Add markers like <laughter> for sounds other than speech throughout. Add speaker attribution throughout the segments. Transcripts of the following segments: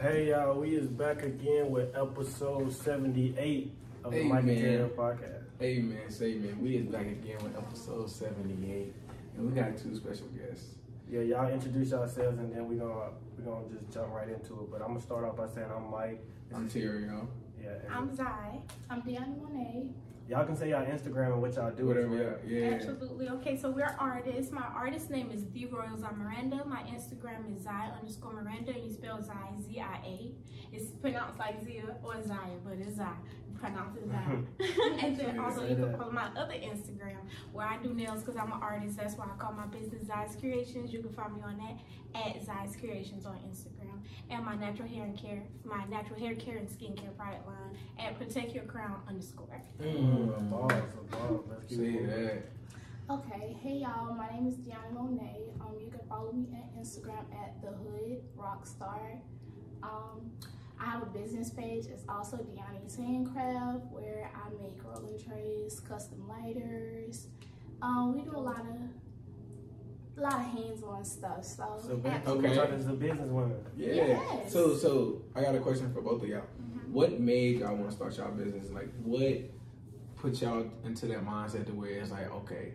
Speaker 1: Hey y'all, we is back again with episode seventy-eight of the
Speaker 2: Hey,
Speaker 1: Mike and
Speaker 2: man.
Speaker 1: Taylor podcast.
Speaker 2: Amen, say man. We is back again with episode 78. And we got two special guests.
Speaker 1: Yeah, y'all introduce yourselves and then we gonna we gonna just jump right into it. But I'm gonna start off by saying I'm Mike. This
Speaker 2: I'm
Speaker 1: is-
Speaker 2: Terrio.
Speaker 1: Yeah. and
Speaker 3: I'm Zai. I'm Deanna Monet.
Speaker 1: y'all can say y'all Instagram and what y'all do. as
Speaker 2: Whatever.
Speaker 1: well.
Speaker 2: y'all- Yeah.
Speaker 3: Absolutely. Okay, so we're artists. My artist name is The Royal Zai Miranda. My Instagram is Zai underscore Miranda. You spell Zai Z I A. It's pronounced like Zia or Zaya, but it's Zai. You pronounce it Zai. and then also you can follow my other Instagram where I do nails because I'm an artist. That's why I call my business Zai's Creations. You can find me on that at Zai's Creations on Instagram. And my natural hair and care, my natural hair care and skincare product line at Protect Your Crown underscore.
Speaker 1: Mm, a
Speaker 2: Mm.
Speaker 1: boss, a boss. Let's keep
Speaker 2: Say
Speaker 1: moving.
Speaker 2: that.
Speaker 4: Okay, hey y'all, my name is Deanna Monet. Um, you can follow me at Instagram at the Hood Rockstar. Um, I have a business page. It's also Deanna's Handcraft, where I make rolling trays, custom lighters. Um, we do a lot of, a lot of hands-on stuff. So,
Speaker 1: So basically,
Speaker 2: Okay.
Speaker 1: we're talking to the businesswomen.
Speaker 2: Yeah.
Speaker 4: Yes.
Speaker 2: So, so I got a question for both of y'all.
Speaker 3: Mm-hmm.
Speaker 2: What made y'all want to start y'all business? Like, what put y'all into that mindset to where it's like, okay,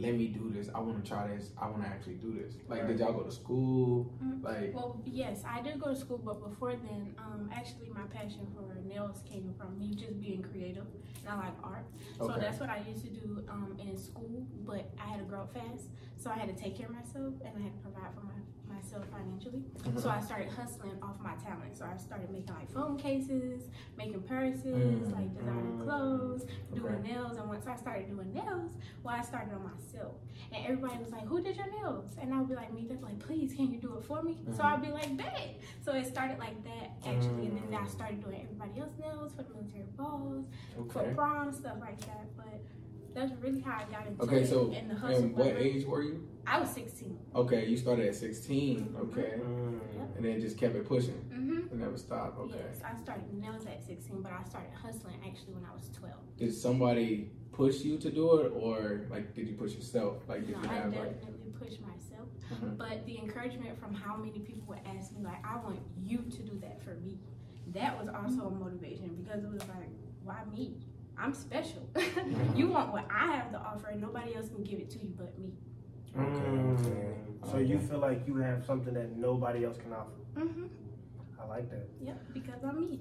Speaker 2: let me do this. I want to try this. I want to actually do this. Like, did y'all go to school?
Speaker 3: Mhm.
Speaker 2: Like,
Speaker 3: Well, yes, I did go to school, but before then, um, actually, my passion for nails came from me just being creative, and I like art. So
Speaker 2: okay.
Speaker 3: that's what I used to do um, in school, but I had to grow up fast, so I had to take care of myself and I had to provide for my, myself financially.
Speaker 2: Mhm.
Speaker 3: So I started hustling off my talent. So I started making like phone cases, making purses,
Speaker 2: Mm,
Speaker 3: like designing
Speaker 1: mm,
Speaker 3: clothes, doing
Speaker 2: okay.
Speaker 3: nails. And once I started doing nails, well, I started on myself. And everybody was like, Who did your nails? And I would be like, Me, they're like, Please, can you do it for me? So
Speaker 2: Mhm.
Speaker 3: I'd be like, Bet. So it started like that, actually. And then I
Speaker 1: Mm.
Speaker 3: started doing everybody else's nails for the military balls for
Speaker 2: Okay.
Speaker 3: prom stuff like that. But that's really how I got into
Speaker 2: Okay,
Speaker 3: it.
Speaker 2: so,
Speaker 3: and the hustle.
Speaker 2: And what
Speaker 3: part.
Speaker 2: age were you?
Speaker 3: <laughs> I was 16.
Speaker 2: Okay, you started at 16. Okay.
Speaker 1: Mm.
Speaker 2: And then just kept it pushing.
Speaker 3: Mm-hmm.
Speaker 2: It never stopped. Okay.
Speaker 3: Yes, I started nails at 16, but I started hustling actually when I was 12.
Speaker 2: Did somebody push you to do it, or like did you push yourself? Like did
Speaker 3: No,
Speaker 2: you
Speaker 3: I
Speaker 2: have like?
Speaker 3: definitely pushed myself,
Speaker 2: Mhm.
Speaker 3: but the encouragement from how many people would ask me, like, I want you to do that for me, that was also a motivation because it was like, why me? I'm special. <laughs> you want what I have to offer, and nobody else can give it to you but me.
Speaker 2: Okay, okay.
Speaker 1: Mm. So you
Speaker 2: Okay.
Speaker 1: feel like you have something that nobody else can offer.
Speaker 3: Mm-hmm.
Speaker 1: I like that.
Speaker 3: Yep, because I'm me.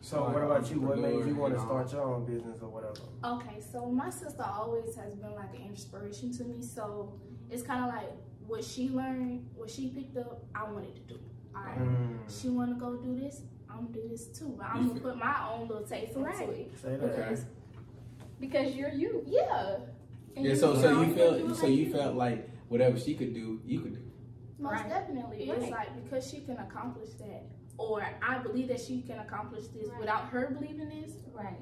Speaker 1: So what about you? What made you
Speaker 2: entrepreneur,
Speaker 1: want to
Speaker 2: you know.
Speaker 1: start your own business or whatever?
Speaker 4: Okay, so my sister always has been like an inspiration to me. So it's kind of like what she learned, what she picked up, I wanted to do. I,
Speaker 1: Mm.
Speaker 4: she want to go do this, I'm gonna do this too. But I'm
Speaker 2: You
Speaker 4: gonna
Speaker 2: feel-
Speaker 4: put my own little taste
Speaker 3: Right.
Speaker 4: into it.
Speaker 1: Say that.
Speaker 2: Okay.
Speaker 3: Because you're you.
Speaker 4: Yeah,
Speaker 3: And
Speaker 2: Yeah.
Speaker 3: you
Speaker 2: So
Speaker 3: were
Speaker 2: so
Speaker 3: always
Speaker 2: you
Speaker 3: gonna do
Speaker 2: felt
Speaker 3: it
Speaker 2: so
Speaker 3: like
Speaker 2: you felt like whatever she could do, you could do.
Speaker 4: most
Speaker 3: Right.
Speaker 4: definitely. It's
Speaker 3: Right.
Speaker 4: like because she can accomplish that, or I believe that she can accomplish this
Speaker 3: Right.
Speaker 4: without her believing this.
Speaker 3: Right.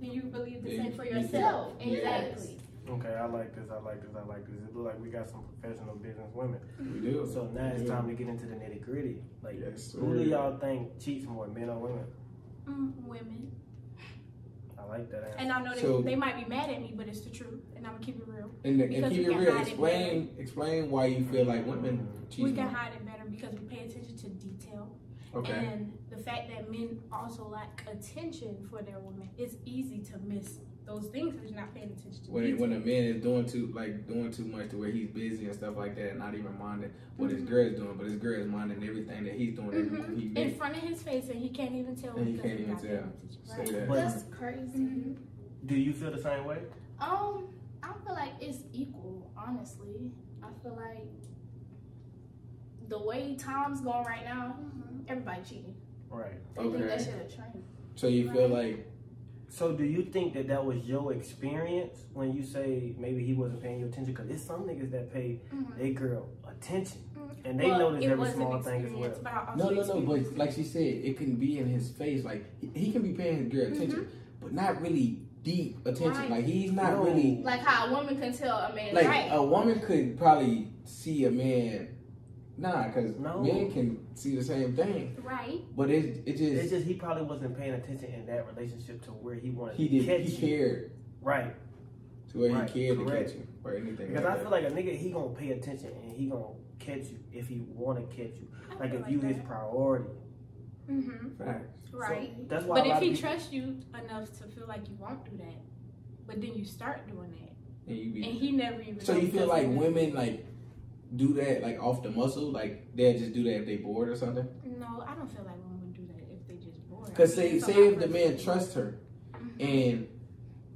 Speaker 3: Then you believe the
Speaker 2: Yeah,
Speaker 3: same for
Speaker 2: you- you
Speaker 3: yourself.
Speaker 4: feel-
Speaker 3: Exactly.
Speaker 1: Okay, I like this. I like this. I like this. It look like we got some professional business women.
Speaker 2: We do.
Speaker 1: So now it's
Speaker 2: Yeah.
Speaker 1: time to get into the nitty gritty. Like,
Speaker 2: yes.
Speaker 1: who
Speaker 2: sir.
Speaker 1: do y'all think cheats more, men or women?
Speaker 3: Mm, women.
Speaker 1: I like that. Answer.
Speaker 3: And I know they,
Speaker 2: So-
Speaker 3: they might be mad at me, but it's the truth. And I'm going to keep it real.
Speaker 2: And, and
Speaker 3: because
Speaker 2: keep
Speaker 3: we
Speaker 2: it
Speaker 3: can
Speaker 2: real.
Speaker 3: hide it
Speaker 2: Explain explain why you feel like women cheat.
Speaker 3: we can
Speaker 2: more.
Speaker 3: hide it better because we pay attention to detail.
Speaker 2: Okay.
Speaker 3: And the fact that men also lack attention for their women, it's easy to miss those things because you're not paying attention to
Speaker 2: When,
Speaker 3: detail.
Speaker 2: when a man is doing too like doing too much to where he's busy and stuff like that, and not even minding what his
Speaker 3: Mhm.
Speaker 2: girl is doing, but his girl is minding everything that he's doing. every
Speaker 3: Mhm.
Speaker 2: he
Speaker 3: In
Speaker 2: makes.
Speaker 3: front of his face, and he can't even tell.
Speaker 2: And he
Speaker 3: because
Speaker 2: can't
Speaker 3: he's
Speaker 2: even
Speaker 3: not paying
Speaker 2: tell.
Speaker 3: attention.
Speaker 2: Say
Speaker 3: Right.
Speaker 2: that.
Speaker 1: But-
Speaker 4: That's crazy.
Speaker 3: Mhm.
Speaker 1: Mm-hmm. Do you feel the same way?
Speaker 4: Um, I feel like it's equal, honestly. I feel like the way time's going right now, everybody cheating.
Speaker 1: Right.
Speaker 4: They think that
Speaker 2: Okay.
Speaker 4: shit a trend.
Speaker 2: So you feel like
Speaker 1: So do you think that that was your experience when you say maybe he wasn't paying you attention? Because there's some niggas that pay
Speaker 3: Mhm.
Speaker 1: they girl attention, and they
Speaker 3: Well,
Speaker 1: notice
Speaker 3: it
Speaker 1: every
Speaker 3: was an
Speaker 1: small thing as well.
Speaker 3: experience, but I also
Speaker 2: No, no, no.
Speaker 3: experienced
Speaker 2: But like she said, it can be in his face. Like he- he can be paying his girl attention, but not really deep attention.
Speaker 3: Mm-hmm. Right.
Speaker 2: Like he's not
Speaker 1: No.
Speaker 2: really
Speaker 4: Like how a woman can tell a man
Speaker 2: like uh,
Speaker 4: right.
Speaker 2: a woman could probably see a man. Nah, because
Speaker 1: No.
Speaker 2: men can see the same thing,
Speaker 3: Right.
Speaker 2: but it it just,
Speaker 1: It's just he probably wasn't paying attention in that relationship to where he wanted
Speaker 2: he
Speaker 1: to
Speaker 2: did
Speaker 1: catch
Speaker 2: he
Speaker 1: you.
Speaker 2: cared
Speaker 1: Right.
Speaker 2: to where
Speaker 1: Right,
Speaker 2: he cared
Speaker 1: correct.
Speaker 2: to catch you or anything.
Speaker 1: Because
Speaker 2: like
Speaker 1: I feel like a nigga, he gonna pay attention and he gonna catch you if he wanna catch you.
Speaker 3: I
Speaker 1: Like
Speaker 3: feel
Speaker 1: if you
Speaker 3: that.
Speaker 1: his priority.
Speaker 3: Mm-hmm.
Speaker 2: Facts.
Speaker 3: Right.
Speaker 1: That's why.
Speaker 3: but
Speaker 1: a lot
Speaker 3: if
Speaker 1: of
Speaker 3: he
Speaker 1: people-
Speaker 3: trusts you enough to feel like you won't do that, but then you start doing that,
Speaker 2: And you
Speaker 3: and
Speaker 2: be,
Speaker 3: he never even.
Speaker 2: so you feel
Speaker 3: knows
Speaker 2: like
Speaker 3: that's-
Speaker 2: women like do that like off the muscle, like they'll just do that if they bored or something.
Speaker 3: No, I don't feel like women would do that if they just bored.
Speaker 2: Cause
Speaker 3: I mean,
Speaker 2: say
Speaker 3: it's a
Speaker 2: say
Speaker 3: lot
Speaker 2: if the
Speaker 3: of-
Speaker 2: man trusts her
Speaker 3: Mhm.
Speaker 2: and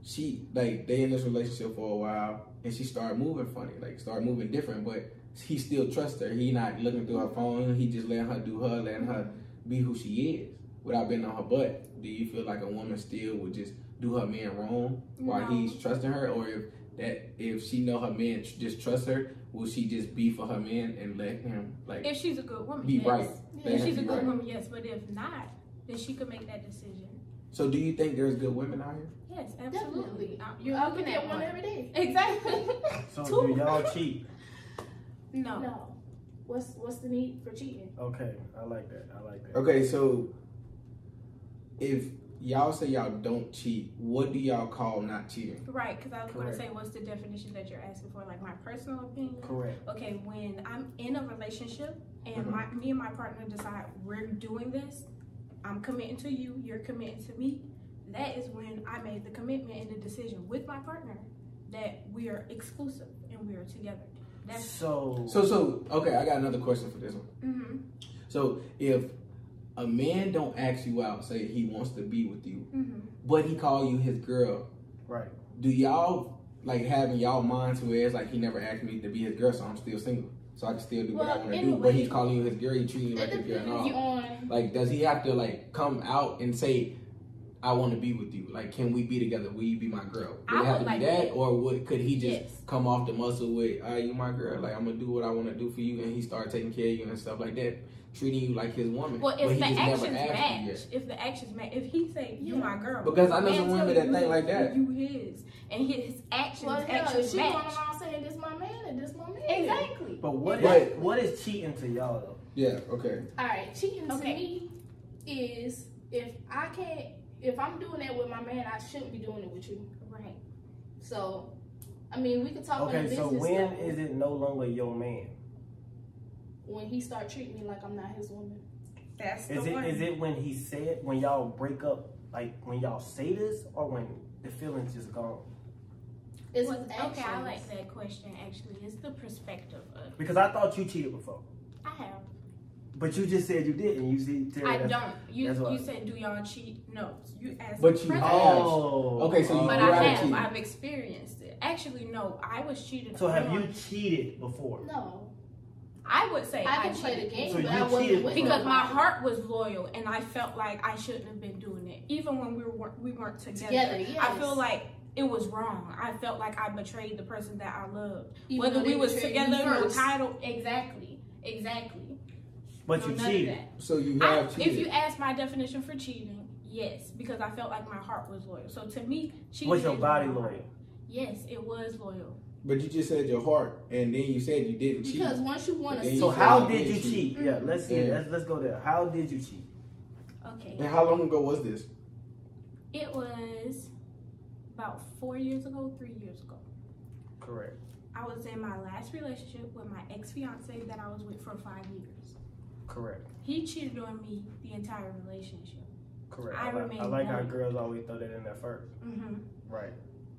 Speaker 2: she like they in this relationship for a while and she started moving funny, like start moving different, but he still trusts her. He not looking through her phone. He just letting her do her, letting her be who she is without being on her butt. Do you feel like a woman still would just do her man wrong while
Speaker 3: No.
Speaker 2: he's trusting her, or if that if she know her man tr- just trust her, will she just be for her man and let him like
Speaker 3: If she's a good woman,
Speaker 2: be
Speaker 3: yes.
Speaker 2: right?
Speaker 4: Yeah.
Speaker 2: They
Speaker 3: If
Speaker 2: have
Speaker 3: she's
Speaker 2: to
Speaker 3: a
Speaker 2: be
Speaker 3: good
Speaker 2: right.
Speaker 3: woman, yes. But if not, then she could make that decision.
Speaker 2: So do you think there's good women out here?
Speaker 3: Yes, absolutely.
Speaker 4: Definitely.
Speaker 3: Uh, You're
Speaker 4: You
Speaker 3: looking
Speaker 4: open
Speaker 3: at
Speaker 4: at one
Speaker 3: one.
Speaker 4: every day.
Speaker 3: Exactly.
Speaker 4: <laughs>
Speaker 1: So
Speaker 3: Two.
Speaker 1: do y'all cheat?
Speaker 3: No.
Speaker 4: No. What's what's the need for cheating?
Speaker 1: Okay, I like that. I like that.
Speaker 2: Okay, so if y'all say y'all don't cheat, what do y'all call not cheating?
Speaker 3: Right, because I was going to
Speaker 1: Correct.
Speaker 3: say, what's the definition that you're asking for? Like my personal opinion.
Speaker 1: Correct.
Speaker 3: okay, when I'm in a relationship and
Speaker 2: Mhm.
Speaker 3: my me and my partner decide we're doing this, I'm committing to you, you're committing to me. That is when I made the commitment and the decision with my partner that we are exclusive and we are together. That's
Speaker 1: So,
Speaker 2: So so okay, I got another question for this one.
Speaker 3: mm-hmm,
Speaker 2: So if a man don't ask you out, say he wants to be with you,
Speaker 3: mm-hmm.
Speaker 2: but he call you his girl,
Speaker 1: right.
Speaker 2: do y'all like having y'all mind to where it's like he never asked me to be his girl, so I'm still single. So I can still do what I
Speaker 4: Well,
Speaker 2: want to
Speaker 4: in
Speaker 2: do.
Speaker 4: a
Speaker 2: But
Speaker 4: way-
Speaker 2: he's calling you his girl, he treating you like
Speaker 4: It
Speaker 2: his girl
Speaker 4: depends
Speaker 2: and all.
Speaker 4: on
Speaker 2: Like, does he have to like come out and say, "I want to be with you"? Like, can we be together? Will you be my girl? Would
Speaker 3: I
Speaker 2: it have to
Speaker 3: would like
Speaker 2: be that,
Speaker 3: that.
Speaker 2: or would could he just
Speaker 3: Yes.
Speaker 2: come off the muscle with, "Are you my girl? Like, I'm gonna do what I want to do for you," and he start taking care of you and stuff like that, treating you like his woman?
Speaker 3: Well,
Speaker 2: but
Speaker 3: if
Speaker 2: he
Speaker 3: the
Speaker 2: just never
Speaker 3: actions
Speaker 2: asked you
Speaker 3: match,
Speaker 2: yet.
Speaker 3: if the actions match, if he say you my girl,
Speaker 2: Because I know
Speaker 3: man
Speaker 2: some women
Speaker 3: tell
Speaker 2: that
Speaker 3: you
Speaker 2: think
Speaker 3: he-
Speaker 2: like that.
Speaker 3: You his, and his actions
Speaker 4: well hell,
Speaker 3: actions
Speaker 4: she going
Speaker 3: match.
Speaker 4: around saying this my man and this my man.
Speaker 3: Exactly.
Speaker 1: But what is
Speaker 2: Right.
Speaker 1: what is cheating to y'all though?
Speaker 2: Yeah. Okay.
Speaker 4: All right, cheating
Speaker 3: Okay.
Speaker 4: to me is if I can't, if I'm doing that with my man, I shouldn't be doing it with you.
Speaker 3: Right.
Speaker 4: So, I mean, we could talk on a
Speaker 1: Okay,
Speaker 4: business
Speaker 1: so when
Speaker 4: level
Speaker 1: is it no longer your man?
Speaker 4: when he start treating me like I'm not his woman.
Speaker 3: That's the
Speaker 1: Is it
Speaker 3: one.
Speaker 1: is it when he said when y'all break up, like when y'all say this, or when the feelings just gone?
Speaker 4: It's
Speaker 3: Well,
Speaker 4: his
Speaker 3: okay, I
Speaker 4: actions.
Speaker 3: like that question actually. It's the perspective of
Speaker 1: Because I thought you cheated before,
Speaker 3: I have.
Speaker 1: but you just said you didn't. You see, Terry,
Speaker 3: I
Speaker 1: that's-
Speaker 3: don't. You
Speaker 1: that's what-
Speaker 3: you said do y'all cheat? No. You asked
Speaker 2: But
Speaker 3: the
Speaker 2: you
Speaker 3: president.
Speaker 2: have.
Speaker 1: Oh,
Speaker 2: Okay, so you
Speaker 3: But
Speaker 2: do
Speaker 3: I
Speaker 2: have
Speaker 3: have.
Speaker 2: cheated.
Speaker 3: I've experienced it. Actually, no. I was cheated.
Speaker 1: So have
Speaker 3: on.
Speaker 1: you cheated before?
Speaker 4: No,
Speaker 3: I would say
Speaker 4: I
Speaker 3: I,
Speaker 4: can play
Speaker 3: cheated
Speaker 4: the game,
Speaker 1: So
Speaker 4: but
Speaker 1: you
Speaker 4: I
Speaker 1: cheated
Speaker 4: wasn't with
Speaker 3: because
Speaker 4: him.
Speaker 3: my heart was loyal and I felt like I shouldn't have been doing it, even when we were we weren't together.
Speaker 4: together. Yes.
Speaker 3: I feel like it was wrong. I felt like I betrayed the person that I loved,
Speaker 4: Even
Speaker 3: whether
Speaker 4: though
Speaker 3: we
Speaker 4: they
Speaker 3: was
Speaker 4: betrayed you
Speaker 3: together no
Speaker 4: first.
Speaker 3: title. Exactly. Exactly.
Speaker 1: But
Speaker 3: No,
Speaker 1: you
Speaker 3: none of
Speaker 1: cheated.
Speaker 3: that.
Speaker 2: So you
Speaker 3: I-
Speaker 2: have cheated.
Speaker 3: if you ask my definition for cheating, yes, because I felt like my heart was loyal. So to me, cheating
Speaker 1: Was your
Speaker 3: is
Speaker 1: body
Speaker 3: my heart.
Speaker 1: loyal?
Speaker 3: Yes, it was loyal.
Speaker 2: but you just said your heart, and then you said you didn't cheat.
Speaker 4: because once you want
Speaker 2: But
Speaker 4: to
Speaker 2: then
Speaker 4: see,
Speaker 2: you
Speaker 1: So
Speaker 2: said
Speaker 1: how
Speaker 2: you
Speaker 1: did you
Speaker 2: did cheat.
Speaker 1: cheat? Yeah, let's see.
Speaker 2: Yeah.
Speaker 1: Let's let's go there. How did you cheat?
Speaker 3: Okay,
Speaker 2: And how long ago was this?
Speaker 3: it was about four years ago, three years ago.
Speaker 1: Correct.
Speaker 3: I was in my last relationship with my ex fiance that I was with for five years.
Speaker 1: Correct.
Speaker 3: He cheated on me the entire relationship.
Speaker 1: Correct.
Speaker 3: I
Speaker 1: I, like,
Speaker 3: remain
Speaker 1: I like how
Speaker 3: loyal.
Speaker 1: girls always throw that in there first.
Speaker 3: hmm
Speaker 1: Right.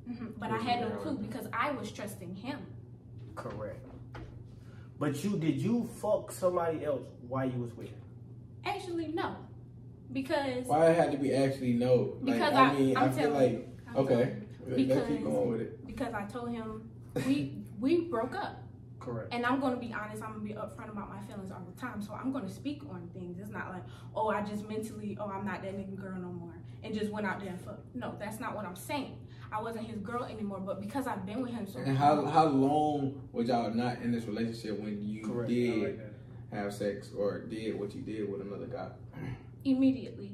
Speaker 3: hmm But I
Speaker 2: Yes,
Speaker 3: had no
Speaker 2: ma'am.
Speaker 3: clue because I was trusting him.
Speaker 1: Correct. But you did you fuck somebody else while you was with her?
Speaker 3: Actually, no, because
Speaker 2: Why it had to be actually no? Like,
Speaker 3: Because
Speaker 2: I,
Speaker 3: I-
Speaker 2: mean,
Speaker 3: I'm
Speaker 2: I feel
Speaker 3: telling
Speaker 2: like okay, let's keep
Speaker 3: Because-
Speaker 2: going with it.
Speaker 3: because I told him
Speaker 2: <laughs>
Speaker 3: we we broke up.
Speaker 1: Correct.
Speaker 3: And I'm gonna be honest, I'm gonna be upfront about my feelings all the time. So I'm gonna speak on things. It's not like, oh, I just mentally, oh, I'm not that nigga girl no more, and just went out there and fucked. No, that's not what I'm saying. I wasn't his girl anymore, but because I've been with him so
Speaker 2: And how how long was y'all not in this relationship when you
Speaker 1: Correct. I
Speaker 2: did
Speaker 1: like that.
Speaker 2: have sex or did what you did with another guy?
Speaker 3: immediately,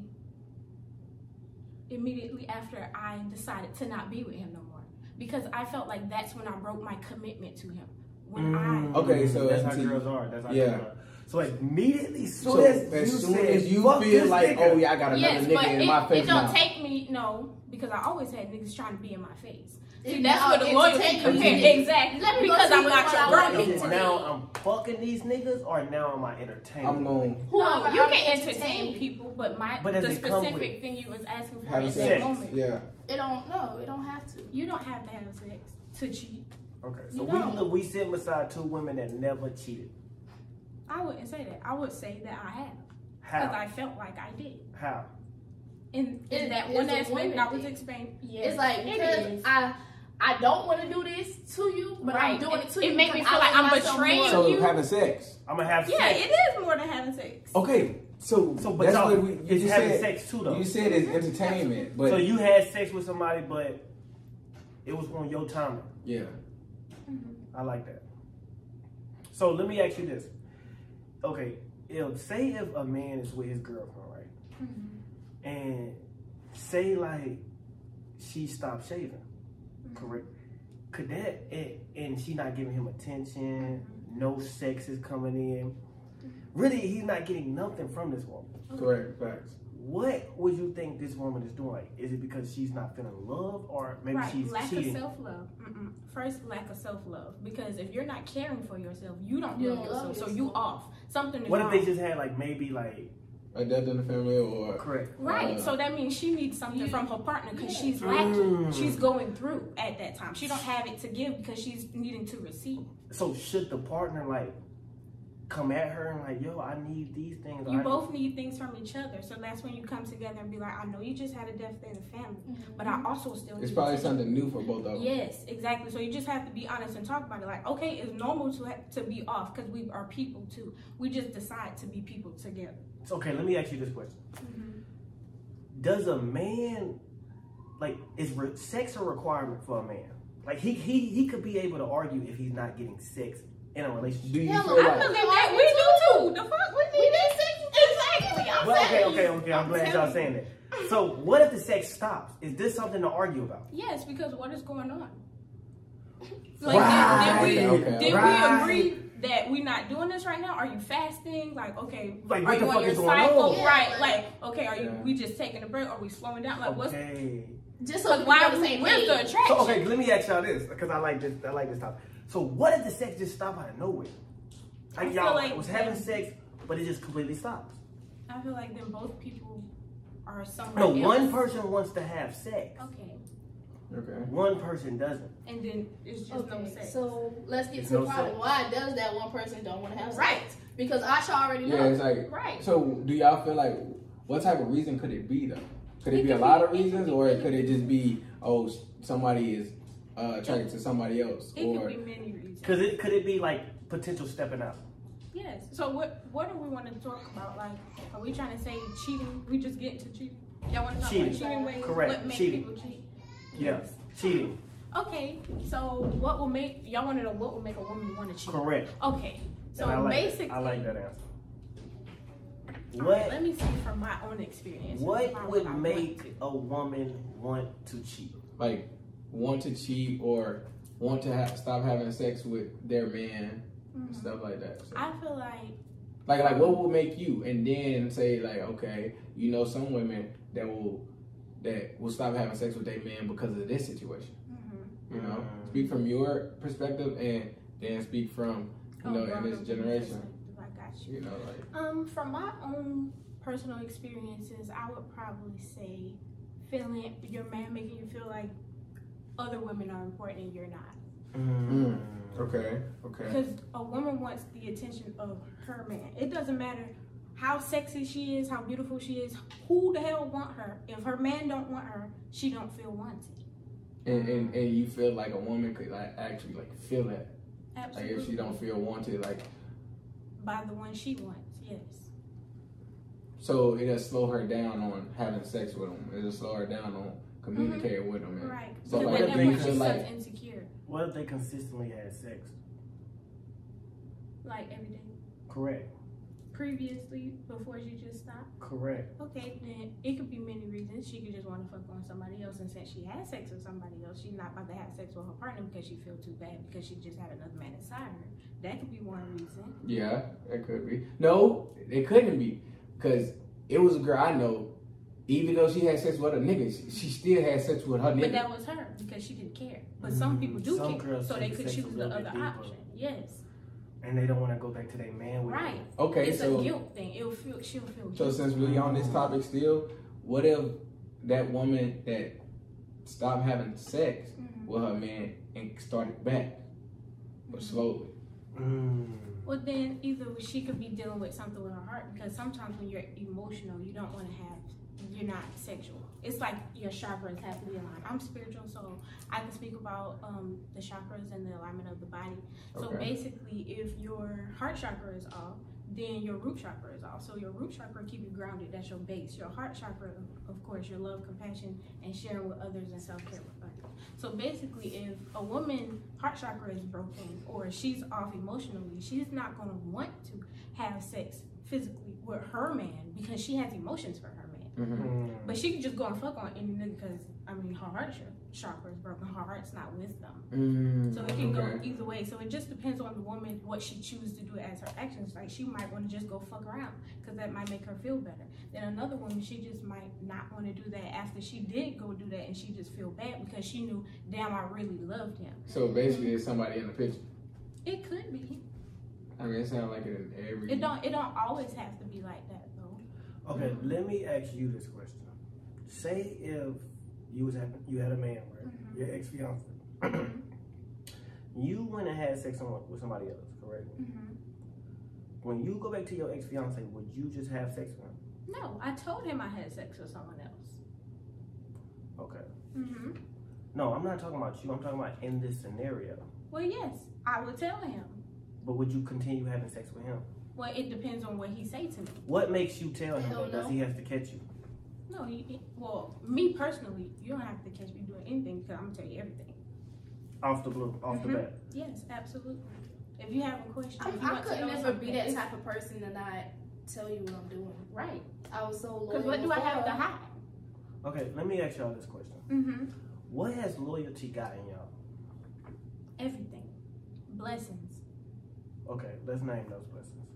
Speaker 3: immediately after I decided to not be with him no more, because I felt like that's when I broke my commitment to him. When I
Speaker 1: Mm.
Speaker 2: Okay, so
Speaker 1: that's how
Speaker 2: until-
Speaker 1: girls are. That's how
Speaker 2: yeah.
Speaker 1: girls are. So immediately, soon
Speaker 2: So
Speaker 1: as,
Speaker 2: as
Speaker 1: you
Speaker 2: soon
Speaker 1: said,
Speaker 2: as you
Speaker 1: "Fuck
Speaker 2: feel
Speaker 1: this
Speaker 2: like,
Speaker 1: nigga,"
Speaker 2: oh yeah, I got another
Speaker 3: Yes,
Speaker 2: nigga
Speaker 3: but
Speaker 2: in my
Speaker 3: it,
Speaker 2: face
Speaker 3: it don't
Speaker 2: now.
Speaker 3: take me no because I always had niggas trying to be in my face. See,
Speaker 5: It-
Speaker 3: that's
Speaker 5: no,
Speaker 3: what the
Speaker 5: it
Speaker 3: loyalty
Speaker 5: take
Speaker 3: compared
Speaker 5: me.
Speaker 3: exactly
Speaker 5: Let me go
Speaker 3: because
Speaker 5: see
Speaker 3: I'm
Speaker 5: what I
Speaker 3: not
Speaker 5: want.
Speaker 3: your
Speaker 1: Is
Speaker 3: girl.
Speaker 1: it now I'm fucking these niggas or now am I entertaining?
Speaker 2: I'm going.
Speaker 3: No,
Speaker 5: but
Speaker 3: you
Speaker 5: I'm
Speaker 3: can entertain
Speaker 5: entertained.
Speaker 3: people, but my
Speaker 1: But does
Speaker 3: the
Speaker 1: it come with-
Speaker 3: specific thing you was asking for
Speaker 2: Having
Speaker 3: in that
Speaker 1: sex?
Speaker 3: moment,
Speaker 2: Yeah.
Speaker 4: It don't no, it don't have to.
Speaker 3: you don't have to have sex to cheat.
Speaker 1: Okay,
Speaker 4: You
Speaker 1: so
Speaker 4: don't.
Speaker 1: we we sit beside two women that never cheated.
Speaker 3: I wouldn't say that. I would say that I have because
Speaker 1: How?
Speaker 3: I felt like I did.
Speaker 1: How?
Speaker 3: In, in
Speaker 5: Is-
Speaker 3: that
Speaker 5: is
Speaker 3: one
Speaker 5: it
Speaker 3: aspect,
Speaker 5: women
Speaker 3: I was
Speaker 5: thing?
Speaker 3: explaining. Yes,
Speaker 5: It's like
Speaker 3: it
Speaker 5: because
Speaker 3: is.
Speaker 5: I I don't want to do this to you, but I'm
Speaker 3: Right.
Speaker 5: doing
Speaker 3: It-
Speaker 5: it to
Speaker 3: it
Speaker 5: you.
Speaker 3: make me
Speaker 5: because
Speaker 3: feel
Speaker 5: I
Speaker 3: like
Speaker 5: love
Speaker 3: I'm
Speaker 5: myself more.
Speaker 3: betraying
Speaker 2: So
Speaker 3: you-
Speaker 2: having sex.
Speaker 1: I'm gonna have
Speaker 3: yeah,
Speaker 1: sex. Oh.
Speaker 3: it is more than having sex.
Speaker 2: Okay. So
Speaker 1: So, but
Speaker 2: that's
Speaker 1: y'all,
Speaker 2: what we, you
Speaker 1: it's
Speaker 2: just
Speaker 1: having
Speaker 2: said.
Speaker 1: sex too though.
Speaker 2: You said it's entertainment, but
Speaker 1: so you had sex with somebody, but it was on your timing.
Speaker 2: yeah.
Speaker 3: Mm-hmm.
Speaker 1: I like that. So let me ask you this. Okay, if say if a man is with his girlfriend, right?
Speaker 3: Mm-hmm.
Speaker 1: And say like she stopped shaving,
Speaker 3: Mm-hmm.
Speaker 1: correct? Could that and, and she not giving him attention,
Speaker 3: Mm-hmm.
Speaker 1: no sex is coming in. Really, he's not getting nothing from this woman.
Speaker 2: Correct. Facts.
Speaker 1: What would you think this woman is doing? Like, is it because she's not feeling love, or maybe
Speaker 3: right,
Speaker 1: she's
Speaker 3: lack
Speaker 1: cheating?
Speaker 3: of self love. First, lack of self love because if you're not caring for yourself, you don't
Speaker 5: You
Speaker 3: love
Speaker 5: don't
Speaker 3: yourself,
Speaker 5: love
Speaker 3: so
Speaker 5: yourself.
Speaker 3: you off. Something is
Speaker 1: What if
Speaker 3: wrong.
Speaker 1: they just had like maybe like
Speaker 2: A death in the family or
Speaker 1: correct?
Speaker 3: Right,
Speaker 2: Uh,
Speaker 3: so that means she needs something from her partner because
Speaker 5: Yeah.
Speaker 3: she's lacking.
Speaker 1: Mm.
Speaker 3: She's going through at that time. She don't have it to give because she's needing to receive.
Speaker 1: So should the partner like come at her and like, yo, I need these things. or
Speaker 3: You
Speaker 1: I
Speaker 3: both need things from each other, so that's when you come together and be like, I know you just had a death in the family, but
Speaker 5: Mm-hmm.
Speaker 3: I also still
Speaker 2: it's
Speaker 3: need
Speaker 2: probably
Speaker 3: to-
Speaker 2: something new for both of
Speaker 1: Oh.
Speaker 2: them.
Speaker 3: Yes, exactly. So you just have to be honest and talk about it. Like, okay, it's normal to ha- to be off because we are people too. We just decide to be people together.
Speaker 1: Need- So, okay, let me ask you this question:
Speaker 3: Mm-hmm.
Speaker 1: Does a man like is re- sex a requirement for a man? Like he he he could be able to argue if he's not getting sex in a relationship.
Speaker 2: Do you
Speaker 5: Yeah,
Speaker 2: feel
Speaker 5: look,
Speaker 3: I
Speaker 5: Right.
Speaker 2: like?
Speaker 3: believe that we do too. The fuck we
Speaker 5: We
Speaker 3: need.
Speaker 5: did six exactly. I'm
Speaker 1: Well, okay,
Speaker 5: saying
Speaker 1: okay, okay. I'm,
Speaker 3: I'm
Speaker 1: glad y'all
Speaker 3: telling
Speaker 1: saying that. So, what if the sex stops? Is this something to argue about?
Speaker 3: Yes, because what is going on?
Speaker 1: Right.
Speaker 3: <laughs> Like, did, did we
Speaker 2: Okay,
Speaker 3: did
Speaker 1: right.
Speaker 3: we agree that we're not doing this right now? Are you fasting? Like, okay,
Speaker 1: Like,
Speaker 3: are
Speaker 1: what
Speaker 3: you
Speaker 1: the
Speaker 3: on
Speaker 1: fuck
Speaker 3: your
Speaker 1: is going
Speaker 3: cycle?
Speaker 1: on?
Speaker 5: Yeah,
Speaker 3: Right, like,
Speaker 5: like-
Speaker 3: okay, are you?
Speaker 2: Yeah.
Speaker 3: We just taking a break? Are we slowing down? Like, what's
Speaker 1: okay.
Speaker 5: Just so
Speaker 3: Because
Speaker 5: we
Speaker 3: why
Speaker 5: why
Speaker 3: are
Speaker 5: the
Speaker 3: we?
Speaker 5: same
Speaker 3: Where's the
Speaker 5: page.
Speaker 3: attraction?
Speaker 1: So, okay, let me ask y'all this because I like this. I like this topic. So, what if the sex just stopped out of nowhere?
Speaker 3: I
Speaker 1: Like
Speaker 3: feel
Speaker 1: y'all
Speaker 3: like-
Speaker 1: was having sex, but it just completely stops.
Speaker 3: I feel like then both people are somewhere.
Speaker 1: No,
Speaker 3: else.
Speaker 1: one person wants to have sex.
Speaker 3: Okay,
Speaker 2: Okay.
Speaker 1: One person doesn't.
Speaker 3: and then it's just no
Speaker 5: Okay,
Speaker 3: sex.
Speaker 5: so let's get
Speaker 1: It's
Speaker 5: to the
Speaker 1: no
Speaker 5: problem.
Speaker 1: sex.
Speaker 5: Why does that one person don't want to have sex?
Speaker 3: Right.
Speaker 5: Because Asha already
Speaker 2: Yeah,
Speaker 5: knows.
Speaker 2: it's like.
Speaker 3: Right.
Speaker 2: So do y'all feel like what type of reason could it be though? Could
Speaker 3: It
Speaker 2: it be a
Speaker 3: could
Speaker 2: lot
Speaker 3: be-
Speaker 2: of
Speaker 3: it could
Speaker 2: reasons,
Speaker 3: be-
Speaker 2: or
Speaker 3: it
Speaker 2: could it just be oh s- somebody is uh, attracted to somebody else,
Speaker 3: It could
Speaker 2: or
Speaker 3: be many reasons.
Speaker 1: Cause it could it be like potential stepping out.
Speaker 3: Yes. So what? What do we want to talk about? Like, are we trying to say cheating? We just get to cheating. Y'all want to talk
Speaker 1: Cheating.
Speaker 3: about cheating ways?
Speaker 1: Correct,
Speaker 3: What makes
Speaker 1: cheating.
Speaker 3: people cheat?
Speaker 1: Yeah, cheating.
Speaker 3: Okay, so what will make y'all want to know what will make a woman want to cheat?
Speaker 1: Correct.
Speaker 3: Okay, so
Speaker 1: And I like
Speaker 3: basically,
Speaker 1: I like that answer.
Speaker 3: all right,
Speaker 1: What
Speaker 3: Let me see from my own experience. if I-
Speaker 1: what would
Speaker 3: I want
Speaker 1: make
Speaker 3: to.
Speaker 1: a woman want to cheat?
Speaker 2: like want to cheat or want to have stop having sex with their man, and
Speaker 3: Mhm.
Speaker 2: stuff like that. So-
Speaker 3: I feel like
Speaker 2: Like like what will make you and then say like okay you know some women that will that will stop having sex with their man because of this situation
Speaker 3: mm-hmm.
Speaker 2: you know
Speaker 1: Mm.
Speaker 2: speak from your perspective and then speak from you know
Speaker 3: oh,
Speaker 2: in this
Speaker 3: grown-up
Speaker 2: generation
Speaker 3: perspective, I got you.
Speaker 2: you know like
Speaker 3: Um, from my own personal experiences, I would probably say feeling your man making you feel like other women are important and you're not.
Speaker 1: Mm.
Speaker 2: okay okay
Speaker 3: Because a woman wants the attention of her man. It doesn't matter how sexy she is, how beautiful she is, who the hell want her. If her man don't want her, she don't feel wanted.
Speaker 2: and, and and you feel like a woman could like actually like feel that like
Speaker 3: Absolutely.
Speaker 2: if she don't feel wanted like
Speaker 3: By the one she wants, yes.
Speaker 2: so it'll slow her down on having sex with him it'll slow her down on communicating with him and
Speaker 3: Right.
Speaker 2: Mm. So,
Speaker 3: because
Speaker 1: like, if
Speaker 3: that never
Speaker 1: you
Speaker 3: she's
Speaker 2: feel
Speaker 3: so
Speaker 2: like-
Speaker 3: insecure,
Speaker 1: What if they consistently had sex?
Speaker 3: like every day.
Speaker 1: Correct.
Speaker 3: previously before she just stopped?
Speaker 1: Correct.
Speaker 3: Okay, then it could be many reasons. She could just want to fuck on somebody else, and since she had sex with somebody else, she's not about to have sex with her partner because she feel too bad because she just had another man inside her. That could be one reason.
Speaker 2: Yeah, it could be. No, it couldn't be because it was a girl I know. Even though she had sex with other niggas, she- she still had sex with her
Speaker 3: But
Speaker 2: nigga.
Speaker 3: that was her because she didn't care. But some people do
Speaker 1: Some
Speaker 3: care,
Speaker 1: girls
Speaker 3: so
Speaker 1: take
Speaker 3: they
Speaker 1: the
Speaker 3: could
Speaker 1: sex a
Speaker 3: choose the
Speaker 1: little bit
Speaker 3: other
Speaker 1: deeper.
Speaker 3: option. Yes,
Speaker 1: And they don't want to go back to their man with
Speaker 3: right.
Speaker 2: Okay,
Speaker 3: it's a
Speaker 2: so
Speaker 3: guilt thing. It'll feel she'll feel guilty.
Speaker 2: so since we on this topic still, what if that woman that stopped having sex
Speaker 3: Mhm.
Speaker 2: with her man and started back, but slowly?
Speaker 1: Mm.
Speaker 3: Well, then either she could be dealing with something with her heart because sometimes when you're emotional, you don't want to have, you're not sexual. It's like your chakras have to be aligned. I'm spiritual, so I can speak about um, the chakras and the alignment of the body. So
Speaker 2: Okay.
Speaker 3: basically, if your heart chakra is off, then your root chakra is off. So your root chakra keep you grounded. That's your base. Your heart chakra, of course, your love, compassion, and sharing with others and self care with others. So basically, if a woman heart chakra is broken or she's off emotionally, she's not going to want to have sex physically with her man because she has emotions for her man.
Speaker 2: Mm-hmm.
Speaker 1: Mm.
Speaker 3: But she can just go and fuck on any nigga because I mean her heart ch- chakra is broken. Her heart's not with them,
Speaker 2: Mm,
Speaker 3: so it can go
Speaker 2: okay.
Speaker 3: either way. So it just depends on the woman what she chooses to do as her actions. Like she might want to just go fuck around because that might make her feel better. Then another woman, she just might not want to do that after she did go do that, and she just feel bad because she knew, damn, I really loved him.
Speaker 2: So basically, it's somebody in the picture.
Speaker 3: It could be.
Speaker 2: I mean, it sounds like it in every.
Speaker 3: It don't. It don't always have to be like that though.
Speaker 1: Okay, let me ask you this question. Say if you was having, you had a man, right?
Speaker 3: Mhm.
Speaker 5: Mm-hmm.
Speaker 1: Your ex fiance. <clears throat> you went and had sex on, with somebody else, correct?
Speaker 5: Mm-hmm.
Speaker 1: When you go back to your ex fiance, would you just have sex with him?
Speaker 3: No, I told him I had sex with someone else.
Speaker 1: Okay.
Speaker 3: Mm-hmm.
Speaker 1: No, I'm not talking about you. I'm talking about in this scenario.
Speaker 3: Well, yes, I would tell him.
Speaker 1: But would you continue having sex with him?
Speaker 3: Well, it depends on what he say to me.
Speaker 1: What makes you tell him
Speaker 5: Hell
Speaker 1: that does
Speaker 5: no.
Speaker 1: he has to catch you?
Speaker 3: No, he, he- well, me personally, you don't have to catch me doing anything because I'm gonna tell you everything.
Speaker 1: Off the blue, off
Speaker 3: Mhm.
Speaker 1: the bat.
Speaker 3: Yes, absolutely. If you have a question,
Speaker 5: I,
Speaker 3: if you
Speaker 5: I
Speaker 3: want to
Speaker 5: could
Speaker 3: know
Speaker 5: never
Speaker 3: something,
Speaker 5: be that
Speaker 3: it's-
Speaker 5: type of person to not tell you what I'm doing.
Speaker 3: Right?
Speaker 5: I was so loyal.
Speaker 3: Because what do I have to
Speaker 5: before.
Speaker 3: hide?
Speaker 1: Okay, let me ask y'all this question.
Speaker 3: Mm-hmm.
Speaker 1: What has loyalty gotten y'all?
Speaker 3: Everything, blessings.
Speaker 1: Okay, let's name those blessings.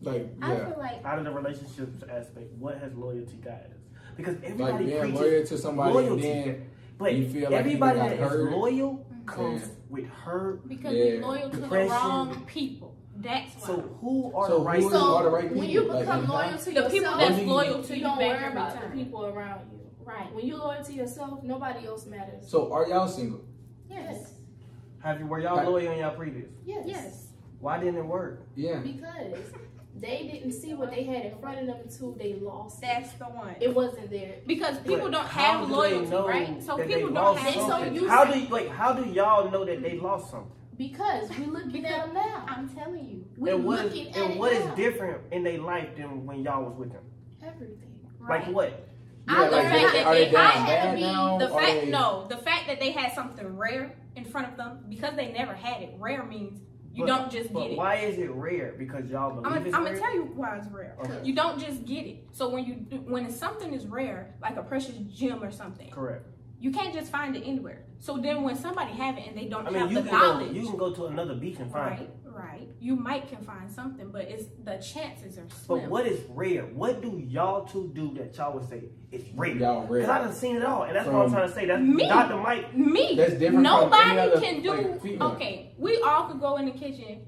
Speaker 2: Like,
Speaker 3: I
Speaker 2: yeah.
Speaker 3: feel like
Speaker 1: Out of the relationships aspect, what has loyalty gotten us? Because
Speaker 2: Like
Speaker 1: everybody
Speaker 2: being
Speaker 1: preaches,
Speaker 2: loyal to somebody and
Speaker 1: loyalty.
Speaker 2: then
Speaker 1: but
Speaker 2: you feel like you
Speaker 1: everybody
Speaker 2: got
Speaker 1: that is
Speaker 2: hurt.
Speaker 1: loyal
Speaker 3: Mhm.
Speaker 1: comes
Speaker 2: Yeah.
Speaker 1: with hurt.
Speaker 3: because
Speaker 2: Yeah.
Speaker 3: we're loyal to
Speaker 1: Depression.
Speaker 3: the wrong people. That's why.
Speaker 1: So who are
Speaker 2: So
Speaker 1: the right?
Speaker 2: who is-
Speaker 1: people?
Speaker 5: So
Speaker 2: all the right
Speaker 5: when you
Speaker 2: people, like,
Speaker 5: become
Speaker 2: you
Speaker 5: loyal
Speaker 2: know?
Speaker 5: to
Speaker 3: the
Speaker 5: yourself,
Speaker 3: people
Speaker 2: What
Speaker 3: that's
Speaker 2: do you-
Speaker 3: loyal to
Speaker 5: you
Speaker 3: you,
Speaker 5: don't
Speaker 3: back
Speaker 5: worry
Speaker 3: every
Speaker 5: about the
Speaker 3: time.
Speaker 5: people around you.
Speaker 3: Right.
Speaker 5: When you loyal to yourself, nobody else matters.
Speaker 2: So are y'all single?
Speaker 5: yes,
Speaker 1: Have you were y'all
Speaker 2: Right.
Speaker 1: loyal in y'all previous?
Speaker 5: yes,
Speaker 3: Yes.
Speaker 1: Why didn't it work?
Speaker 2: Yeah.
Speaker 5: Because they didn't see what they had in front of them until they lost. it.
Speaker 3: That's the one.
Speaker 5: It wasn't there.
Speaker 3: Because people
Speaker 1: But
Speaker 3: don't
Speaker 1: how
Speaker 3: have
Speaker 1: do they
Speaker 3: loyalty,
Speaker 1: know
Speaker 3: right? So
Speaker 1: that they
Speaker 3: people don't
Speaker 1: lost
Speaker 3: have.
Speaker 1: something?
Speaker 5: so you
Speaker 1: how
Speaker 5: say-
Speaker 1: do you, wait? How do y'all know that they lost something?
Speaker 5: Because we looking at them now.
Speaker 3: I'm telling you.
Speaker 5: We're
Speaker 1: and what is
Speaker 5: looking at
Speaker 1: and
Speaker 5: it
Speaker 1: what is
Speaker 5: now.
Speaker 1: different in their life than when y'all was with them?
Speaker 5: Everything.
Speaker 1: Like what?
Speaker 2: Yeah,
Speaker 3: I
Speaker 2: like,
Speaker 3: learned
Speaker 2: they-
Speaker 3: that
Speaker 2: are
Speaker 3: they,
Speaker 2: they
Speaker 3: I
Speaker 2: down
Speaker 3: had
Speaker 2: bad
Speaker 3: to be
Speaker 2: now?
Speaker 3: the
Speaker 2: Are
Speaker 3: fact.
Speaker 2: they-
Speaker 3: No, the fact that they had something rare in front of them because they never had it. Rare means you
Speaker 1: But-
Speaker 3: don't just
Speaker 1: But
Speaker 3: get it.
Speaker 1: why is it rare? Because y'all believe
Speaker 3: I'm
Speaker 1: it's
Speaker 3: gonna
Speaker 1: rare.
Speaker 3: tell you why it's rare.
Speaker 1: Okay.
Speaker 3: You don't just get it. So when you do, when something is rare, like a precious gem or something,
Speaker 1: Correct.
Speaker 3: you can't just find it anywhere. So then when somebody have it and they don't
Speaker 1: I mean,
Speaker 3: have
Speaker 1: you
Speaker 3: the
Speaker 1: can
Speaker 3: knowledge,
Speaker 1: go. You can go to another beach and find.
Speaker 3: right,
Speaker 1: it.
Speaker 3: right, you might can find something, but it's the chances are
Speaker 1: But
Speaker 3: slim.
Speaker 1: what is rare? What do y'all two do that y'all would say is rare?
Speaker 2: Y'all
Speaker 1: Because I
Speaker 2: ready?
Speaker 1: done seen it all, and that's what I'm
Speaker 2: From-
Speaker 1: trying to say. That's
Speaker 3: Me.
Speaker 1: Dr. Mike.
Speaker 3: Me.
Speaker 2: That's different from
Speaker 3: Nobody
Speaker 2: any other,
Speaker 3: can do.
Speaker 2: like, female.
Speaker 3: okay, we all could go in the kitchen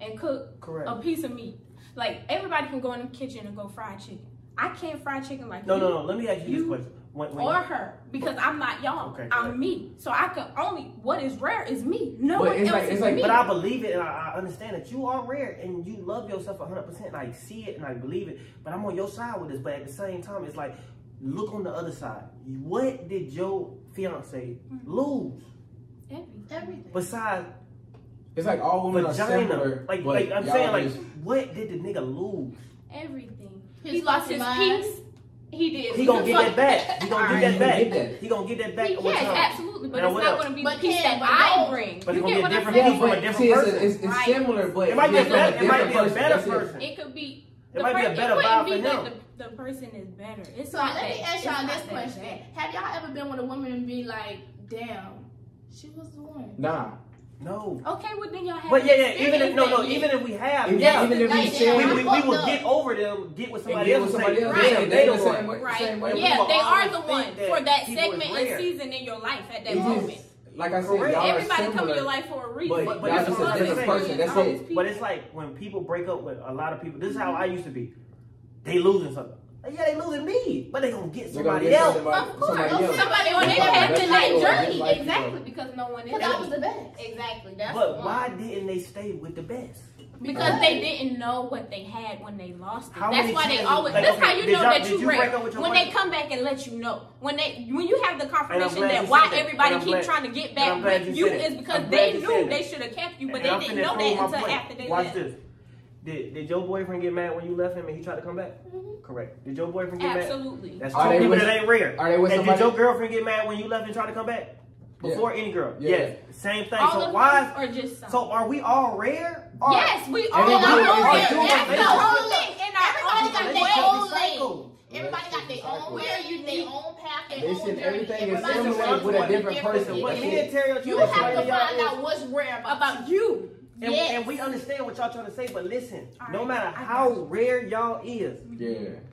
Speaker 3: and cook
Speaker 1: Correct.
Speaker 3: a piece of meat. Like everybody can go in the kitchen and go fry chicken. I can't fry chicken like
Speaker 1: no,
Speaker 3: you
Speaker 1: no, no. Let me ask you,
Speaker 3: you-
Speaker 1: this question. When, when,
Speaker 3: or her because I'm not y'all.
Speaker 1: Okay,
Speaker 3: I'm
Speaker 1: correct.
Speaker 3: me. So I could only what is rare is me. No
Speaker 2: But
Speaker 3: one
Speaker 2: it's
Speaker 3: else
Speaker 2: like-
Speaker 3: is
Speaker 2: it's like-
Speaker 3: me.
Speaker 1: but I believe it, and I, I understand that you are rare, and you love yourself 100. percent And I see it, and I believe it. But I'm on your side with this. But at the same time, it's like, look on the other side. What did your fiance
Speaker 3: Hmm.
Speaker 1: lose
Speaker 3: Everything.
Speaker 5: Everything.
Speaker 1: besides
Speaker 2: It's like all women are
Speaker 1: vagina?
Speaker 2: similar.
Speaker 1: Like,
Speaker 2: but
Speaker 1: like I'm
Speaker 2: y'all
Speaker 1: saying, like,
Speaker 2: just-
Speaker 1: what did the nigga lose?
Speaker 3: Everything.
Speaker 5: His
Speaker 3: he lost
Speaker 5: fucking
Speaker 3: his
Speaker 5: mind.
Speaker 3: peace. He did.
Speaker 1: He gonna get that back. He gonna
Speaker 2: Alright,
Speaker 1: get
Speaker 2: he
Speaker 1: that back.
Speaker 2: get that.
Speaker 1: He gonna get that back.
Speaker 3: He
Speaker 1: over
Speaker 3: can,
Speaker 1: time.
Speaker 3: absolutely, but
Speaker 1: Now,
Speaker 3: it's
Speaker 1: what
Speaker 3: not
Speaker 1: else?
Speaker 3: going to be
Speaker 5: But
Speaker 3: the peace
Speaker 5: can-
Speaker 3: that
Speaker 5: but
Speaker 3: I
Speaker 5: no.
Speaker 3: bring.
Speaker 1: But
Speaker 3: you
Speaker 1: it's
Speaker 3: get
Speaker 1: gonna
Speaker 3: what
Speaker 1: be a
Speaker 3: I'm
Speaker 1: different
Speaker 3: saying?
Speaker 1: people from a
Speaker 2: but
Speaker 1: different
Speaker 2: see, it's,
Speaker 1: person.
Speaker 2: it's, it's
Speaker 3: Right.
Speaker 2: similar, but
Speaker 1: It might be
Speaker 2: it's
Speaker 1: a better-
Speaker 2: from
Speaker 1: it might be a
Speaker 2: different
Speaker 1: better
Speaker 2: That's it.
Speaker 1: person.
Speaker 3: It could be
Speaker 1: It might be a
Speaker 3: per-
Speaker 1: better
Speaker 3: it
Speaker 1: vibe
Speaker 3: wouldn't
Speaker 1: for
Speaker 3: be that
Speaker 1: him.
Speaker 3: The, the person is better. It's
Speaker 4: So
Speaker 3: not
Speaker 4: let me
Speaker 3: that-
Speaker 4: ask
Speaker 3: it's
Speaker 4: y'all
Speaker 3: not
Speaker 4: this
Speaker 3: that
Speaker 4: question:
Speaker 3: bad.
Speaker 4: Have y'all ever been with a woman and be like, "Damn, she was the one"?
Speaker 2: Nah.
Speaker 1: No.
Speaker 4: Okay, well then y'all have.
Speaker 1: But yeah, yeah. Even if no, no. Even if we have,
Speaker 2: Even-
Speaker 1: yeah.
Speaker 2: even if we
Speaker 1: we,
Speaker 2: share-
Speaker 1: we, we,
Speaker 4: Fucked
Speaker 1: will
Speaker 4: up.
Speaker 1: get over them, get with
Speaker 2: And
Speaker 1: somebody
Speaker 2: get
Speaker 1: else,
Speaker 2: with
Speaker 1: and
Speaker 2: somebody
Speaker 1: say,
Speaker 2: else.
Speaker 1: "Damn,
Speaker 2: Yeah,
Speaker 1: they
Speaker 2: they
Speaker 1: the
Speaker 2: the
Speaker 1: one.
Speaker 2: same way.
Speaker 3: Right.
Speaker 2: Same way.
Speaker 1: And we
Speaker 3: yeah,
Speaker 1: will
Speaker 3: they are
Speaker 1: always
Speaker 3: the
Speaker 1: think
Speaker 3: one
Speaker 1: that
Speaker 3: for that
Speaker 1: people is
Speaker 3: segment and
Speaker 1: rare.
Speaker 3: season in your life at that
Speaker 2: It
Speaker 3: moment.
Speaker 2: just- like I said,
Speaker 1: Correct.
Speaker 2: y'all are
Speaker 3: Everybody come in your
Speaker 2: similar.
Speaker 3: life for a reason.
Speaker 2: But,
Speaker 1: But-
Speaker 2: but,
Speaker 1: but
Speaker 2: y'all
Speaker 1: that's
Speaker 2: just
Speaker 1: what
Speaker 2: a
Speaker 1: I'm
Speaker 2: different
Speaker 1: saying.
Speaker 2: person. That's what.
Speaker 1: But it's like when people break up with a lot of people. This is how I used to be. They losing something. Like, Yeah, they losing me, but they gonna get
Speaker 2: They're gonna
Speaker 1: somebody
Speaker 2: get
Speaker 1: else.
Speaker 2: somebody-
Speaker 5: Of course,
Speaker 2: somebody else.
Speaker 3: Somebody on
Speaker 2: Yeah,
Speaker 3: their
Speaker 2: that's
Speaker 3: path to
Speaker 2: like-
Speaker 3: life
Speaker 2: that's
Speaker 5: journey,
Speaker 2: like-
Speaker 5: exactly, because no one is.
Speaker 4: Because I was the best.
Speaker 5: exactly. That's
Speaker 1: But
Speaker 5: one.
Speaker 1: why didn't they stay with the best?
Speaker 3: Because they didn't know what they had when they lost it.
Speaker 1: How
Speaker 3: that's
Speaker 1: many
Speaker 3: why they
Speaker 1: times-
Speaker 3: always.
Speaker 1: like,
Speaker 3: that's
Speaker 1: okay,
Speaker 3: how you
Speaker 1: did
Speaker 3: know
Speaker 1: y'all-
Speaker 3: that
Speaker 1: did
Speaker 3: you,
Speaker 1: you
Speaker 3: raped.
Speaker 1: break up with your
Speaker 3: when
Speaker 1: wife?
Speaker 3: they come back and let you know. When they when you have the confirmation
Speaker 1: glad
Speaker 3: that
Speaker 1: you
Speaker 3: why
Speaker 1: said that.
Speaker 3: everybody
Speaker 1: And I'm
Speaker 3: keep
Speaker 1: glad-
Speaker 3: trying to get
Speaker 1: and I'm
Speaker 3: back
Speaker 1: glad
Speaker 3: with
Speaker 1: you
Speaker 3: you
Speaker 1: said it.
Speaker 3: is because
Speaker 1: I'm glad
Speaker 3: they
Speaker 1: you
Speaker 3: knew
Speaker 1: said
Speaker 3: they
Speaker 1: it.
Speaker 3: should have kept you, but
Speaker 1: And
Speaker 3: they
Speaker 1: I'm
Speaker 3: didn't
Speaker 1: finna
Speaker 3: know
Speaker 1: prove
Speaker 3: that
Speaker 1: my
Speaker 3: until
Speaker 1: point.
Speaker 3: after they
Speaker 1: Watch
Speaker 3: left.
Speaker 1: this. Did, did your boyfriend get mad when you left him and he tried to come back?
Speaker 5: Mm-hmm.
Speaker 1: Correct. Did your boyfriend get mad?
Speaker 3: Absolutely.
Speaker 1: That's
Speaker 2: Are
Speaker 1: two
Speaker 2: they
Speaker 1: people
Speaker 2: with-
Speaker 1: that ain't rare.
Speaker 2: are they with
Speaker 1: and did
Speaker 2: somebody-
Speaker 1: your girlfriend get mad when you left and tried to come back? Before any girl.
Speaker 2: Yeah.
Speaker 1: Yes. Same thing.
Speaker 3: All
Speaker 1: so
Speaker 3: of
Speaker 1: why
Speaker 3: us are just some.
Speaker 1: so are we all rare? Or-
Speaker 3: yes, we all
Speaker 2: they
Speaker 3: are.
Speaker 2: do-
Speaker 1: they
Speaker 3: That's
Speaker 1: do-
Speaker 3: the
Speaker 1: they do-
Speaker 3: whole thing in
Speaker 4: Everybody
Speaker 3: our
Speaker 4: got
Speaker 3: own
Speaker 1: Let's
Speaker 4: they
Speaker 3: way.
Speaker 1: go
Speaker 4: own
Speaker 1: to cycle.
Speaker 4: Everybody got their own way,
Speaker 3: Where you
Speaker 4: their
Speaker 3: need-
Speaker 4: own path, their
Speaker 2: They
Speaker 4: own
Speaker 2: said
Speaker 4: journey.
Speaker 2: everything is
Speaker 4: Everybody's
Speaker 1: similar
Speaker 4: journey
Speaker 1: with a
Speaker 2: different person.
Speaker 1: What
Speaker 2: Yeah.
Speaker 1: me and Terry are
Speaker 4: You
Speaker 1: trying to
Speaker 4: have to
Speaker 1: explain y'all
Speaker 4: find
Speaker 1: is-
Speaker 4: out what's rare about
Speaker 3: About you.
Speaker 1: And,
Speaker 4: Yes.
Speaker 1: and we understand what y'all trying to say, but listen,
Speaker 3: All
Speaker 1: no
Speaker 3: right,
Speaker 1: matter
Speaker 3: I
Speaker 1: how
Speaker 3: got you.
Speaker 1: rare y'all is,
Speaker 2: Yeah.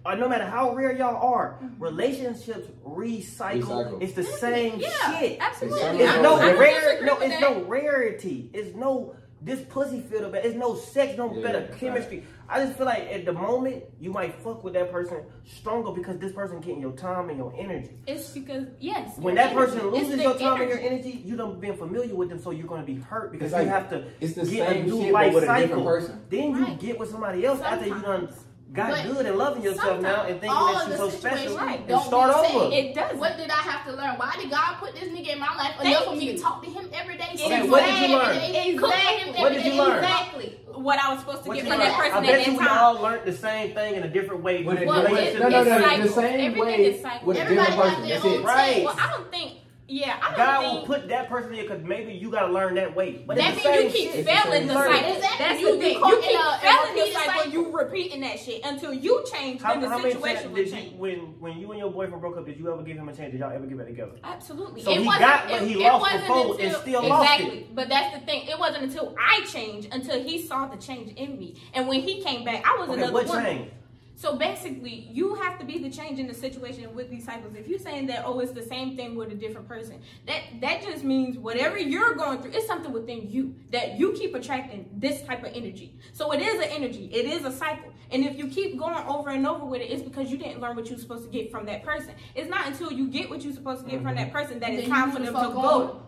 Speaker 1: or no matter how rare y'all are,
Speaker 3: Mm-hmm.
Speaker 1: relationships recycle.
Speaker 2: Recycle.
Speaker 1: It's the same
Speaker 3: Yeah,
Speaker 1: shit.
Speaker 3: absolutely.
Speaker 2: It's
Speaker 1: It's
Speaker 2: Yeah.
Speaker 1: no
Speaker 2: I don't
Speaker 1: rare.
Speaker 3: disagree
Speaker 1: No,
Speaker 3: with
Speaker 1: it's
Speaker 3: that.
Speaker 1: no rarity. It's no this pussy feel the better. It's no sex, no
Speaker 2: Yeah,
Speaker 1: better
Speaker 2: right.
Speaker 1: chemistry. I just feel like at the moment you might fuck with that person stronger because this person getting your time and your energy.
Speaker 3: It's because yes.
Speaker 1: When
Speaker 3: your
Speaker 1: that person
Speaker 3: energy. It's
Speaker 1: loses
Speaker 3: the
Speaker 1: your time and your
Speaker 3: energy.
Speaker 1: energy, you done been familiar with them, so you're gonna be hurt because
Speaker 2: It's like-
Speaker 1: you have to
Speaker 2: It's the
Speaker 1: get a
Speaker 2: same
Speaker 1: new
Speaker 2: shit
Speaker 1: life
Speaker 2: but with a
Speaker 1: cycle.
Speaker 2: different person.
Speaker 1: Then you
Speaker 3: Right.
Speaker 1: get with somebody else after you done
Speaker 3: Sometimes.
Speaker 1: got
Speaker 4: But
Speaker 1: good and loving yourself now and thinking
Speaker 4: all
Speaker 1: that
Speaker 4: of
Speaker 1: you're
Speaker 4: the
Speaker 1: so special
Speaker 4: situations
Speaker 1: and
Speaker 4: don't
Speaker 1: start
Speaker 4: be
Speaker 1: over.
Speaker 4: safe.
Speaker 3: It doesn't.
Speaker 4: What did I have to learn? Why did God put this nigga in my life
Speaker 3: Thank
Speaker 4: enough for me
Speaker 3: you.
Speaker 4: to talk to him every day?
Speaker 3: Exactly.
Speaker 4: see
Speaker 1: What did you
Speaker 4: him
Speaker 1: learn?
Speaker 4: every day, cook for him
Speaker 1: What
Speaker 4: every
Speaker 1: did you
Speaker 4: day?
Speaker 1: learn?
Speaker 4: Exactly.
Speaker 3: what I was supposed to
Speaker 1: What
Speaker 3: get
Speaker 1: you
Speaker 3: from
Speaker 1: learned?
Speaker 3: that person
Speaker 1: I
Speaker 3: at
Speaker 1: bet
Speaker 3: that
Speaker 1: you
Speaker 3: time.
Speaker 1: we all learned the same thing in a different way.
Speaker 2: With a
Speaker 1: in
Speaker 3: Well,
Speaker 2: different,
Speaker 1: relation
Speaker 2: no,
Speaker 1: to
Speaker 2: no,
Speaker 1: this.
Speaker 2: no, the
Speaker 3: cycles.
Speaker 2: same
Speaker 3: Everything
Speaker 2: way
Speaker 3: is cycles.
Speaker 2: with a
Speaker 4: Everybody
Speaker 2: different
Speaker 4: got
Speaker 2: person.
Speaker 4: their
Speaker 2: That's
Speaker 4: own
Speaker 2: it.
Speaker 1: Right.
Speaker 3: Well, I don't think. Yeah, I don't
Speaker 1: God
Speaker 3: think.
Speaker 1: will put that person in because maybe you gotta learn that way. But
Speaker 3: that
Speaker 1: it's the
Speaker 3: means
Speaker 1: same
Speaker 3: you keep
Speaker 1: shit.
Speaker 2: It's the
Speaker 3: failing
Speaker 2: same
Speaker 3: the
Speaker 1: thing.
Speaker 3: cycle.
Speaker 4: Exactly.
Speaker 3: That's
Speaker 4: You
Speaker 3: the thing.
Speaker 4: keep
Speaker 3: You
Speaker 4: cooking
Speaker 3: keep
Speaker 4: up and
Speaker 3: failing the
Speaker 4: repeating
Speaker 3: cycle.
Speaker 4: cycles.
Speaker 3: You repeating that shit until you change.
Speaker 1: How,
Speaker 3: then the
Speaker 1: how many times
Speaker 3: situation will
Speaker 1: did you,
Speaker 3: change.
Speaker 1: when when you and your boyfriend broke up, did you ever give him a chance? Did y'all ever get back together?
Speaker 3: Absolutely.
Speaker 1: So
Speaker 3: it
Speaker 1: he
Speaker 3: wasn't,
Speaker 1: got what
Speaker 3: it,
Speaker 1: he
Speaker 3: it
Speaker 1: lost
Speaker 3: wasn't
Speaker 1: before
Speaker 3: until,
Speaker 1: and still lost
Speaker 3: exactly. But that's the thing. It wasn't until I changed, until he saw the change in me, and when he came back, I was
Speaker 1: Okay,
Speaker 3: another
Speaker 1: what
Speaker 3: woman.
Speaker 1: changed?
Speaker 3: So basically, you have to be the change in the situation with these cycles. If you're saying that, oh, it's the same thing with a different person, that that just means whatever you're going through, it's something within you that you keep attracting this type of energy. So it is an energy, it is a cycle. And if you keep going over and over with it, it's because you didn't learn what you're supposed to get from that person. It's not until you get what you're supposed to get from that person that it's
Speaker 4: Then
Speaker 3: time
Speaker 4: you
Speaker 3: for them
Speaker 4: the
Speaker 3: to
Speaker 4: fuck
Speaker 3: go.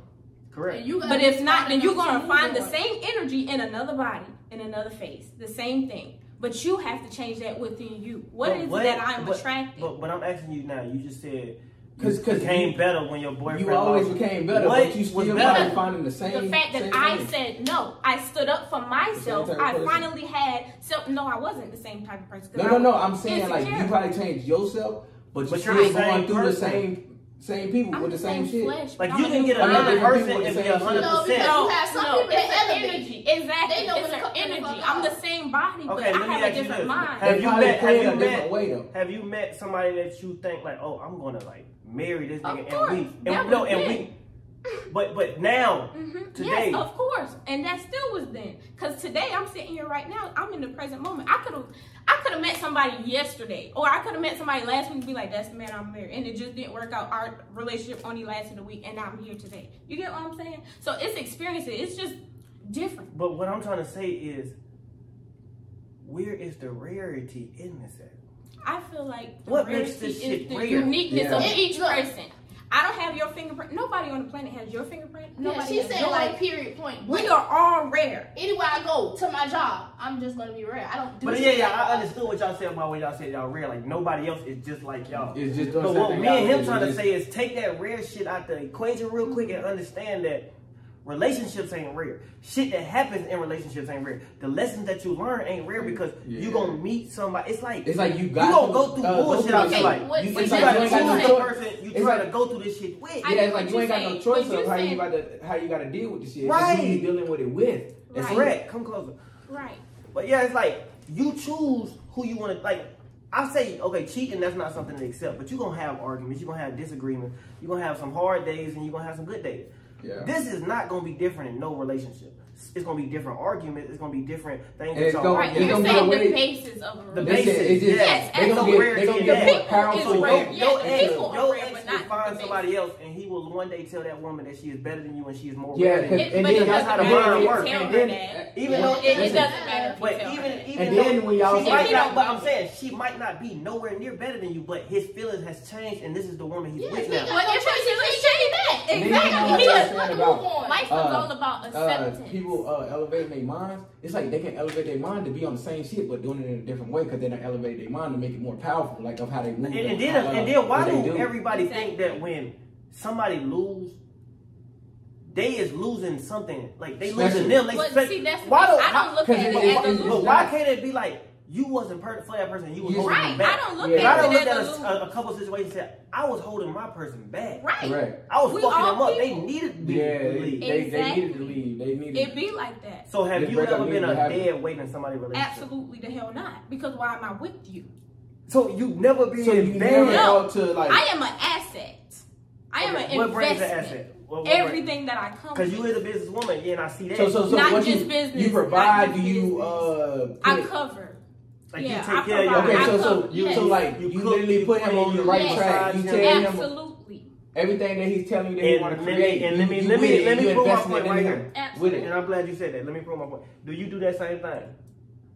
Speaker 1: Correct.
Speaker 4: You gotta
Speaker 3: But if not, then
Speaker 4: find
Speaker 3: you're
Speaker 4: enough
Speaker 3: gonna
Speaker 4: to
Speaker 3: find the
Speaker 4: move on.
Speaker 3: same energy in another body, in another face, the same thing. But you have to change that within you. What
Speaker 1: But
Speaker 3: is it that I'm
Speaker 1: but,
Speaker 3: attracting?
Speaker 1: But, but I'm asking you now. You just said you
Speaker 2: 'Cause- 'cause
Speaker 1: became
Speaker 2: you-
Speaker 1: better when your boyfriend.
Speaker 2: You always
Speaker 1: lost.
Speaker 2: became better,
Speaker 1: What
Speaker 2: but you
Speaker 1: was
Speaker 2: still
Speaker 1: better?
Speaker 2: probably finding the same.
Speaker 3: the fact that
Speaker 2: same
Speaker 3: I
Speaker 2: thing.
Speaker 3: said no, I stood up for myself.
Speaker 2: type of
Speaker 3: I
Speaker 2: person.
Speaker 3: finally had so no, I wasn't the same type of person.
Speaker 2: No,
Speaker 3: 'cause I
Speaker 2: no, no.
Speaker 3: was
Speaker 2: I'm saying like you
Speaker 3: insecure.
Speaker 2: probably changed yourself, but you're
Speaker 1: But
Speaker 2: still
Speaker 1: you're the same
Speaker 2: going through the
Speaker 1: person.
Speaker 2: same same people
Speaker 3: I'm
Speaker 2: with the same, shit.
Speaker 3: flesh, but
Speaker 1: Like
Speaker 3: I'm
Speaker 1: you
Speaker 3: a
Speaker 1: can
Speaker 3: new
Speaker 1: get
Speaker 2: I'm
Speaker 3: body.
Speaker 1: another
Speaker 2: different
Speaker 1: person
Speaker 2: people with
Speaker 1: and
Speaker 2: the
Speaker 1: be
Speaker 2: same
Speaker 1: hundred
Speaker 4: No, because
Speaker 1: percent.
Speaker 4: you have some
Speaker 3: no,
Speaker 4: people
Speaker 3: it's
Speaker 4: that
Speaker 3: an
Speaker 4: elevate.
Speaker 3: energy. Exactly,
Speaker 4: They know
Speaker 3: it's
Speaker 4: when to
Speaker 3: an
Speaker 4: cut the
Speaker 3: energy.
Speaker 4: fuck
Speaker 3: I'm
Speaker 4: off.
Speaker 3: the same body, but
Speaker 1: Okay,
Speaker 3: I
Speaker 1: let me
Speaker 3: have a
Speaker 1: ask you
Speaker 3: different
Speaker 1: this:
Speaker 3: mind.
Speaker 1: Have
Speaker 2: They
Speaker 1: you
Speaker 2: probably
Speaker 1: met? Have
Speaker 2: played a
Speaker 1: you met?
Speaker 2: different way, though.
Speaker 1: Have you met somebody that you think like, oh, I'm gonna like marry this
Speaker 3: Of
Speaker 1: nigga,
Speaker 3: course,
Speaker 1: and we,
Speaker 3: that
Speaker 1: and no,
Speaker 3: was
Speaker 1: and
Speaker 3: then.
Speaker 1: we, but but now
Speaker 3: Mhm.
Speaker 1: today.
Speaker 3: Yes, of course, and that still was then. Cause today I'm sitting here right now. I'm in the present moment. I could have, I could have met somebody yesterday, or I could have met somebody last week and be like, "That's the man I'm married," and it just didn't work out. Our relationship only lasted a week, and I'm here today. You get what I'm saying? So it's experiences. It's just different.
Speaker 1: But what I'm trying to say is, where is the rarity in this? At?
Speaker 3: I feel like the
Speaker 1: What makes
Speaker 3: rarity
Speaker 1: this
Speaker 3: is
Speaker 1: shit
Speaker 3: the
Speaker 1: rare?
Speaker 3: uniqueness
Speaker 2: Yeah.
Speaker 3: of
Speaker 4: It-
Speaker 3: each
Speaker 4: look.
Speaker 3: person. I don't have your fingerprint. Nobody on the planet has your fingerprint.
Speaker 4: Yeah,
Speaker 3: Nobody
Speaker 4: she
Speaker 3: has
Speaker 4: said
Speaker 3: yours.
Speaker 4: like period point.
Speaker 3: we are all rare.
Speaker 4: Anywhere I go to my job, I'm just gonna be rare. I don't do.
Speaker 1: But yeah,
Speaker 4: shit
Speaker 1: yeah,
Speaker 4: like
Speaker 1: I
Speaker 4: that.
Speaker 1: understood what y'all said about when y'all said y'all rare. Like nobody else is just like y'all.
Speaker 2: It's just
Speaker 1: But
Speaker 2: doing
Speaker 1: what
Speaker 2: something
Speaker 1: me and him
Speaker 2: else.
Speaker 1: trying to
Speaker 2: It's
Speaker 1: say is take that rare shit out the equation real quick and understand that relationships ain't rare. Shit that happens in relationships ain't rare. The lessons that you learn ain't rare because you
Speaker 2: Yeah.
Speaker 1: gonna meet somebody. It's like
Speaker 2: It's like you got
Speaker 1: you gonna go through
Speaker 2: uh,
Speaker 1: bullshit
Speaker 2: go
Speaker 1: out
Speaker 2: through
Speaker 1: your
Speaker 2: it.
Speaker 1: life.
Speaker 4: what- what
Speaker 1: You, you
Speaker 2: it's
Speaker 4: you
Speaker 2: like
Speaker 1: gotta
Speaker 2: you ain't got
Speaker 1: choose
Speaker 2: no
Speaker 1: the
Speaker 2: choice.
Speaker 1: person you
Speaker 2: It's
Speaker 1: try
Speaker 2: like-
Speaker 1: to go through this shit with.
Speaker 2: Yeah,
Speaker 3: I
Speaker 2: it's
Speaker 3: know
Speaker 2: like
Speaker 3: what
Speaker 2: you
Speaker 3: you
Speaker 2: ain't got no
Speaker 3: saying,
Speaker 2: choice
Speaker 3: but
Speaker 2: of
Speaker 3: you
Speaker 2: how you
Speaker 3: saying-
Speaker 2: got to how you got to deal with the shit. It's
Speaker 1: Right.
Speaker 2: Who you dealing with it with? That's
Speaker 1: It's
Speaker 2: it.
Speaker 1: red. Come closer.
Speaker 3: Right.
Speaker 1: But yeah, it's like you choose who you want to like. I say, okay, cheating that's not something to accept, but you're gonna have arguments, you're gonna have disagreements, you're gonna have some hard days, and you're gonna have some good days.
Speaker 2: Yeah.
Speaker 1: This is not gonna be different in no relationship. It's gonna be different arguments. It's gonna be different things.
Speaker 2: And it's
Speaker 1: that y'all
Speaker 2: gonna-
Speaker 3: Right,
Speaker 2: They
Speaker 3: you're
Speaker 2: don't
Speaker 3: saying
Speaker 2: get away-
Speaker 3: the basis of a
Speaker 1: The
Speaker 2: That's
Speaker 1: basis,
Speaker 2: it. It's just
Speaker 1: yes,
Speaker 2: they
Speaker 1: that's
Speaker 2: don't
Speaker 1: so
Speaker 2: get
Speaker 1: rare
Speaker 2: they
Speaker 1: to
Speaker 2: don't
Speaker 1: get
Speaker 2: get
Speaker 1: that.
Speaker 2: more powerful.
Speaker 1: So
Speaker 3: It's
Speaker 2: than-
Speaker 3: rare.
Speaker 1: your,
Speaker 3: Yeah,
Speaker 1: your
Speaker 3: the
Speaker 1: ex,
Speaker 3: people are
Speaker 1: your
Speaker 3: rare,
Speaker 1: ex
Speaker 3: but
Speaker 1: will
Speaker 3: not
Speaker 1: find
Speaker 3: the
Speaker 1: somebody else, and he will one day tell that woman that she is better than you and she is more.
Speaker 2: Yeah,
Speaker 1: rare than you.
Speaker 2: and
Speaker 3: but
Speaker 2: then
Speaker 3: it
Speaker 2: that's
Speaker 1: how
Speaker 3: doesn't
Speaker 1: the
Speaker 3: matter
Speaker 1: mind
Speaker 3: if you
Speaker 1: works.
Speaker 3: tell
Speaker 1: And
Speaker 3: her
Speaker 1: then-
Speaker 3: that.
Speaker 1: even
Speaker 2: Yeah.
Speaker 1: though
Speaker 3: It, it
Speaker 2: Listen.
Speaker 3: doesn't matter if you
Speaker 1: But
Speaker 3: tell her
Speaker 1: even
Speaker 3: that.
Speaker 1: even
Speaker 2: And
Speaker 1: though
Speaker 2: then when y'all
Speaker 1: she
Speaker 2: say-
Speaker 1: might
Speaker 3: He
Speaker 1: not,
Speaker 3: don't
Speaker 1: but
Speaker 3: want
Speaker 1: I'm
Speaker 3: it.
Speaker 1: saying she might not be nowhere near better than you, but his feelings has changed, and this is the woman he's
Speaker 5: Yeah,
Speaker 1: with
Speaker 5: he
Speaker 1: now.
Speaker 5: got-
Speaker 3: Well, if it's
Speaker 5: back.
Speaker 2: Then you
Speaker 5: Exactly.
Speaker 2: know
Speaker 5: He
Speaker 2: what I'm
Speaker 5: just
Speaker 2: saying
Speaker 5: want to move
Speaker 2: about-
Speaker 5: on.
Speaker 3: Life is
Speaker 2: Uh,
Speaker 3: all about
Speaker 2: uh,
Speaker 3: acceptance.
Speaker 2: people uh, elevating their minds. It's like they can elevate their mind to be on the same shit, but doing it in a different way because then they elevate their mind to make it more powerful, like of how they move.
Speaker 1: And, and
Speaker 2: how,
Speaker 1: then
Speaker 2: uh,
Speaker 1: and then
Speaker 2: what
Speaker 1: why
Speaker 2: they
Speaker 1: do,
Speaker 2: do
Speaker 1: everybody think
Speaker 3: Exactly.
Speaker 1: that when somebody lose, they is losing something like they
Speaker 2: Especially-
Speaker 1: losing them. They
Speaker 3: But
Speaker 1: expect-
Speaker 3: see, that's the
Speaker 1: why
Speaker 3: thing.
Speaker 1: don't
Speaker 3: I don't look
Speaker 2: cause
Speaker 3: at it
Speaker 2: it-
Speaker 3: as a
Speaker 2: it-
Speaker 1: But
Speaker 3: loser.
Speaker 1: why can't it be like you wasn't perfect for that person? You was
Speaker 2: You-
Speaker 1: holding them
Speaker 3: Right.
Speaker 1: back.
Speaker 3: I don't look
Speaker 2: Yeah.
Speaker 1: If I
Speaker 3: at
Speaker 1: done
Speaker 3: it
Speaker 1: looked
Speaker 3: as
Speaker 1: at
Speaker 3: a
Speaker 1: a,
Speaker 3: loser.
Speaker 1: a, a couple situations and said I was holding my person back.
Speaker 3: Right.
Speaker 2: Correct.
Speaker 1: I was
Speaker 3: We
Speaker 1: fucking
Speaker 3: all
Speaker 1: them up. They
Speaker 3: people.
Speaker 1: needed to be
Speaker 2: Yeah, they,
Speaker 1: believed.
Speaker 2: they, they needed to
Speaker 3: Exactly.
Speaker 2: leave. They needed.
Speaker 3: It be like that.
Speaker 1: So have
Speaker 2: This
Speaker 1: you
Speaker 2: breakup
Speaker 1: ever been
Speaker 2: needed
Speaker 1: a
Speaker 2: to happen.
Speaker 1: dead weight in somebody's relationship?
Speaker 3: Absolutely the hell not. Because why am I with you?
Speaker 1: So you never been
Speaker 2: so you
Speaker 1: bad.
Speaker 2: never
Speaker 3: No.
Speaker 2: go to like.
Speaker 3: I am an asset. I am
Speaker 1: Okay,
Speaker 3: an
Speaker 1: what brings the
Speaker 3: investment.
Speaker 1: asset? What, what
Speaker 3: Everything that I come
Speaker 1: Because you is
Speaker 3: with,
Speaker 1: a businesswoman, yeah, and I see that.
Speaker 2: so so so
Speaker 3: Not
Speaker 2: what
Speaker 3: just
Speaker 2: you,
Speaker 3: business,
Speaker 2: you provide?
Speaker 3: not
Speaker 2: Do
Speaker 3: just
Speaker 2: you
Speaker 3: business.
Speaker 2: uh? put
Speaker 3: I
Speaker 2: it-
Speaker 3: cover.
Speaker 1: like you
Speaker 3: yeah,
Speaker 1: take
Speaker 3: I
Speaker 1: care of your
Speaker 3: provide.
Speaker 2: okay, so
Speaker 3: I
Speaker 2: so
Speaker 3: cook,
Speaker 2: you
Speaker 3: yes.
Speaker 2: so like you,
Speaker 1: You cook,
Speaker 2: literally
Speaker 1: you
Speaker 2: put him
Speaker 1: clean,
Speaker 2: on the
Speaker 1: you
Speaker 2: right
Speaker 3: massage
Speaker 2: track. You
Speaker 1: him.
Speaker 2: tell him
Speaker 3: Absolutely.
Speaker 2: everything that he's telling you that you
Speaker 1: And
Speaker 2: want to
Speaker 1: let me-
Speaker 2: create.
Speaker 1: and
Speaker 2: you-
Speaker 1: let me-
Speaker 2: you
Speaker 1: let me-
Speaker 2: with it,
Speaker 1: let me
Speaker 2: you
Speaker 1: prove my
Speaker 2: invest in
Speaker 1: point
Speaker 2: it
Speaker 1: right
Speaker 2: in
Speaker 1: here.
Speaker 2: him, With
Speaker 3: Absolutely.
Speaker 2: it.
Speaker 1: And I'm glad you said that. Let me prove my point. Do you do that same thing?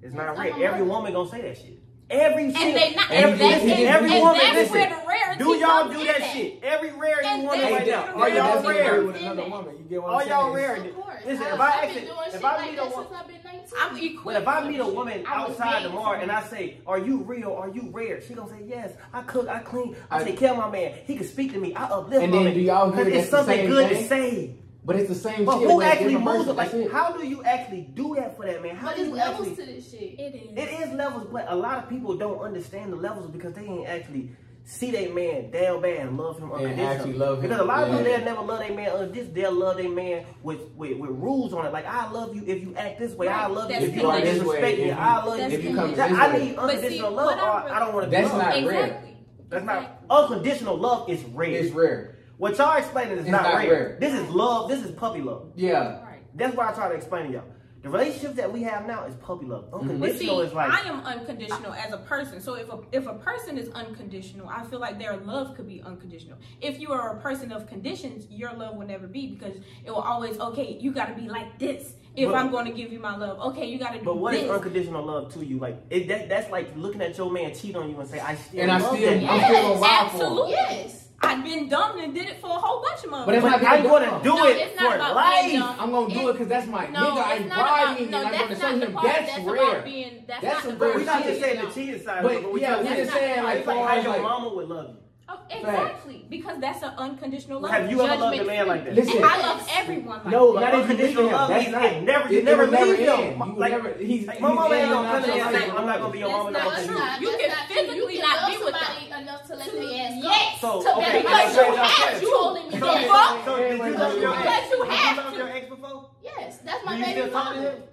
Speaker 1: It's
Speaker 4: Yes,
Speaker 1: not rare.
Speaker 4: I'm a
Speaker 1: Every
Speaker 4: woman.
Speaker 1: woman gonna say that shit. Every
Speaker 3: And they not
Speaker 1: every,
Speaker 3: and that's,
Speaker 1: listen,
Speaker 2: it.
Speaker 1: every
Speaker 2: and
Speaker 1: woman
Speaker 3: that's
Speaker 1: listen.
Speaker 3: where the rarity
Speaker 1: do y'all
Speaker 3: comes
Speaker 1: do
Speaker 3: in
Speaker 1: that
Speaker 3: at.
Speaker 1: shit? Every rare you
Speaker 3: And
Speaker 1: woman
Speaker 3: that's
Speaker 1: right
Speaker 2: Hey,
Speaker 1: now.
Speaker 2: that-
Speaker 1: Are
Speaker 2: that
Speaker 1: y'all
Speaker 2: doesn't agree
Speaker 1: rare?
Speaker 2: with another woman. You get what I'm
Speaker 1: Are y'all
Speaker 2: saying?
Speaker 1: rare?
Speaker 4: Of course.
Speaker 1: Listen,
Speaker 4: I,
Speaker 1: if I
Speaker 4: have been
Speaker 1: actually-
Speaker 4: doing
Speaker 1: if
Speaker 4: shit
Speaker 1: I
Speaker 4: like
Speaker 1: meet
Speaker 4: that
Speaker 1: a woman-
Speaker 4: since I've been 19.
Speaker 3: I'm equal.
Speaker 1: But if I meet a woman
Speaker 4: I was
Speaker 1: outside
Speaker 4: made
Speaker 1: tomorrow
Speaker 4: for
Speaker 1: and
Speaker 4: it.
Speaker 1: I say, "Are you real? Are you rare?" She gonna say, "Yes, I cook, I clean, I,
Speaker 2: I-
Speaker 1: take care of my man. He can speak to me. I uplift
Speaker 2: And
Speaker 1: my
Speaker 2: then
Speaker 1: man."
Speaker 2: do y'all
Speaker 1: 'Cause
Speaker 2: hear that's
Speaker 1: it's
Speaker 2: the
Speaker 1: something
Speaker 2: same
Speaker 1: good to
Speaker 2: thing?
Speaker 1: say.
Speaker 2: But it's the same
Speaker 1: But
Speaker 2: shit.
Speaker 1: who
Speaker 2: with a
Speaker 1: actually
Speaker 2: different
Speaker 1: moves
Speaker 2: person.
Speaker 1: it? Like,
Speaker 2: That's it.
Speaker 1: how do you actually do that for that man? How do
Speaker 5: But there's
Speaker 1: you
Speaker 5: levels
Speaker 1: actually?
Speaker 5: to this shit.
Speaker 3: It is.
Speaker 1: It is levels, but a lot of people don't understand the levels because they ain't actually see their man down bad and love him unconditionally.
Speaker 2: actually love him,
Speaker 1: Because a lot of people
Speaker 2: yeah.
Speaker 1: they'll never love their man under this, they'll love their man with, with with rules on it. Like I love you if you act this way, I
Speaker 3: Right.
Speaker 1: love
Speaker 3: That's
Speaker 1: you if you
Speaker 3: conditional.
Speaker 1: don't disrespect
Speaker 2: If
Speaker 1: me,
Speaker 2: you-
Speaker 1: I love you
Speaker 3: that's
Speaker 2: if you come
Speaker 1: That-
Speaker 2: this
Speaker 1: I
Speaker 2: way.
Speaker 1: need
Speaker 3: But see,
Speaker 1: unconditional
Speaker 3: what
Speaker 1: love,
Speaker 3: I
Speaker 1: or I don't want to be
Speaker 2: That's
Speaker 1: loved.
Speaker 2: not rare.
Speaker 3: Exactly.
Speaker 1: That's not
Speaker 3: Exactly.
Speaker 1: unconditional love is rare.
Speaker 2: It's rare.
Speaker 1: What y'all explaining is
Speaker 2: It's
Speaker 1: not,
Speaker 2: not
Speaker 1: rare.
Speaker 2: rare.
Speaker 1: This is love. This is puppy love.
Speaker 2: Yeah.
Speaker 3: Right.
Speaker 1: That's why I try to explain to y'all. The relationship that we have now is puppy love.
Speaker 3: But see,
Speaker 1: Unconditional is like
Speaker 3: I am unconditional as a person. So if a if a person is unconditional, I feel like their love could be unconditional. If you are a person of conditions, your love will never be because it will always okay. You got to be like this if
Speaker 1: But-
Speaker 3: I'm going to give you my love. Okay, you got to do
Speaker 1: But what
Speaker 3: this.
Speaker 1: is unconditional love to you? Like it, that, that's like looking at your man cheat on you and say, "I still
Speaker 2: And I
Speaker 1: love
Speaker 2: still-
Speaker 1: that
Speaker 2: I'm
Speaker 1: man."
Speaker 2: still gonna ride for him.
Speaker 3: absolutely.
Speaker 5: Yes.
Speaker 3: I've been dumb and did it for a whole bunch of months.
Speaker 2: But it's not
Speaker 1: But I'm gonna do
Speaker 3: No,
Speaker 1: it
Speaker 3: it's
Speaker 1: for
Speaker 3: not about being
Speaker 1: life.
Speaker 3: dumb.
Speaker 2: I'm gonna do it because that's my
Speaker 3: No,
Speaker 2: nigga. I
Speaker 3: it's
Speaker 2: ride
Speaker 3: not
Speaker 2: him
Speaker 3: about, no,
Speaker 2: and I'm gonna
Speaker 3: that's
Speaker 2: show
Speaker 3: not the
Speaker 2: him
Speaker 3: part.
Speaker 2: that's,
Speaker 3: That's
Speaker 2: rare.
Speaker 3: about being. That's,
Speaker 2: That's
Speaker 3: not
Speaker 2: some
Speaker 3: the
Speaker 2: rare
Speaker 1: But we're not
Speaker 2: shit.
Speaker 1: just saying the
Speaker 3: cheat.
Speaker 1: cheating side,
Speaker 2: But,
Speaker 1: of it, but we
Speaker 2: yeah,
Speaker 1: just-
Speaker 2: we're
Speaker 3: that's
Speaker 2: just
Speaker 3: not-
Speaker 2: saying like,
Speaker 1: it's like
Speaker 2: far
Speaker 1: how
Speaker 2: as,
Speaker 1: your
Speaker 2: like-
Speaker 1: mama would love you.
Speaker 3: Oh, exactly, because that's an unconditional love.
Speaker 1: Have you ever loved a man
Speaker 3: Judgment-free.
Speaker 1: like that?
Speaker 2: Listen.
Speaker 3: And I love everyone like
Speaker 2: no,
Speaker 3: that.
Speaker 2: not if you leave
Speaker 1: Unconditional
Speaker 2: him.
Speaker 1: love
Speaker 2: That's
Speaker 1: means
Speaker 2: not
Speaker 1: it never- you
Speaker 2: it-
Speaker 1: never
Speaker 2: it'll
Speaker 1: leave him.
Speaker 2: end. You
Speaker 1: Like-
Speaker 2: never. He's
Speaker 1: Like, my mama
Speaker 2: he's
Speaker 1: ain't
Speaker 2: in
Speaker 1: gonna come
Speaker 2: and out
Speaker 1: in
Speaker 2: your
Speaker 1: and say,
Speaker 2: life.
Speaker 1: "I'm not gonna be your mama."
Speaker 5: That's
Speaker 1: no more
Speaker 5: not
Speaker 1: than
Speaker 5: true.
Speaker 1: you."
Speaker 5: That's
Speaker 3: You can
Speaker 5: not true. You
Speaker 3: physically
Speaker 5: can
Speaker 3: not
Speaker 5: love
Speaker 3: be with
Speaker 5: somebody enough to let
Speaker 3: To-
Speaker 5: their ass go.
Speaker 3: yes.
Speaker 1: So,
Speaker 5: to
Speaker 1: okay,
Speaker 5: be like,
Speaker 1: so
Speaker 5: you
Speaker 1: y'all
Speaker 5: have
Speaker 1: said-
Speaker 5: you holding me
Speaker 1: So,
Speaker 5: back.
Speaker 3: fuck?
Speaker 1: so did you love your ex?
Speaker 3: Because you
Speaker 1: Did
Speaker 3: have
Speaker 1: love
Speaker 3: to.
Speaker 1: your ex before?
Speaker 5: Yes, that's
Speaker 1: Do
Speaker 5: my
Speaker 1: you
Speaker 5: baby
Speaker 1: still talk to
Speaker 5: father.
Speaker 1: him?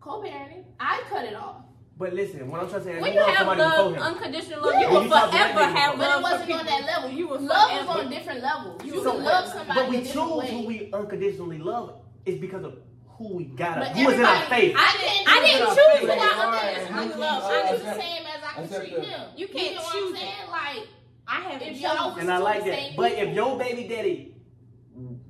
Speaker 5: Co-parenting. I cut it off.
Speaker 1: But listen, what I'm trying to say is,
Speaker 3: When
Speaker 1: you
Speaker 3: you
Speaker 1: love
Speaker 3: have
Speaker 1: somebody before
Speaker 3: love,
Speaker 1: him.
Speaker 3: unconditional love,
Speaker 5: Yeah.
Speaker 3: you
Speaker 1: But
Speaker 3: will
Speaker 1: you talk to that
Speaker 3: forever
Speaker 1: nigga
Speaker 3: have
Speaker 1: before.
Speaker 3: love.
Speaker 5: But it
Speaker 3: for
Speaker 5: wasn't
Speaker 3: people.
Speaker 5: on that level.
Speaker 3: You were
Speaker 5: love was
Speaker 3: forever.
Speaker 5: on different levels. You
Speaker 1: So
Speaker 5: can
Speaker 1: what-
Speaker 5: love somebody
Speaker 1: But we
Speaker 5: a different
Speaker 1: choose who
Speaker 5: way.
Speaker 1: we unconditionally love is because of who we got.
Speaker 5: But
Speaker 1: Who is in our
Speaker 5: everybody-
Speaker 1: faith?
Speaker 3: I didn't, I didn't choose who
Speaker 2: Right, right.
Speaker 3: I unconditionally
Speaker 5: Love,
Speaker 3: love.
Speaker 5: I
Speaker 3: I just,
Speaker 5: was the
Speaker 2: Accept-
Speaker 5: same as I can
Speaker 2: accept
Speaker 5: treat
Speaker 2: that.
Speaker 5: him.
Speaker 3: You can't
Speaker 5: get what
Speaker 3: choose
Speaker 5: I'm saying?
Speaker 3: it.
Speaker 5: Like,
Speaker 3: I have
Speaker 5: If y'all
Speaker 3: chosen.
Speaker 1: And I
Speaker 5: Two
Speaker 1: like
Speaker 5: same
Speaker 1: that. But if
Speaker 5: people.
Speaker 1: your baby daddy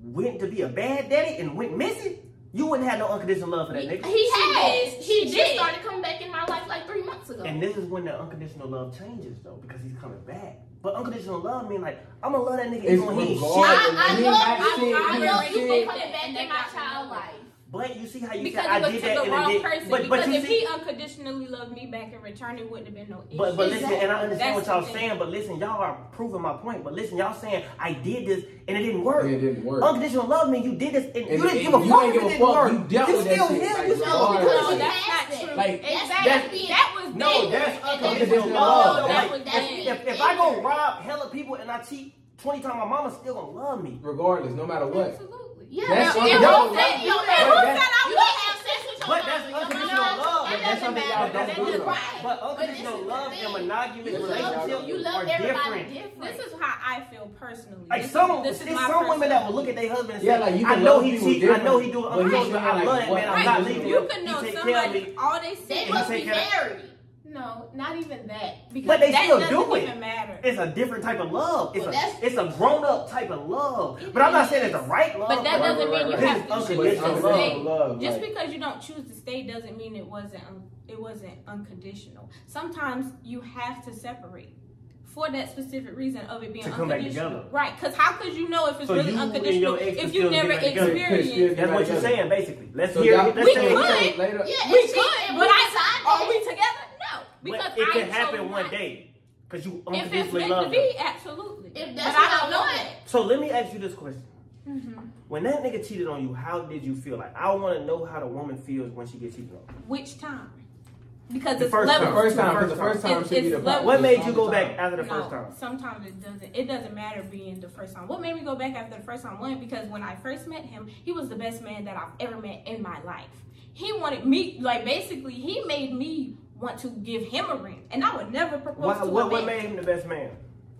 Speaker 1: went to be a bad daddy and went missing, you wouldn't have no unconditional love for that nigga.
Speaker 5: he has.
Speaker 3: did.
Speaker 5: He
Speaker 3: She
Speaker 5: just
Speaker 3: did.
Speaker 5: started coming back in my life like three months ago.
Speaker 1: And this is when the unconditional love changes though, because he's coming back. But unconditional love mean like I'm gonna love that nigga
Speaker 2: It's
Speaker 1: even when he ain't
Speaker 2: regardless.
Speaker 1: shit.
Speaker 5: I, I
Speaker 2: He
Speaker 5: love
Speaker 2: not
Speaker 5: you.
Speaker 2: shit,
Speaker 5: I
Speaker 2: he
Speaker 5: love
Speaker 2: not
Speaker 5: you
Speaker 2: shit.
Speaker 5: for coming back in my child life.
Speaker 1: But you see how you
Speaker 3: Because
Speaker 1: said
Speaker 3: it
Speaker 1: I
Speaker 3: was to
Speaker 1: did that
Speaker 3: the
Speaker 1: and it
Speaker 3: wrong
Speaker 1: did.
Speaker 3: person.
Speaker 1: But but
Speaker 3: because
Speaker 1: you
Speaker 3: if
Speaker 1: see,
Speaker 3: he unconditionally loved me back in return, it wouldn't have been no issue.
Speaker 1: but but listen, and I understand
Speaker 3: That's
Speaker 1: what y'all
Speaker 3: the thing.
Speaker 1: saying. But listen, y'all are proving my point. But listen, y'all saying I did this and it didn't work.
Speaker 2: And it didn't work.
Speaker 1: Unconditional love mean you did this and,
Speaker 2: And-
Speaker 1: you didn't
Speaker 2: and
Speaker 1: give a
Speaker 2: you
Speaker 1: fuck. if
Speaker 2: ain't give a
Speaker 1: it didn't
Speaker 2: fuck.
Speaker 1: work.
Speaker 2: You dealt
Speaker 1: You
Speaker 2: with that
Speaker 1: still
Speaker 2: shit,
Speaker 1: here.
Speaker 2: like,
Speaker 1: You still
Speaker 5: No,
Speaker 2: regardless.
Speaker 1: here.
Speaker 3: No,
Speaker 5: because you
Speaker 3: that's
Speaker 5: passed
Speaker 3: not
Speaker 5: it.
Speaker 3: true.
Speaker 2: Like,
Speaker 5: That's
Speaker 3: That,
Speaker 5: being-
Speaker 3: that was
Speaker 1: No,
Speaker 3: they-
Speaker 1: that's
Speaker 5: ignorant.
Speaker 1: unconditional
Speaker 2: Unconditional
Speaker 1: love.
Speaker 2: love.
Speaker 1: Like,
Speaker 3: That was
Speaker 1: if,
Speaker 3: that.
Speaker 1: if, if I go rob hella people and I cheat 20 times, my mama still gonna love me.
Speaker 2: Regardless, no matter what.
Speaker 3: Absolutely.
Speaker 5: Yeah,
Speaker 2: That's
Speaker 5: now,
Speaker 2: what
Speaker 5: it
Speaker 2: I'm
Speaker 5: won't
Speaker 2: saying.
Speaker 5: say your
Speaker 2: But
Speaker 5: ass.
Speaker 2: that's-
Speaker 5: You don't have sex with your
Speaker 1: But that's
Speaker 5: mama. Your
Speaker 1: unconditional
Speaker 5: mama
Speaker 1: love. but
Speaker 3: that
Speaker 1: that's
Speaker 3: doesn't
Speaker 1: something
Speaker 3: matter.
Speaker 1: y'all
Speaker 3: That
Speaker 1: don't do
Speaker 3: doesn't
Speaker 1: though.
Speaker 5: right.
Speaker 1: But other
Speaker 5: But
Speaker 1: people
Speaker 5: this is the
Speaker 1: love
Speaker 5: thing.
Speaker 1: and monogamous
Speaker 5: You love,
Speaker 1: relationships
Speaker 5: you love
Speaker 1: are
Speaker 5: everybody
Speaker 1: different.
Speaker 5: different.
Speaker 3: This is how I feel personally.
Speaker 1: Like
Speaker 3: This
Speaker 1: some,
Speaker 3: is- this is
Speaker 1: it's
Speaker 3: my
Speaker 1: some women that
Speaker 3: personal-
Speaker 1: will look at their husband and say,
Speaker 2: Yeah, like, you
Speaker 1: "I
Speaker 2: can
Speaker 1: know
Speaker 2: love
Speaker 1: he
Speaker 2: people
Speaker 1: cheating, I know he
Speaker 2: different,
Speaker 1: doing
Speaker 2: but
Speaker 1: other
Speaker 2: he's
Speaker 1: things, but
Speaker 2: not
Speaker 1: I
Speaker 2: like,
Speaker 1: love that
Speaker 2: what?
Speaker 1: man. I'm
Speaker 3: Right.
Speaker 1: not leaving
Speaker 3: You
Speaker 1: him.
Speaker 3: can know
Speaker 1: he take care of me."
Speaker 3: somebody all they see
Speaker 5: They
Speaker 1: You
Speaker 3: is
Speaker 5: must be
Speaker 1: take it out.
Speaker 5: married.
Speaker 3: no, not even that. Because
Speaker 1: But they
Speaker 3: that
Speaker 1: still
Speaker 3: doesn't
Speaker 1: do it.
Speaker 3: Even matter.
Speaker 1: It's a different type of love. It's
Speaker 5: Well,
Speaker 1: a
Speaker 5: that's-
Speaker 1: it's a grown up type of love.
Speaker 3: It
Speaker 1: But I'm not
Speaker 3: is.
Speaker 1: saying it's the right love.
Speaker 3: But that
Speaker 2: Right,
Speaker 3: doesn't
Speaker 2: right,
Speaker 3: mean you
Speaker 2: right,
Speaker 1: right.
Speaker 3: have to
Speaker 1: This is
Speaker 3: choose
Speaker 1: unconditional
Speaker 3: to
Speaker 1: love,
Speaker 3: stay.
Speaker 2: love,
Speaker 3: Just
Speaker 2: like-
Speaker 3: because you don't choose to stay doesn't mean it wasn't un- it wasn't unconditional. Sometimes you have to separate for that specific reason of it being
Speaker 1: To come back
Speaker 3: unconditional.
Speaker 1: together.
Speaker 3: Right? Because how could you know if it's
Speaker 1: So
Speaker 3: really
Speaker 1: you and your
Speaker 3: unconditional
Speaker 1: ex can
Speaker 3: if you
Speaker 1: still get
Speaker 3: never
Speaker 1: back together.
Speaker 3: experienced?
Speaker 1: That's what you're saying, basically. Let's
Speaker 2: So
Speaker 1: hear.
Speaker 2: y'all-
Speaker 1: Let's
Speaker 3: We
Speaker 1: say it.
Speaker 3: could.
Speaker 2: Later.
Speaker 5: Yeah,
Speaker 3: We
Speaker 5: and she-
Speaker 3: could,
Speaker 5: and
Speaker 3: but
Speaker 5: we
Speaker 3: I-
Speaker 5: decided
Speaker 3: Are
Speaker 5: that.
Speaker 3: we together? No, because
Speaker 1: But it
Speaker 3: I
Speaker 1: can
Speaker 3: chose
Speaker 1: happen
Speaker 3: not-
Speaker 1: one day because you
Speaker 3: If it's
Speaker 1: unconditionally
Speaker 3: meant to
Speaker 1: love. him.
Speaker 3: be, absolutely.
Speaker 5: If
Speaker 3: but
Speaker 5: that's
Speaker 3: I
Speaker 5: what
Speaker 3: don't
Speaker 5: I
Speaker 3: know
Speaker 5: want,
Speaker 3: that.
Speaker 1: So let me ask you this question:
Speaker 3: Mhm.
Speaker 1: When that nigga cheated on you, how did you feel? Like I want to know how the woman feels when she gets cheated on.
Speaker 3: Which time? Because
Speaker 1: The
Speaker 3: it's
Speaker 1: first
Speaker 2: The
Speaker 1: time.
Speaker 3: level.
Speaker 2: first time, 'cause the first time
Speaker 3: It's-
Speaker 2: should be the
Speaker 3: it's level.
Speaker 1: What
Speaker 2: the
Speaker 1: made you go
Speaker 2: strongest
Speaker 1: back
Speaker 2: time.
Speaker 1: after the
Speaker 3: no,
Speaker 1: first time?
Speaker 3: Sometimes it doesn't. It doesn't matter being the first time. What made me go back after the first time? One, because when I first met him, he was the best man that I've ever met in my life. He wanted me, like basically, he made me want to give him a ring, and I would never propose
Speaker 1: Why,
Speaker 3: to
Speaker 1: what,
Speaker 3: a
Speaker 1: what
Speaker 3: man.
Speaker 1: made him the best man?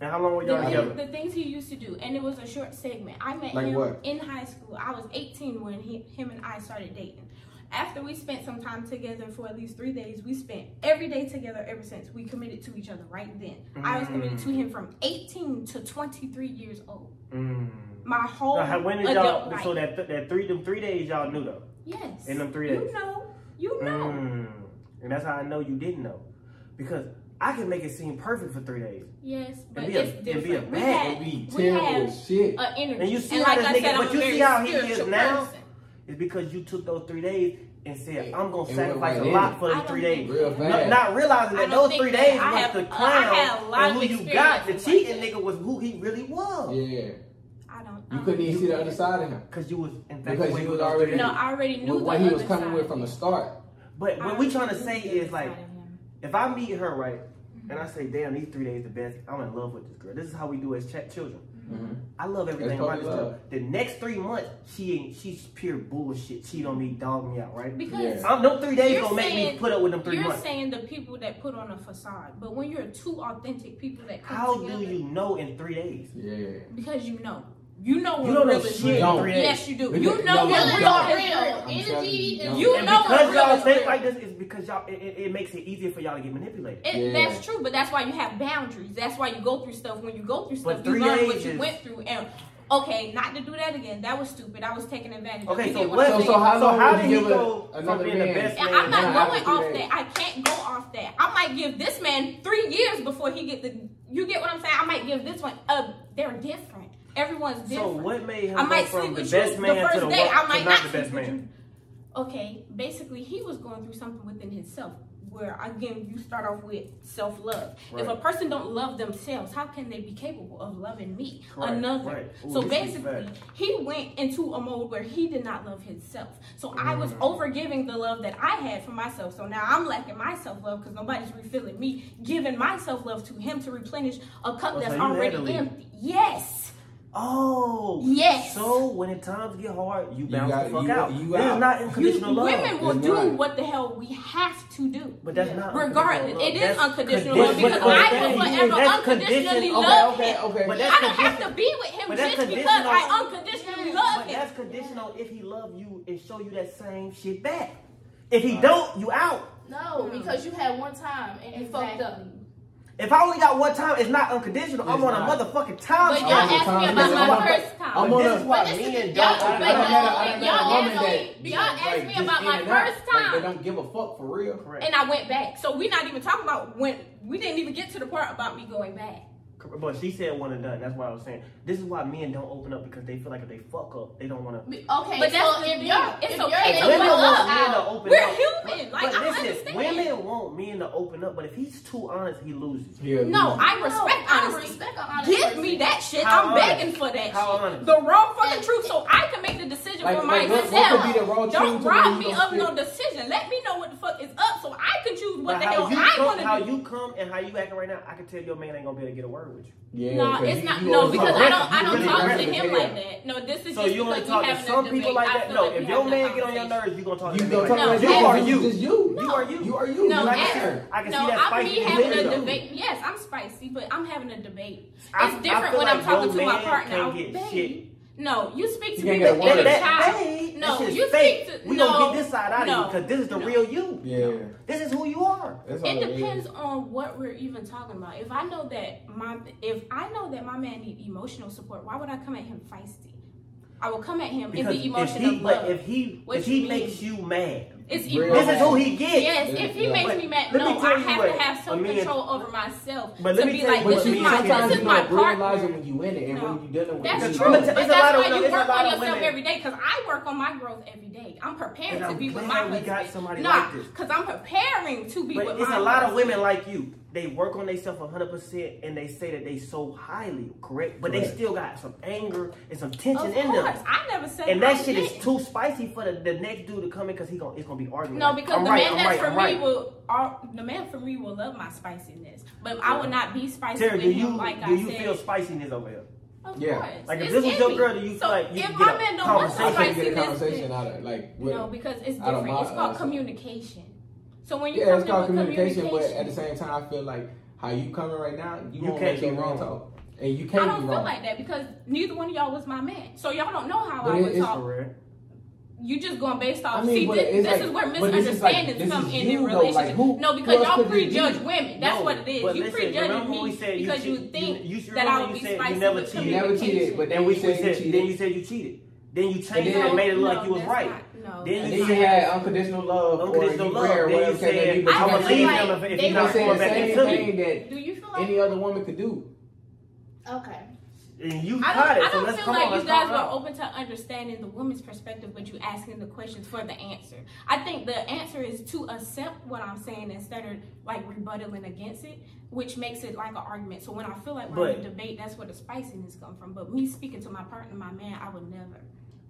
Speaker 1: And how long were
Speaker 3: the,
Speaker 1: y'all
Speaker 2: Yeah.
Speaker 1: together?
Speaker 3: thing- the things he used to do, and it was a short segment. I met
Speaker 2: Like
Speaker 3: him
Speaker 2: what?
Speaker 3: in high school. I was 18 when he, him and I started dating. After we spent some time together for at least three days, we spent every day together ever since. We committed to each other right then. I was committed to him from 18 to 23 years old.
Speaker 1: Mm.
Speaker 3: My whole
Speaker 1: Now, how- when did
Speaker 3: adult
Speaker 1: y'all?
Speaker 3: life.
Speaker 1: So that that three them three days y'all knew though.
Speaker 3: yes,
Speaker 1: In them three days.
Speaker 3: you know, you know.
Speaker 1: Mm. And that's how I know you didn't know, because I can make it seem perfect for three days.
Speaker 3: Yes, but
Speaker 1: It'd be a-
Speaker 3: it's
Speaker 1: it'd be a
Speaker 3: different. we
Speaker 1: bad-
Speaker 3: had,
Speaker 2: It'd be
Speaker 3: we
Speaker 2: terrible
Speaker 3: had
Speaker 2: as shit.
Speaker 3: an energy,
Speaker 1: And you see
Speaker 3: and
Speaker 1: how
Speaker 3: like
Speaker 1: this
Speaker 3: I said,
Speaker 1: nigga-
Speaker 3: I'm
Speaker 1: but
Speaker 3: a
Speaker 1: you
Speaker 3: very
Speaker 1: see how he is
Speaker 3: spiritual
Speaker 1: now?
Speaker 3: person.
Speaker 1: It's because you took those three days and said,
Speaker 2: Yeah.
Speaker 1: "I'm gonna
Speaker 2: It went
Speaker 1: sacrifice
Speaker 2: right
Speaker 1: a
Speaker 2: in.
Speaker 1: lot for
Speaker 3: I
Speaker 1: the
Speaker 3: don't
Speaker 1: three
Speaker 3: think-
Speaker 1: days."
Speaker 2: Real
Speaker 1: No-
Speaker 2: fast.
Speaker 1: not realizing
Speaker 3: I
Speaker 1: that
Speaker 3: don't
Speaker 1: those
Speaker 3: think
Speaker 1: three
Speaker 3: that
Speaker 1: days
Speaker 3: I
Speaker 1: was
Speaker 3: have-
Speaker 1: the
Speaker 3: I
Speaker 1: clown
Speaker 3: had a lot
Speaker 1: and
Speaker 3: of
Speaker 1: who you
Speaker 3: experience
Speaker 1: got. The
Speaker 3: with
Speaker 1: cheating
Speaker 3: that.
Speaker 1: nigga was who he really was.
Speaker 2: yeah.
Speaker 3: I don't. I
Speaker 2: You
Speaker 1: Uh-huh.
Speaker 3: don't
Speaker 2: couldn't even
Speaker 3: do
Speaker 2: see the
Speaker 3: that.
Speaker 2: other side of him.
Speaker 1: Cause you was in fact
Speaker 2: Because you was already-
Speaker 3: No, I already knew
Speaker 2: With
Speaker 3: the
Speaker 2: what
Speaker 3: other
Speaker 2: he was coming
Speaker 3: side.
Speaker 2: with from the start.
Speaker 1: But
Speaker 3: I
Speaker 1: what we
Speaker 3: already
Speaker 1: trying to
Speaker 3: knew
Speaker 1: say
Speaker 3: the other
Speaker 1: is like,
Speaker 3: side of him.
Speaker 1: if I meet her right, and I say, "Damn, these three days the best. I'm in love with this girl. This is how we do as ch- children. I love everything about
Speaker 2: probably
Speaker 1: this girl."
Speaker 2: love.
Speaker 1: The next three months, she ain't. She's pure bullshit. Cheat on me, dog me out, right?
Speaker 3: because
Speaker 2: Yeah.
Speaker 1: I'm, them three days
Speaker 3: You're
Speaker 1: gonna make me
Speaker 3: saying-
Speaker 1: put up with them 3
Speaker 3: you're
Speaker 1: months.
Speaker 3: saying the people that put on a facade, but when you're two authentic people that come
Speaker 1: How do
Speaker 3: together,
Speaker 1: you know in three days?
Speaker 2: Yeah.
Speaker 3: Because you know, you know
Speaker 1: You
Speaker 3: when
Speaker 1: don't know
Speaker 3: real is
Speaker 1: shit
Speaker 3: real.
Speaker 1: in three days.
Speaker 3: Yes, you do.
Speaker 2: We
Speaker 3: You
Speaker 2: don't-
Speaker 3: know
Speaker 2: no,
Speaker 3: when
Speaker 2: we
Speaker 3: real
Speaker 2: don't.
Speaker 3: is real.
Speaker 5: Real.
Speaker 2: I'm telling
Speaker 5: Energy
Speaker 2: you,
Speaker 1: You
Speaker 5: is
Speaker 3: You
Speaker 1: and
Speaker 3: know
Speaker 1: because
Speaker 3: when real
Speaker 1: y'all
Speaker 3: is
Speaker 1: think
Speaker 3: real.
Speaker 1: like this is because y'all it, it, it makes it easier for y'all to get manipulated.
Speaker 3: It,
Speaker 2: Yeah.
Speaker 3: That's true, but that's why you have boundaries. That's why you go through stuff. When you go through stuff,
Speaker 1: But
Speaker 3: you
Speaker 1: three
Speaker 3: learn what
Speaker 1: days
Speaker 3: you
Speaker 1: is-
Speaker 3: went through. And okay, not to do that again. That was stupid. I was taking advantage. of.
Speaker 1: Okay,
Speaker 3: You
Speaker 1: so
Speaker 3: get
Speaker 1: what?
Speaker 3: I'm
Speaker 1: So,
Speaker 2: So-
Speaker 3: saying?
Speaker 2: so how
Speaker 1: how,
Speaker 2: long would
Speaker 1: did
Speaker 2: you
Speaker 1: he
Speaker 2: give a-
Speaker 1: go from
Speaker 2: another
Speaker 1: being the
Speaker 2: man?
Speaker 1: best
Speaker 3: And
Speaker 1: man?
Speaker 3: I'm
Speaker 2: Yeah,
Speaker 3: not
Speaker 2: I
Speaker 3: going
Speaker 2: would do
Speaker 3: off that.
Speaker 2: that.
Speaker 3: I can't go off that. I might give this man three years before he get the. You get what I'm saying? I might give this one. Uh, they're different. Everyone's different.
Speaker 1: so what made him
Speaker 3: I might
Speaker 1: go from
Speaker 3: sleep
Speaker 1: the
Speaker 3: with
Speaker 1: best
Speaker 3: you
Speaker 1: man
Speaker 3: the
Speaker 1: to
Speaker 3: first
Speaker 1: the
Speaker 3: day.
Speaker 1: wor-
Speaker 3: I might
Speaker 1: to
Speaker 3: not
Speaker 1: not the
Speaker 3: sleep
Speaker 1: best
Speaker 3: with
Speaker 1: man?
Speaker 3: you. Okay, basically he was going through something within himself. Where again, you start off with self love. If a
Speaker 1: Right.
Speaker 3: person don't love themselves, how can they be capable of loving me,
Speaker 1: Correct,
Speaker 3: another?
Speaker 1: right. Ooh,
Speaker 3: so
Speaker 1: this is
Speaker 3: basically,
Speaker 1: fact.
Speaker 3: he went into a mode where he did not love himself. So
Speaker 1: Mm.
Speaker 3: I was over giving the love that I had for myself. So now I'm lacking my self love because nobody's refilling me, giving my self love to him to replenish a cup
Speaker 1: Oh, so
Speaker 3: that's
Speaker 1: you had
Speaker 3: already
Speaker 1: to leave.
Speaker 3: empty. Yes.
Speaker 1: Oh,
Speaker 3: Yes.
Speaker 1: So when the times get hard, you bounce
Speaker 2: gotta-
Speaker 1: the fuck
Speaker 2: you-
Speaker 1: out.
Speaker 2: you
Speaker 1: this
Speaker 2: out.
Speaker 1: is not
Speaker 3: You,
Speaker 1: unconditional love.
Speaker 3: women will
Speaker 2: It's
Speaker 3: do
Speaker 2: not.
Speaker 3: what the hell we have to do.
Speaker 1: But that's not
Speaker 3: Regardless,
Speaker 1: unconditional
Speaker 3: it
Speaker 1: love.
Speaker 3: is
Speaker 1: That's
Speaker 3: unconditional
Speaker 1: condi-
Speaker 3: love because
Speaker 1: but-
Speaker 3: I
Speaker 1: but
Speaker 3: will
Speaker 1: that's-
Speaker 3: forever
Speaker 1: that's
Speaker 3: unconditionally
Speaker 1: conditional-
Speaker 3: love
Speaker 2: okay,
Speaker 3: him.
Speaker 2: okay, okay.
Speaker 1: But
Speaker 3: I
Speaker 1: that's
Speaker 3: don't have to be with him
Speaker 1: but that's
Speaker 3: just because
Speaker 1: conditional.
Speaker 3: I unconditionally love
Speaker 1: But
Speaker 3: him.
Speaker 1: that's conditional if he love you and show you that same shit back. If he don't, you out.
Speaker 5: No, because you had one time and you fucked up.
Speaker 1: If I only got one time, it's not unconditional. I'm
Speaker 2: It's
Speaker 1: on
Speaker 2: not.
Speaker 1: a motherfucking time.
Speaker 5: But y'all
Speaker 1: streak.
Speaker 2: I'm on
Speaker 5: asked me
Speaker 2: time.
Speaker 5: about
Speaker 2: This
Speaker 5: my
Speaker 2: is why-
Speaker 5: first time.
Speaker 2: I'm
Speaker 1: But
Speaker 2: on
Speaker 1: this is
Speaker 2: a.
Speaker 1: why
Speaker 5: But this
Speaker 1: me
Speaker 5: is-
Speaker 1: and
Speaker 5: y'all-
Speaker 1: y'all.
Speaker 5: but
Speaker 2: I done met a- I
Speaker 5: y'all-
Speaker 2: done met
Speaker 5: y'all
Speaker 2: a woman
Speaker 5: asked
Speaker 2: that-
Speaker 5: me- y'all asked
Speaker 2: like,
Speaker 5: me
Speaker 2: just
Speaker 5: about
Speaker 2: in
Speaker 5: my
Speaker 2: and out.
Speaker 5: first
Speaker 2: Like,
Speaker 5: time.
Speaker 2: They don't give a fuck for real.
Speaker 1: Correct.
Speaker 3: And I went back. So we're not even talking about when we didn't even get to the part about me going back.
Speaker 1: But she said one and done. That's why I was saying this is why men don't open up because they feel like if they fuck up, they don't want to.
Speaker 5: Okay, but
Speaker 3: But that's
Speaker 5: so
Speaker 3: the
Speaker 5: if
Speaker 3: thing.
Speaker 5: you're,
Speaker 3: It's okay
Speaker 5: if you're
Speaker 3: to
Speaker 5: the
Speaker 3: open
Speaker 1: Women
Speaker 5: one
Speaker 1: want
Speaker 3: up.
Speaker 1: men to
Speaker 5: out,
Speaker 1: open
Speaker 3: We're
Speaker 1: up.
Speaker 3: human. Like,
Speaker 1: but
Speaker 3: I
Speaker 1: listen,
Speaker 3: understand.
Speaker 1: women want men to open up, but if he's too honest, he loses.
Speaker 2: Yeah,
Speaker 3: No, I
Speaker 5: No,
Speaker 3: respect
Speaker 5: I
Speaker 3: honesty.
Speaker 5: respect an honest
Speaker 3: Give
Speaker 5: person.
Speaker 3: me that shit.
Speaker 1: How
Speaker 3: I'm
Speaker 1: honest?
Speaker 3: begging for that
Speaker 1: How
Speaker 3: shit.
Speaker 1: honest?
Speaker 3: The wrong fucking
Speaker 5: And-
Speaker 3: truth so I can make the decision
Speaker 2: Like-
Speaker 3: for
Speaker 2: like,
Speaker 3: myself.
Speaker 2: what- what could be the raw truth
Speaker 3: Don't
Speaker 2: to
Speaker 3: rob
Speaker 2: where
Speaker 3: me
Speaker 2: you
Speaker 3: of
Speaker 2: don't
Speaker 3: no decision. Let me know what the fuck is up so I can choose what
Speaker 1: But
Speaker 3: the
Speaker 1: how
Speaker 3: hell
Speaker 1: you
Speaker 3: I
Speaker 1: come,
Speaker 3: want
Speaker 1: how
Speaker 3: to do.
Speaker 1: you come and how you acting right now, I can tell your man ain't gonna be able to get a word. flirt with you.
Speaker 2: Yeah,
Speaker 3: no,
Speaker 2: 'cause
Speaker 3: it's
Speaker 2: you-
Speaker 3: not.
Speaker 2: you
Speaker 3: No,
Speaker 2: always
Speaker 3: because
Speaker 2: talk-
Speaker 3: I don't. I
Speaker 2: you
Speaker 3: don't
Speaker 2: really
Speaker 3: talk to
Speaker 2: aggressive,
Speaker 3: him
Speaker 2: yeah.
Speaker 3: like that. No, this is
Speaker 1: So
Speaker 3: just
Speaker 1: you only
Speaker 3: because
Speaker 1: talk
Speaker 3: we
Speaker 1: to
Speaker 3: having
Speaker 1: some
Speaker 3: a
Speaker 1: people
Speaker 3: debate.
Speaker 1: like
Speaker 3: I
Speaker 1: that.
Speaker 3: feel
Speaker 1: No,
Speaker 3: like we
Speaker 1: if your
Speaker 3: having a
Speaker 1: man get on your
Speaker 3: conversation.
Speaker 1: nerves, you gonna talk
Speaker 2: You
Speaker 1: to him
Speaker 2: don't
Speaker 1: like
Speaker 2: talk
Speaker 1: that.
Speaker 2: about
Speaker 3: No,
Speaker 2: you.
Speaker 1: You are
Speaker 2: you.
Speaker 1: you.
Speaker 2: Just you.
Speaker 1: You are you.
Speaker 2: You are you.
Speaker 3: No,
Speaker 2: you like
Speaker 3: ever.
Speaker 2: her.
Speaker 1: I can
Speaker 3: No,
Speaker 1: see that
Speaker 3: I'm
Speaker 1: spice
Speaker 3: me
Speaker 1: in
Speaker 3: having
Speaker 1: you.
Speaker 3: a
Speaker 2: though.
Speaker 3: debate. Yes, I'm spicy, but I'm having a debate.
Speaker 1: I-
Speaker 3: It's
Speaker 1: I
Speaker 3: different
Speaker 1: feel
Speaker 3: when
Speaker 1: like
Speaker 3: I'm talking
Speaker 1: your
Speaker 3: to my
Speaker 1: man
Speaker 3: partner.
Speaker 1: can't
Speaker 3: I'm
Speaker 1: get
Speaker 3: babe.
Speaker 1: shit.
Speaker 3: No, you speak to
Speaker 2: You
Speaker 3: me
Speaker 2: ain't got
Speaker 3: like
Speaker 2: a
Speaker 3: you're
Speaker 2: word.
Speaker 3: a
Speaker 1: That,
Speaker 3: child.
Speaker 1: babe,
Speaker 3: No,
Speaker 1: this is
Speaker 3: you
Speaker 1: fake.
Speaker 3: speak to-
Speaker 1: We gonna
Speaker 3: no,
Speaker 1: get this side out
Speaker 3: no,
Speaker 1: of you because this is the
Speaker 3: no.
Speaker 1: real you.
Speaker 2: Yeah,
Speaker 1: This is who you are.
Speaker 2: that's all
Speaker 3: It
Speaker 2: is.
Speaker 3: depends on what we're even talking about. If I know that my if I know that my man need emotional support, why would I come at him feisty? I will come at him in the
Speaker 1: if
Speaker 3: emotion
Speaker 1: he,
Speaker 3: of
Speaker 1: but
Speaker 3: love.
Speaker 1: if he
Speaker 3: What
Speaker 1: if he
Speaker 3: you
Speaker 1: makes you mad,
Speaker 3: it's
Speaker 2: Real
Speaker 3: emotion.
Speaker 1: this is who he gets.
Speaker 3: Yes, if he
Speaker 2: Yeah.
Speaker 3: makes
Speaker 1: But
Speaker 3: me mad,
Speaker 1: let me
Speaker 3: no,
Speaker 1: tell
Speaker 3: I
Speaker 1: you
Speaker 3: have
Speaker 1: what,
Speaker 3: to have
Speaker 1: I
Speaker 3: some
Speaker 1: mean-
Speaker 3: control over myself
Speaker 1: But let
Speaker 3: to
Speaker 1: me
Speaker 3: be
Speaker 1: tell you
Speaker 3: like,
Speaker 1: what
Speaker 3: this
Speaker 1: you
Speaker 3: is my
Speaker 1: mean.
Speaker 3: this
Speaker 2: sometimes
Speaker 3: is
Speaker 2: you
Speaker 3: my
Speaker 2: don't realize it
Speaker 3: partner.
Speaker 2: when you in it and
Speaker 3: No.
Speaker 2: when you dealing with
Speaker 3: That's
Speaker 2: it.
Speaker 1: It's a
Speaker 3: true,
Speaker 1: lot
Speaker 3: but
Speaker 1: of-
Speaker 3: that's
Speaker 1: it's a lot
Speaker 3: why
Speaker 1: of-
Speaker 3: you
Speaker 1: it's a
Speaker 3: work
Speaker 1: lot
Speaker 3: on
Speaker 1: of
Speaker 3: yourself
Speaker 1: women.
Speaker 3: every day. Cause I work on my growth every day. I'm preparing
Speaker 1: And
Speaker 3: to
Speaker 1: I'm
Speaker 3: be with
Speaker 1: glad
Speaker 3: my
Speaker 1: we got
Speaker 3: husband.
Speaker 1: somebody
Speaker 3: nah,
Speaker 1: like this.
Speaker 3: cause I'm preparing to be
Speaker 1: But
Speaker 3: with
Speaker 1: it's
Speaker 3: my
Speaker 1: a lot of
Speaker 3: husband.
Speaker 1: women like you. They work on themselves 100% and they say that they so highly correct, but they
Speaker 2: Correct.
Speaker 1: still got some anger and some tension
Speaker 3: Of
Speaker 1: in
Speaker 3: course,
Speaker 1: them.
Speaker 3: I never said
Speaker 1: And that
Speaker 3: I
Speaker 1: shit is
Speaker 3: didn't.
Speaker 1: too spicy for the, the next dude to come in because he gonna, it's gonna be arguing.
Speaker 3: No,
Speaker 1: Like,
Speaker 3: because
Speaker 1: I'm
Speaker 3: the
Speaker 1: right,
Speaker 3: man
Speaker 1: I'm
Speaker 3: that's
Speaker 1: right,
Speaker 3: for
Speaker 1: I'm
Speaker 3: me
Speaker 1: right.
Speaker 3: will, all, the man for me will love my spiciness, but I will not be spicy
Speaker 1: Terry,
Speaker 3: with
Speaker 1: do
Speaker 3: him.
Speaker 1: you
Speaker 3: like
Speaker 1: do
Speaker 3: I
Speaker 1: you
Speaker 3: said,
Speaker 1: feel spiciness over here?
Speaker 3: of
Speaker 2: Yeah.
Speaker 3: course.
Speaker 1: Like, if
Speaker 3: It's
Speaker 1: this was
Speaker 3: in
Speaker 1: your
Speaker 3: me.
Speaker 1: girl, do you
Speaker 3: so
Speaker 1: feel like you
Speaker 3: if
Speaker 1: can
Speaker 3: my
Speaker 1: get a
Speaker 3: man don't want the
Speaker 2: I can't get a
Speaker 3: spiciness,
Speaker 2: conversation
Speaker 3: then-
Speaker 2: out of like with
Speaker 3: no, because it's
Speaker 2: out of
Speaker 3: different.
Speaker 2: my,
Speaker 3: it's called
Speaker 2: uh,
Speaker 3: communication. So when you
Speaker 2: yeah, it's
Speaker 3: come
Speaker 2: called
Speaker 3: in with
Speaker 2: communication, but at the same time, I feel like how you coming right now, you,
Speaker 1: You
Speaker 2: won't
Speaker 1: can't
Speaker 2: make
Speaker 1: be
Speaker 2: your man
Speaker 1: wrong.
Speaker 2: talk, and you can't
Speaker 3: I don't
Speaker 2: be
Speaker 3: feel
Speaker 2: wrong.
Speaker 3: like that because neither one of y'all was my man, so y'all don't know how
Speaker 2: But
Speaker 3: I
Speaker 2: it-
Speaker 3: would
Speaker 2: it's
Speaker 3: talk.
Speaker 1: For real?
Speaker 3: You just going based
Speaker 2: I
Speaker 3: off.
Speaker 2: mean,
Speaker 3: See,
Speaker 2: but
Speaker 3: thi- this,
Speaker 2: it's like-
Speaker 3: is where
Speaker 2: but this is like-
Speaker 3: misunderstandings
Speaker 2: this
Speaker 3: come
Speaker 2: is
Speaker 3: in
Speaker 2: you,
Speaker 3: in
Speaker 2: though, like,
Speaker 3: relationships.
Speaker 2: who-
Speaker 3: no,
Speaker 2: who
Speaker 3: because
Speaker 2: else
Speaker 3: y'all
Speaker 2: could it be?
Speaker 3: prejudge women. That's
Speaker 1: No,
Speaker 3: what it is.
Speaker 1: but
Speaker 3: you
Speaker 1: listen,
Speaker 3: prejudging
Speaker 1: remember when
Speaker 3: me
Speaker 1: we said you
Speaker 3: because you
Speaker 1: cheat-
Speaker 3: think
Speaker 1: you- you-
Speaker 3: that
Speaker 1: remember
Speaker 3: I would
Speaker 1: you
Speaker 3: be
Speaker 1: said you
Speaker 3: spicy
Speaker 1: never
Speaker 3: with
Speaker 1: cheated.
Speaker 2: You never cheated,
Speaker 3: communication.
Speaker 2: but
Speaker 1: Then we, we
Speaker 2: said you
Speaker 1: said
Speaker 2: cheated.
Speaker 1: then you said you cheated. Then you changed it
Speaker 2: then-
Speaker 1: and made it look like you was
Speaker 3: that's
Speaker 1: right.
Speaker 3: Not, no,
Speaker 1: Then
Speaker 2: And
Speaker 3: that's
Speaker 2: then you
Speaker 3: not-
Speaker 2: had unconditional love,
Speaker 1: Unconditional
Speaker 2: or you
Speaker 1: love.
Speaker 2: prayer,
Speaker 1: Then you
Speaker 2: whatever case may
Speaker 1: said,
Speaker 2: be, but
Speaker 1: I'm
Speaker 3: I
Speaker 1: gonna
Speaker 3: feel
Speaker 1: leave
Speaker 3: like
Speaker 1: him if, if
Speaker 4: they
Speaker 1: he's
Speaker 2: you
Speaker 1: not
Speaker 4: were
Speaker 2: saying
Speaker 1: going
Speaker 2: the
Speaker 1: back
Speaker 2: same
Speaker 1: into me.
Speaker 2: thing that
Speaker 3: Do you feel like
Speaker 2: any other woman could do.
Speaker 4: Okay.
Speaker 1: And you
Speaker 3: I
Speaker 1: caught
Speaker 3: don't,
Speaker 1: it,
Speaker 3: I
Speaker 1: so
Speaker 3: don't
Speaker 1: let's
Speaker 3: feel
Speaker 1: come
Speaker 3: like
Speaker 1: on.
Speaker 3: you
Speaker 1: Let's
Speaker 3: guys
Speaker 1: talk
Speaker 3: were
Speaker 1: about
Speaker 3: open to understanding the woman's perspective, but you asking the questions for the answer. I think the answer is to accept what I'm saying instead of like rebuttaling against it, which makes it like an argument. So when I feel like we're in a
Speaker 1: But-
Speaker 3: debate, that's where the spiciness come from. But me speaking to my partner, my man, I would never.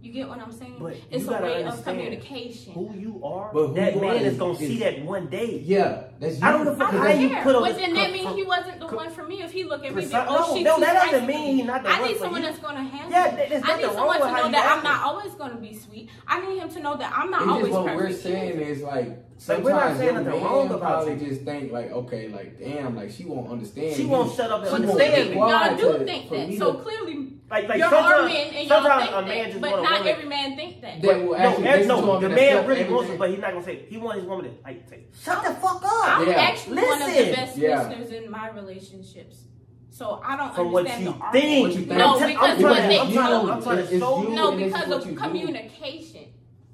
Speaker 3: You get what I'm saying?
Speaker 1: But
Speaker 3: it's
Speaker 1: you
Speaker 3: a
Speaker 1: gotta
Speaker 3: way of
Speaker 1: understand
Speaker 3: communication.
Speaker 1: who you are.
Speaker 2: But who
Speaker 1: that
Speaker 2: you
Speaker 1: man
Speaker 2: are
Speaker 1: is
Speaker 2: is-
Speaker 1: gonna see
Speaker 2: is-
Speaker 1: that one day.
Speaker 2: Yeah, that's you.
Speaker 1: I don't give a fuck
Speaker 3: I
Speaker 1: how you
Speaker 3: don't care.
Speaker 1: put all
Speaker 3: but
Speaker 1: this
Speaker 3: then that
Speaker 1: co-
Speaker 3: means
Speaker 1: co-
Speaker 3: he wasn't the
Speaker 1: co-
Speaker 3: one for me. If he look at me,
Speaker 1: Precise-
Speaker 3: then, oh,
Speaker 1: no,
Speaker 3: she
Speaker 1: no,
Speaker 3: too
Speaker 1: that doesn't
Speaker 3: spicy for
Speaker 1: mean
Speaker 3: me.
Speaker 1: he not the
Speaker 3: I
Speaker 1: one
Speaker 3: need
Speaker 1: for
Speaker 3: someone
Speaker 1: you.
Speaker 3: that's gonna handle.
Speaker 1: Yeah,
Speaker 3: me.
Speaker 1: th- there's
Speaker 3: I need
Speaker 1: nothing wrong
Speaker 3: someone
Speaker 1: with
Speaker 3: to
Speaker 1: how
Speaker 3: know
Speaker 1: you
Speaker 3: that I'm
Speaker 1: acting.
Speaker 3: not always gonna be sweet. I need him to know that I'm not
Speaker 2: It's
Speaker 3: always
Speaker 2: just what
Speaker 3: perfect.
Speaker 2: we're saying is like
Speaker 1: Like, we're not
Speaker 2: sometimes
Speaker 1: saying
Speaker 2: your
Speaker 1: nothing
Speaker 2: man
Speaker 1: wrong about
Speaker 2: probably
Speaker 1: you.
Speaker 2: just think like okay like damn like she won't understand.
Speaker 1: She
Speaker 2: me.
Speaker 1: won't shut up and
Speaker 2: She
Speaker 3: But
Speaker 2: won't
Speaker 1: understand
Speaker 3: clearly,
Speaker 1: me.
Speaker 2: why
Speaker 3: y'all
Speaker 2: to-
Speaker 3: do think
Speaker 2: for me
Speaker 3: that. So
Speaker 2: to-
Speaker 3: clearly,
Speaker 1: Like, like
Speaker 3: y'all are
Speaker 1: sometimes,
Speaker 3: men and y'all
Speaker 1: sometimes
Speaker 3: think
Speaker 1: a man
Speaker 3: that,
Speaker 1: just
Speaker 3: but
Speaker 1: want a
Speaker 3: not
Speaker 1: woman.
Speaker 3: every man think that.
Speaker 2: that will
Speaker 1: No,
Speaker 2: actually
Speaker 1: every-
Speaker 2: this
Speaker 1: no,
Speaker 2: woman
Speaker 1: the
Speaker 2: that
Speaker 1: man
Speaker 2: accept
Speaker 1: really wants
Speaker 2: everything.
Speaker 1: it, but he's not gonna say it. he wants his woman to like say, shut the fuck up.
Speaker 3: I'm
Speaker 2: Yeah.
Speaker 3: actually one of the
Speaker 1: Listen.
Speaker 3: best
Speaker 2: Yeah.
Speaker 3: listeners in my relationships. So I don't
Speaker 1: From what
Speaker 3: understand
Speaker 1: you
Speaker 3: the argument.
Speaker 1: think,
Speaker 2: What you think?
Speaker 3: No,
Speaker 1: I'm t-
Speaker 3: because
Speaker 1: I'm trying to,
Speaker 3: what
Speaker 1: I'm
Speaker 3: they
Speaker 1: trying
Speaker 3: do-
Speaker 1: to, I'm trying
Speaker 2: It's
Speaker 1: to
Speaker 2: you
Speaker 1: show
Speaker 2: and
Speaker 1: you.
Speaker 3: No,
Speaker 2: this is
Speaker 3: because
Speaker 2: what you
Speaker 3: of
Speaker 2: do.
Speaker 3: communication.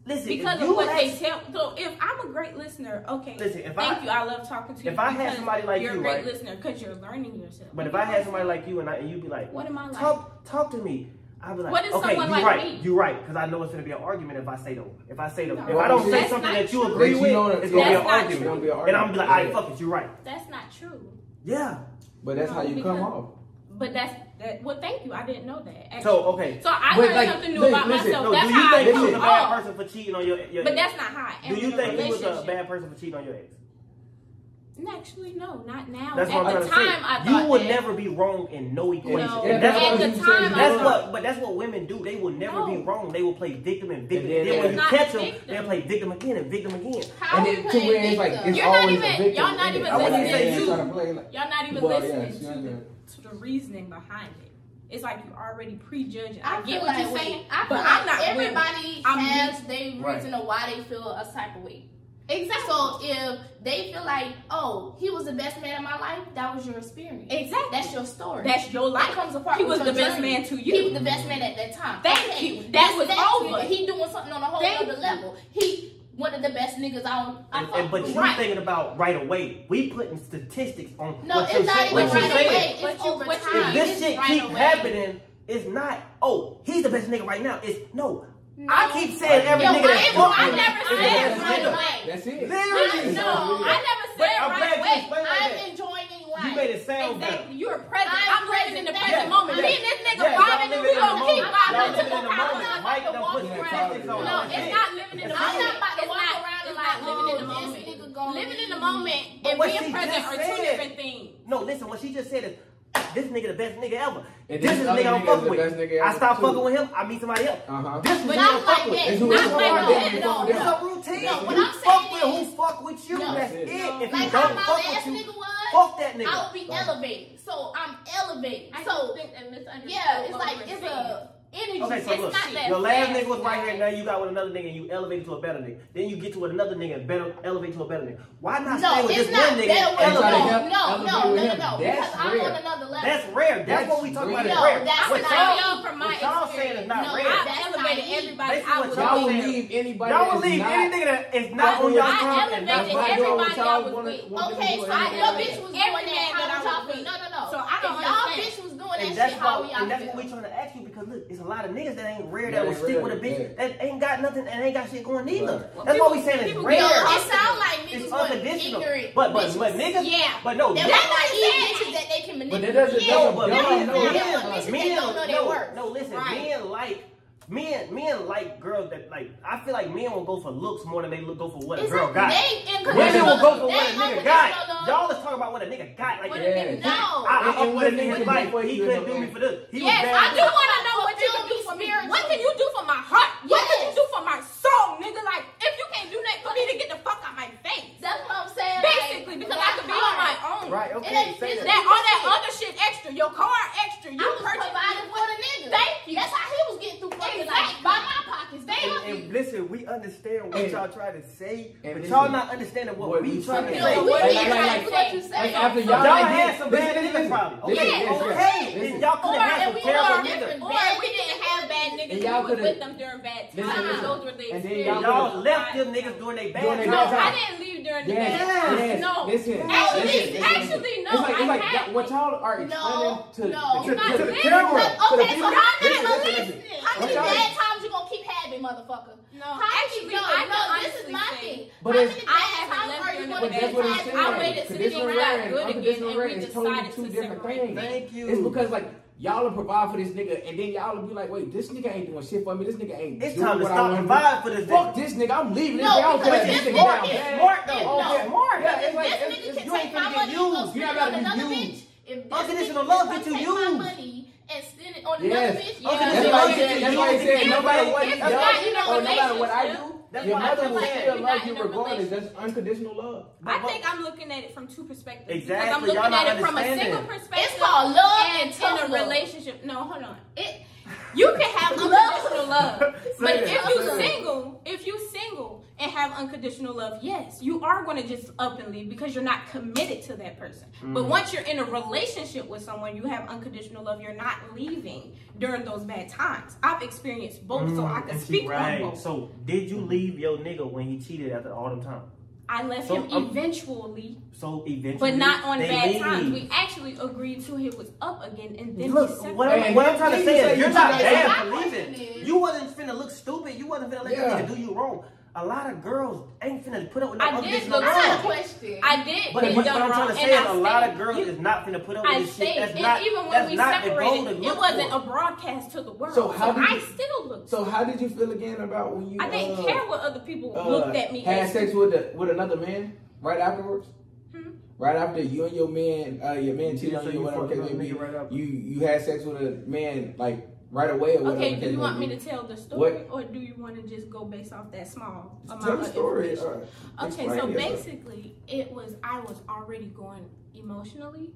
Speaker 1: Listen,
Speaker 3: Because
Speaker 1: if
Speaker 3: of
Speaker 1: you
Speaker 3: what they
Speaker 1: ask-
Speaker 3: tell. So if I'm a great listener, okay.
Speaker 1: Listen, if
Speaker 3: thank
Speaker 1: I-
Speaker 3: you. I love talking to you.
Speaker 1: if I had
Speaker 3: because
Speaker 1: somebody like
Speaker 3: you're
Speaker 1: you,
Speaker 3: a great
Speaker 1: right?
Speaker 3: listener because you're learning yourself.
Speaker 1: But if I had somebody like you and I, and you'd be like,
Speaker 3: What am I like?
Speaker 1: Talk, talk to me. I'd be like,
Speaker 3: What is
Speaker 1: okay,
Speaker 3: someone
Speaker 1: you're
Speaker 3: like
Speaker 1: right.
Speaker 3: me?
Speaker 1: You're right, because I know it's gonna be an argument if I say the, if I say the,
Speaker 3: No.
Speaker 1: if I don't say
Speaker 3: That's
Speaker 1: something
Speaker 3: not
Speaker 1: that you
Speaker 3: true.
Speaker 1: agree
Speaker 2: That
Speaker 1: with,
Speaker 2: you know that
Speaker 1: it's
Speaker 2: you-
Speaker 1: gonna be an
Speaker 3: That's not
Speaker 1: argument.
Speaker 3: true.
Speaker 2: Gonna be an
Speaker 1: And I'm gonna be like, alright,
Speaker 2: argument.
Speaker 1: fuck it, you're right.
Speaker 3: that's not true.
Speaker 1: Yeah.
Speaker 2: But that's how
Speaker 3: No,
Speaker 2: you come
Speaker 3: because-
Speaker 2: off.
Speaker 3: But that's that. Well, thank you. I didn't know that. Actually.
Speaker 1: So okay.
Speaker 3: So I
Speaker 2: But,
Speaker 3: learned
Speaker 2: like,
Speaker 3: something new
Speaker 2: listen,
Speaker 3: about
Speaker 2: listen,
Speaker 1: No,
Speaker 3: myself.
Speaker 1: do
Speaker 3: that's
Speaker 1: you
Speaker 3: how I
Speaker 1: think you was a
Speaker 3: come
Speaker 1: bad
Speaker 3: off.
Speaker 1: person for cheating on your, your
Speaker 3: But that's not how I am
Speaker 1: Do
Speaker 3: in
Speaker 1: you
Speaker 3: a
Speaker 1: think you was a
Speaker 3: relationship.
Speaker 1: bad person for cheating on your ex?
Speaker 3: Actually, no, not now.
Speaker 1: That's
Speaker 3: At
Speaker 1: what I'm
Speaker 3: the
Speaker 1: trying to say.
Speaker 3: time, I thought
Speaker 1: you would
Speaker 3: that.
Speaker 1: never be wrong in no equation.
Speaker 3: No,
Speaker 2: Yeah,
Speaker 1: that's
Speaker 3: at
Speaker 2: what
Speaker 3: the
Speaker 2: you said,
Speaker 3: time,
Speaker 2: you
Speaker 3: I
Speaker 2: know.
Speaker 1: That's
Speaker 3: thought
Speaker 1: what, but that's what women do. They will never be
Speaker 3: No.
Speaker 1: wrong. They will play victim and victim.
Speaker 2: And then
Speaker 1: And then when you
Speaker 3: they're-
Speaker 1: catch them,
Speaker 3: Not
Speaker 1: they'll play victim again and victim again.
Speaker 5: How
Speaker 2: And
Speaker 5: we
Speaker 2: then to
Speaker 5: playing
Speaker 2: where it's like
Speaker 5: victim?
Speaker 2: it's
Speaker 3: You're not
Speaker 2: always
Speaker 3: even-
Speaker 2: a victim.
Speaker 3: y'all not even
Speaker 2: I wouldn't
Speaker 1: listening
Speaker 2: say
Speaker 1: to-
Speaker 2: trying to play like
Speaker 3: Y'all not even
Speaker 2: Well, yeah,
Speaker 3: listening
Speaker 2: she
Speaker 3: to,
Speaker 2: under-
Speaker 3: the, to the reasoning behind it. It's like you already prejudging.
Speaker 5: I,
Speaker 3: I,
Speaker 5: feel
Speaker 3: get what
Speaker 5: like
Speaker 3: you're saying,
Speaker 5: I feel
Speaker 3: but
Speaker 5: like
Speaker 3: I'm not
Speaker 5: everybody
Speaker 3: I'm
Speaker 5: has their
Speaker 2: Right.
Speaker 5: reason of why they feel a type of way. Exactly. So if they feel like, oh, he was the best man in my life, that was your experience.
Speaker 3: Exactly.
Speaker 5: That's your story.
Speaker 3: That's your
Speaker 5: that
Speaker 3: life.
Speaker 5: comes apart.
Speaker 3: He was
Speaker 5: with your
Speaker 3: the best
Speaker 5: journey.
Speaker 3: man to
Speaker 5: He
Speaker 3: you.
Speaker 5: was the best man at that time.
Speaker 3: Thank you. That was
Speaker 5: Exactly.
Speaker 3: over.
Speaker 5: He doing something on a whole
Speaker 3: Thank
Speaker 5: other
Speaker 3: you.
Speaker 5: level. He one of the best niggas I don't. I
Speaker 1: And,
Speaker 5: fuck
Speaker 1: and- but
Speaker 5: with.
Speaker 1: you thinking about right away. We putting statistics on
Speaker 5: No,
Speaker 1: what
Speaker 5: it's
Speaker 1: you're
Speaker 5: not
Speaker 1: saying.
Speaker 5: even
Speaker 1: What
Speaker 5: right
Speaker 1: you're
Speaker 5: away.
Speaker 1: saying.
Speaker 5: It's
Speaker 3: What you-
Speaker 5: over
Speaker 3: what you-
Speaker 5: time.
Speaker 1: If this shit
Speaker 5: right
Speaker 1: keep
Speaker 5: away.
Speaker 1: happening, it's not. Oh, he's the best nigga right now. It's no.
Speaker 5: No.
Speaker 1: I keep saying every
Speaker 5: Yo,
Speaker 1: nigga
Speaker 5: I
Speaker 1: that
Speaker 5: ain't-
Speaker 1: fuck
Speaker 5: I
Speaker 1: with
Speaker 5: never
Speaker 1: is the
Speaker 5: said
Speaker 1: best
Speaker 5: right
Speaker 1: nigga.
Speaker 5: away.
Speaker 2: That's it.
Speaker 1: Literally.
Speaker 5: I, no, I never
Speaker 1: But
Speaker 5: said
Speaker 1: I'm glad you
Speaker 5: right away.
Speaker 1: explained like that.
Speaker 5: I'm enjoying life.
Speaker 1: You made it sound better.
Speaker 3: Exactly. You're present.
Speaker 5: I'm
Speaker 3: I'm, living in the
Speaker 5: present.
Speaker 3: present
Speaker 5: Yes.
Speaker 3: moment.
Speaker 5: Yes.
Speaker 3: Me and this nigga
Speaker 1: Yes, y'all
Speaker 3: vibing and
Speaker 1: living in
Speaker 3: we
Speaker 1: the
Speaker 3: gonna
Speaker 1: moment.
Speaker 3: keep vibing
Speaker 1: Y'all living
Speaker 3: until
Speaker 1: in the
Speaker 3: the
Speaker 1: moment.
Speaker 3: cops
Speaker 1: Mike done
Speaker 5: I'm not
Speaker 1: put
Speaker 5: about to
Speaker 1: statistics
Speaker 2: walk
Speaker 1: on
Speaker 5: around.
Speaker 1: it.
Speaker 5: No,
Speaker 3: It's not living in the
Speaker 1: It's
Speaker 5: I'm
Speaker 3: moment.
Speaker 5: not about to
Speaker 3: It's
Speaker 5: walk
Speaker 3: not-
Speaker 5: around
Speaker 3: it's
Speaker 5: and
Speaker 3: not living
Speaker 5: like,
Speaker 3: in the
Speaker 5: oh,
Speaker 3: moment.
Speaker 5: this nigga gonna
Speaker 3: Living in the
Speaker 5: leave me.
Speaker 3: moment
Speaker 1: But
Speaker 3: and
Speaker 1: what
Speaker 3: being
Speaker 1: she
Speaker 3: present
Speaker 1: just
Speaker 3: are
Speaker 1: said-
Speaker 3: two different things.
Speaker 1: No, listen. What she just said is God, this nigga the best nigga ever.
Speaker 2: And
Speaker 1: This is
Speaker 2: other
Speaker 1: nigga I'm
Speaker 2: nigga
Speaker 1: fucking
Speaker 2: is the
Speaker 1: with.
Speaker 2: best nigga
Speaker 1: I
Speaker 2: ever,
Speaker 1: stop
Speaker 2: too.
Speaker 1: fucking with him. I meet somebody else.
Speaker 2: Uh-huh.
Speaker 1: This is
Speaker 5: But
Speaker 1: nigga
Speaker 5: not
Speaker 1: I fuck
Speaker 5: like
Speaker 1: with.
Speaker 5: that.
Speaker 2: It's
Speaker 5: Not
Speaker 2: who it's
Speaker 5: like
Speaker 2: for.
Speaker 5: that.
Speaker 2: It's who
Speaker 5: No,
Speaker 2: it's
Speaker 5: no.
Speaker 1: That's a routine.
Speaker 5: No, what
Speaker 1: you
Speaker 5: I'm
Speaker 1: fuck with
Speaker 5: saying
Speaker 1: who
Speaker 5: is-
Speaker 1: fuck with you.
Speaker 5: No.
Speaker 1: That's it.
Speaker 2: No.
Speaker 1: If
Speaker 5: Like
Speaker 1: you
Speaker 5: how
Speaker 1: don't
Speaker 5: my
Speaker 1: fuck with
Speaker 5: last
Speaker 1: you,
Speaker 5: nigga was,
Speaker 1: fuck that nigga.
Speaker 5: I would be elevating. So I'm elevating.
Speaker 3: I
Speaker 5: So
Speaker 3: think that misunderstood.
Speaker 5: yeah, it's
Speaker 3: what
Speaker 5: like
Speaker 3: we're
Speaker 5: it's
Speaker 3: saying.
Speaker 5: a energy.
Speaker 1: Okay, so
Speaker 5: it's
Speaker 1: look,
Speaker 5: not that
Speaker 1: your last
Speaker 5: fast,
Speaker 1: nigga was right here,
Speaker 5: guys.
Speaker 1: and now you got with another nigga, and you elevated to a better nigga. Then you get to another nigga and better elevate to a better nigga. Why not
Speaker 5: No,
Speaker 1: stay with
Speaker 5: it's
Speaker 1: this
Speaker 5: not
Speaker 1: one nigga? and
Speaker 5: better with no,
Speaker 2: Elevate
Speaker 1: elevate?
Speaker 2: him.
Speaker 5: no, no, no,
Speaker 2: Elevate
Speaker 5: no,
Speaker 2: him.
Speaker 5: no.
Speaker 2: That's
Speaker 5: Because I'm on
Speaker 2: rare.
Speaker 5: another level.
Speaker 1: That's rare. That's,
Speaker 2: That's
Speaker 1: what we talking about. is
Speaker 5: no,
Speaker 1: rare.
Speaker 5: that's
Speaker 1: what
Speaker 5: not
Speaker 1: y'all,
Speaker 5: young
Speaker 3: from
Speaker 1: what
Speaker 3: my
Speaker 1: y'all saying is not
Speaker 3: No,
Speaker 1: rare.
Speaker 5: I-
Speaker 3: I've
Speaker 5: That's
Speaker 3: elevated
Speaker 5: naive.
Speaker 3: everybody.
Speaker 1: Basically
Speaker 3: I
Speaker 1: what
Speaker 3: would
Speaker 1: y'all saying-
Speaker 2: Y'all would leave anybody.
Speaker 1: y'all
Speaker 2: that's
Speaker 1: would leave
Speaker 2: not-
Speaker 1: any nigga that is not
Speaker 2: I-
Speaker 1: on y'all
Speaker 2: I
Speaker 1: time. and not-
Speaker 2: That's not doing what
Speaker 3: elevated everybody I
Speaker 2: y'all
Speaker 3: was
Speaker 2: wanna-
Speaker 3: with.
Speaker 2: wanna
Speaker 5: Okay,
Speaker 2: do
Speaker 5: so
Speaker 2: at
Speaker 5: I,
Speaker 2: any
Speaker 5: your
Speaker 2: time.
Speaker 5: bitch was doing
Speaker 3: Every man that I
Speaker 5: that.
Speaker 3: was
Speaker 5: How would y'all feel?
Speaker 3: with.
Speaker 5: No, no, no.
Speaker 3: So I don't
Speaker 5: if y'all
Speaker 3: understand.
Speaker 5: bitch was doing
Speaker 1: And
Speaker 5: that
Speaker 1: that's
Speaker 5: shit, how
Speaker 1: why,
Speaker 5: would
Speaker 1: and
Speaker 5: y'all
Speaker 1: that's what we
Speaker 5: feel?
Speaker 1: trying to ask you because look, it's a lot of niggas that ain't rare that
Speaker 2: That ain't
Speaker 1: will stick
Speaker 2: rare,
Speaker 1: with a bitch
Speaker 2: yeah.
Speaker 1: that ain't got nothing and ain't got shit going neither.
Speaker 3: Right.
Speaker 1: That's why we
Speaker 3: People-
Speaker 1: saying it's
Speaker 3: people
Speaker 1: rare.
Speaker 5: Yo,
Speaker 3: get
Speaker 5: it
Speaker 3: It's
Speaker 5: sound like niggas
Speaker 1: It's
Speaker 5: want
Speaker 1: unconditional.
Speaker 5: ignorant.
Speaker 1: But but
Speaker 5: bitches.
Speaker 1: but niggas.
Speaker 3: Yeah.
Speaker 1: But no,
Speaker 5: That's
Speaker 1: that-
Speaker 5: not
Speaker 3: Yeah.
Speaker 5: even bitches that they can
Speaker 2: But that
Speaker 5: manipulate.
Speaker 2: doesn't.
Speaker 5: Yeah.
Speaker 1: No,
Speaker 2: that's-
Speaker 1: but
Speaker 5: No,
Speaker 2: y'all
Speaker 1: men,
Speaker 5: no,
Speaker 2: know
Speaker 5: no,
Speaker 2: that.
Speaker 5: no,
Speaker 2: Like,
Speaker 5: bitches that
Speaker 1: men,
Speaker 5: don't know their
Speaker 1: no,
Speaker 5: worth.
Speaker 1: no, listen,
Speaker 5: Right.
Speaker 1: men like men, men like girls that like. I feel like men will go for looks more than they look go for what a
Speaker 5: It's
Speaker 1: girl
Speaker 5: like
Speaker 1: got.
Speaker 5: They in
Speaker 1: Women will go for
Speaker 5: they
Speaker 1: what a nigga
Speaker 5: unconditional
Speaker 1: got.
Speaker 5: love.
Speaker 1: Y'all is talking about what a nigga got. Like,
Speaker 5: What
Speaker 1: I,
Speaker 5: a
Speaker 2: Yeah.
Speaker 5: nigga, no.
Speaker 1: I
Speaker 2: And
Speaker 1: up with a
Speaker 2: women
Speaker 1: nigga's
Speaker 2: can
Speaker 1: life.
Speaker 2: do for
Speaker 1: He
Speaker 2: you
Speaker 1: couldn't
Speaker 2: in a
Speaker 1: do me
Speaker 2: way.
Speaker 1: for this. He
Speaker 5: Yes,
Speaker 1: was
Speaker 5: I
Speaker 1: bad.
Speaker 5: do
Speaker 3: You want to know what you
Speaker 5: Fulfill
Speaker 3: can do
Speaker 5: me
Speaker 3: for me?
Speaker 5: spiritually.
Speaker 3: What can you do for my heart? What can you
Speaker 5: Yes.
Speaker 3: do for my soul, nigga? Like, if you can't do that for me, then get the fuck out my face.
Speaker 5: That's what I'm saying.
Speaker 3: Basically,
Speaker 5: like,
Speaker 3: because I could be on my own.
Speaker 2: Right.
Speaker 5: It
Speaker 2: Okay.
Speaker 5: ain't
Speaker 2: say
Speaker 5: business.
Speaker 2: that.
Speaker 3: That all that other shit extra, your car extra, you
Speaker 5: I was
Speaker 3: purchased-
Speaker 5: providing for the nigga.
Speaker 3: Thank you.
Speaker 5: That's how he was getting through fucking life
Speaker 3: Exactly.
Speaker 5: by my pockets. They
Speaker 1: And,
Speaker 5: don't
Speaker 1: and listen, we understand what
Speaker 2: And-
Speaker 1: y'all try to say,
Speaker 2: and
Speaker 1: but
Speaker 2: listen,
Speaker 1: y'all not understanding what,
Speaker 2: what
Speaker 1: we
Speaker 2: we
Speaker 1: trying to
Speaker 2: saying.
Speaker 1: say.
Speaker 5: No,
Speaker 2: Like,
Speaker 5: we
Speaker 2: like, like,
Speaker 5: need to
Speaker 2: like,
Speaker 5: do what you say.
Speaker 2: Like after
Speaker 1: Y'all
Speaker 2: y'all, like
Speaker 1: had
Speaker 2: this,
Speaker 1: some
Speaker 2: this-
Speaker 1: bad
Speaker 2: this-
Speaker 1: niggas probably.
Speaker 2: this-
Speaker 1: Okay,
Speaker 2: this- this-
Speaker 1: okay,
Speaker 2: this-
Speaker 1: then y'all could
Speaker 5: Or
Speaker 1: have had
Speaker 5: and
Speaker 1: some
Speaker 5: we
Speaker 1: terrible
Speaker 5: are
Speaker 1: niggas.
Speaker 5: different.
Speaker 3: Or we didn't have bad
Speaker 2: And
Speaker 3: niggas
Speaker 2: y'all
Speaker 3: who was
Speaker 2: could've-
Speaker 3: with them during bad
Speaker 2: Listen,
Speaker 3: times.
Speaker 2: listen.
Speaker 3: Those were the
Speaker 2: And then
Speaker 3: experiences.
Speaker 2: y'all
Speaker 1: Y'all left them niggas doing their
Speaker 2: Doing
Speaker 1: bad
Speaker 2: they
Speaker 3: No,
Speaker 1: job.
Speaker 2: bad time.
Speaker 3: I didn't leave during the
Speaker 2: Yes,
Speaker 3: bad
Speaker 1: Yes.
Speaker 3: times.
Speaker 2: yes,
Speaker 3: No.
Speaker 2: listen,
Speaker 3: Actually,
Speaker 2: listen, listen.
Speaker 3: actually, no,
Speaker 2: It's like, it's
Speaker 3: I
Speaker 2: like
Speaker 3: had-
Speaker 2: that, what y'all are
Speaker 5: No,
Speaker 2: explaining
Speaker 5: no.
Speaker 2: to, to,
Speaker 1: To- to
Speaker 2: to,
Speaker 1: the
Speaker 2: the
Speaker 1: camera.
Speaker 2: camera, to the
Speaker 5: Okay, so
Speaker 2: people.
Speaker 5: how many
Speaker 2: Listen, listen,
Speaker 5: listen?
Speaker 2: listen.
Speaker 5: How many
Speaker 2: What y'all-
Speaker 5: bad times you gonna keep having, motherfucker?
Speaker 3: No,
Speaker 5: How
Speaker 3: actually,
Speaker 5: many, no,
Speaker 3: I
Speaker 5: no,
Speaker 3: can
Speaker 5: this is
Speaker 3: honestly
Speaker 5: my
Speaker 3: say-
Speaker 5: thing.
Speaker 2: But
Speaker 5: how
Speaker 2: it's-
Speaker 5: many
Speaker 3: I
Speaker 5: bad
Speaker 3: haven't
Speaker 5: times
Speaker 3: left
Speaker 5: are you
Speaker 3: during the
Speaker 5: gonna
Speaker 2: But
Speaker 3: bad
Speaker 2: that's
Speaker 5: keep
Speaker 2: what I'm
Speaker 3: times.
Speaker 5: having?
Speaker 2: saying.
Speaker 3: I waited till
Speaker 2: Conditional
Speaker 3: things got
Speaker 2: rare and
Speaker 3: good again,
Speaker 2: unconditional
Speaker 3: and we
Speaker 2: rare is totally
Speaker 3: decided
Speaker 2: two
Speaker 3: to
Speaker 2: different
Speaker 3: separate.
Speaker 2: things.
Speaker 1: Thank you.
Speaker 2: It's because like y'all will provide for this nigga, and then y'all will be like, wait, this nigga ain't doing shit for me. This nigga ain't.
Speaker 1: It's
Speaker 2: doing
Speaker 1: time to
Speaker 2: what I
Speaker 1: stop
Speaker 2: wanna
Speaker 1: and
Speaker 2: do.
Speaker 1: vibe for this
Speaker 2: Fuck
Speaker 1: nigga.
Speaker 2: this nigga. I'm leaving.
Speaker 5: No,
Speaker 2: this nigga.
Speaker 5: because
Speaker 2: I'll
Speaker 5: it's
Speaker 2: this nigga
Speaker 5: more-
Speaker 2: down
Speaker 5: it's
Speaker 2: bad.
Speaker 1: more though.
Speaker 5: It's
Speaker 2: Oh,
Speaker 5: no.
Speaker 2: yeah, more. Yeah,
Speaker 5: If
Speaker 2: it's like
Speaker 5: this
Speaker 2: it's-
Speaker 5: nigga
Speaker 2: it's-
Speaker 5: can
Speaker 2: you
Speaker 5: take
Speaker 2: ain't
Speaker 5: my
Speaker 2: finna
Speaker 5: money
Speaker 2: get
Speaker 5: and go
Speaker 2: used.
Speaker 5: spend
Speaker 2: You
Speaker 5: it
Speaker 2: not
Speaker 5: on
Speaker 2: about to
Speaker 5: another
Speaker 2: be
Speaker 5: bitch.
Speaker 2: used.
Speaker 5: If this
Speaker 1: Unconditional
Speaker 5: nigga
Speaker 1: love
Speaker 5: can
Speaker 1: that you
Speaker 5: take my
Speaker 1: use.
Speaker 5: money and spend it on
Speaker 2: Yes.
Speaker 5: another bitch, yeah.
Speaker 1: Unconditional
Speaker 2: That's
Speaker 1: love that you
Speaker 2: why I said. That's why I
Speaker 1: use.
Speaker 2: said. No matter what you does, or
Speaker 3: If you're not in a
Speaker 2: no matter what I
Speaker 3: relationship,
Speaker 2: do,
Speaker 1: that's
Speaker 2: your
Speaker 1: why I
Speaker 2: mother will
Speaker 1: said
Speaker 2: still
Speaker 3: you're
Speaker 2: love
Speaker 3: not
Speaker 2: you
Speaker 3: in a
Speaker 2: regardless. That's unconditional love.
Speaker 3: I think I'm looking at it from two perspectives. Because I'm
Speaker 1: Exactly,
Speaker 3: looking
Speaker 1: y'all not
Speaker 3: at it from a
Speaker 1: understanding.
Speaker 3: single perspective.
Speaker 5: It's called love and tough
Speaker 3: in a
Speaker 5: love.
Speaker 3: relationship. No, hold on. It you can have unconditional love. But
Speaker 1: Say
Speaker 3: if
Speaker 1: that,
Speaker 3: you
Speaker 1: say that.
Speaker 3: single, if you single and have unconditional love, yes, you are going to just up and leave because you're not committed to that person.
Speaker 1: Mm.
Speaker 3: But
Speaker 1: Mm-hmm.
Speaker 3: once you're in a relationship with someone, you have unconditional love. You're not leaving during those bad times. I've experienced both, so I can
Speaker 1: And she
Speaker 3: speak
Speaker 1: Mm, right.
Speaker 3: on both.
Speaker 1: So did you leave your nigga when he cheated after all the time?
Speaker 3: I left
Speaker 1: So,
Speaker 3: him
Speaker 1: I'm-
Speaker 3: eventually,
Speaker 1: So eventually,
Speaker 3: but not on
Speaker 1: they
Speaker 3: bad
Speaker 1: leave.
Speaker 3: times. We actually agreed till he was up again, and then he
Speaker 1: Look,
Speaker 3: separated.
Speaker 1: what I'm,
Speaker 2: And
Speaker 1: what I'm trying to
Speaker 2: you
Speaker 1: say
Speaker 2: say
Speaker 1: is you're
Speaker 2: you
Speaker 1: not
Speaker 2: should-
Speaker 1: bad for
Speaker 5: My
Speaker 1: leaving.
Speaker 5: question is-
Speaker 1: You wasn't finna look stupid. You wasn't finna let
Speaker 2: Yeah.
Speaker 1: that nigga do you wrong. A lot of girls ain't finna put up with no
Speaker 3: I did
Speaker 1: unconditional
Speaker 3: look
Speaker 5: I got a
Speaker 1: love.
Speaker 5: question.
Speaker 3: I did.
Speaker 1: But
Speaker 3: get
Speaker 1: but what
Speaker 3: done
Speaker 1: I'm
Speaker 3: wrong,
Speaker 1: trying to
Speaker 3: and
Speaker 1: say is
Speaker 3: I
Speaker 1: a lot
Speaker 3: stayed.
Speaker 1: of girls
Speaker 3: You-
Speaker 1: is not finna put up with
Speaker 3: I
Speaker 1: this shit.
Speaker 3: stayed,
Speaker 1: That's
Speaker 3: and
Speaker 1: not
Speaker 3: even when
Speaker 1: that's
Speaker 3: we
Speaker 1: not the goal to
Speaker 3: separated,
Speaker 1: look
Speaker 3: it wasn't
Speaker 1: for.
Speaker 3: a broadcast to the world.
Speaker 2: So how did
Speaker 3: I
Speaker 2: you-
Speaker 3: still looked.
Speaker 2: So how did you feel again about when you?
Speaker 3: I didn't
Speaker 1: Oh.
Speaker 2: uh,
Speaker 3: care what other people
Speaker 2: uh,
Speaker 3: looked at me
Speaker 2: Had
Speaker 3: as.
Speaker 2: sex with the, with another man right afterwards.
Speaker 3: Hmm?
Speaker 2: Right after you and your man, uh, your man
Speaker 1: Yeah,
Speaker 2: cheated on
Speaker 1: so
Speaker 2: you,
Speaker 1: you
Speaker 2: whatever
Speaker 1: fucked
Speaker 2: case may
Speaker 1: another
Speaker 2: be,
Speaker 1: nigga right after.
Speaker 2: you you had sex with a man like right away or whatever.
Speaker 3: Okay, do
Speaker 2: case
Speaker 3: you
Speaker 2: may
Speaker 3: want me
Speaker 2: be.
Speaker 3: to tell the story,
Speaker 2: What?
Speaker 3: or do you want to just go based off that small amount
Speaker 2: tell the
Speaker 3: of
Speaker 2: story?
Speaker 3: information?
Speaker 2: uh,
Speaker 3: Okay,
Speaker 2: explain
Speaker 3: so
Speaker 2: yourself.
Speaker 3: basically, it was I was already going emotionally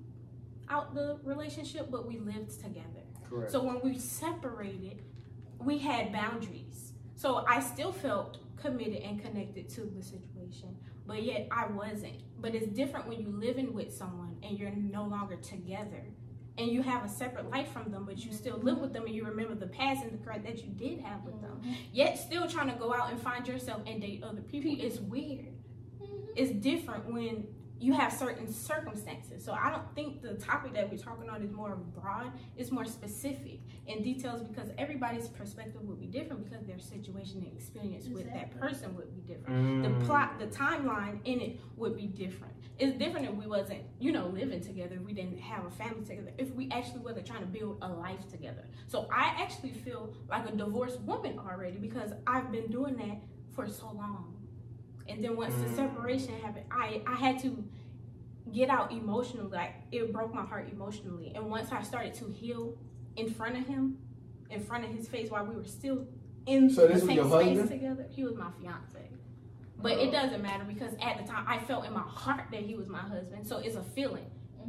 Speaker 3: out the relationship, but we lived together.
Speaker 1: Correct.
Speaker 3: So when we separated, we had boundaries. So I still felt committed and connected to the situation, but yet I wasn't. But it's different when you're living with someone and you're no longer together. And you have a separate life from them, but you still live with them and you remember the past and the current that you did have with them. Yet still trying to go out and find yourself and date other people is weird. It's different when you have certain circumstances. So I don't think the topic that we're talking on is more broad, it's more specific and details because everybody's perspective would be different because their situation and experience with that
Speaker 5: Exactly.
Speaker 3: person would be different. The
Speaker 1: Mm.
Speaker 3: plot, the timeline in it would be different. It's different if we wasn't, you know, living together, we didn't have a family together, if we actually wasn't trying to build a life together. So I actually feel like a divorced woman already because I've been doing that for so long. And then once the
Speaker 1: Mm.
Speaker 3: separation happened, I, I had to get out emotionally. Like it broke my heart emotionally. And once I started to heal in front of him, in front of his face, while we were still in
Speaker 2: So
Speaker 3: the
Speaker 2: this was
Speaker 3: same
Speaker 2: your
Speaker 3: space
Speaker 2: husband?
Speaker 3: together, he was my fiance. But
Speaker 2: Oh.
Speaker 3: it doesn't matter because at the time I felt in my heart that he was my husband. So it's a feeling.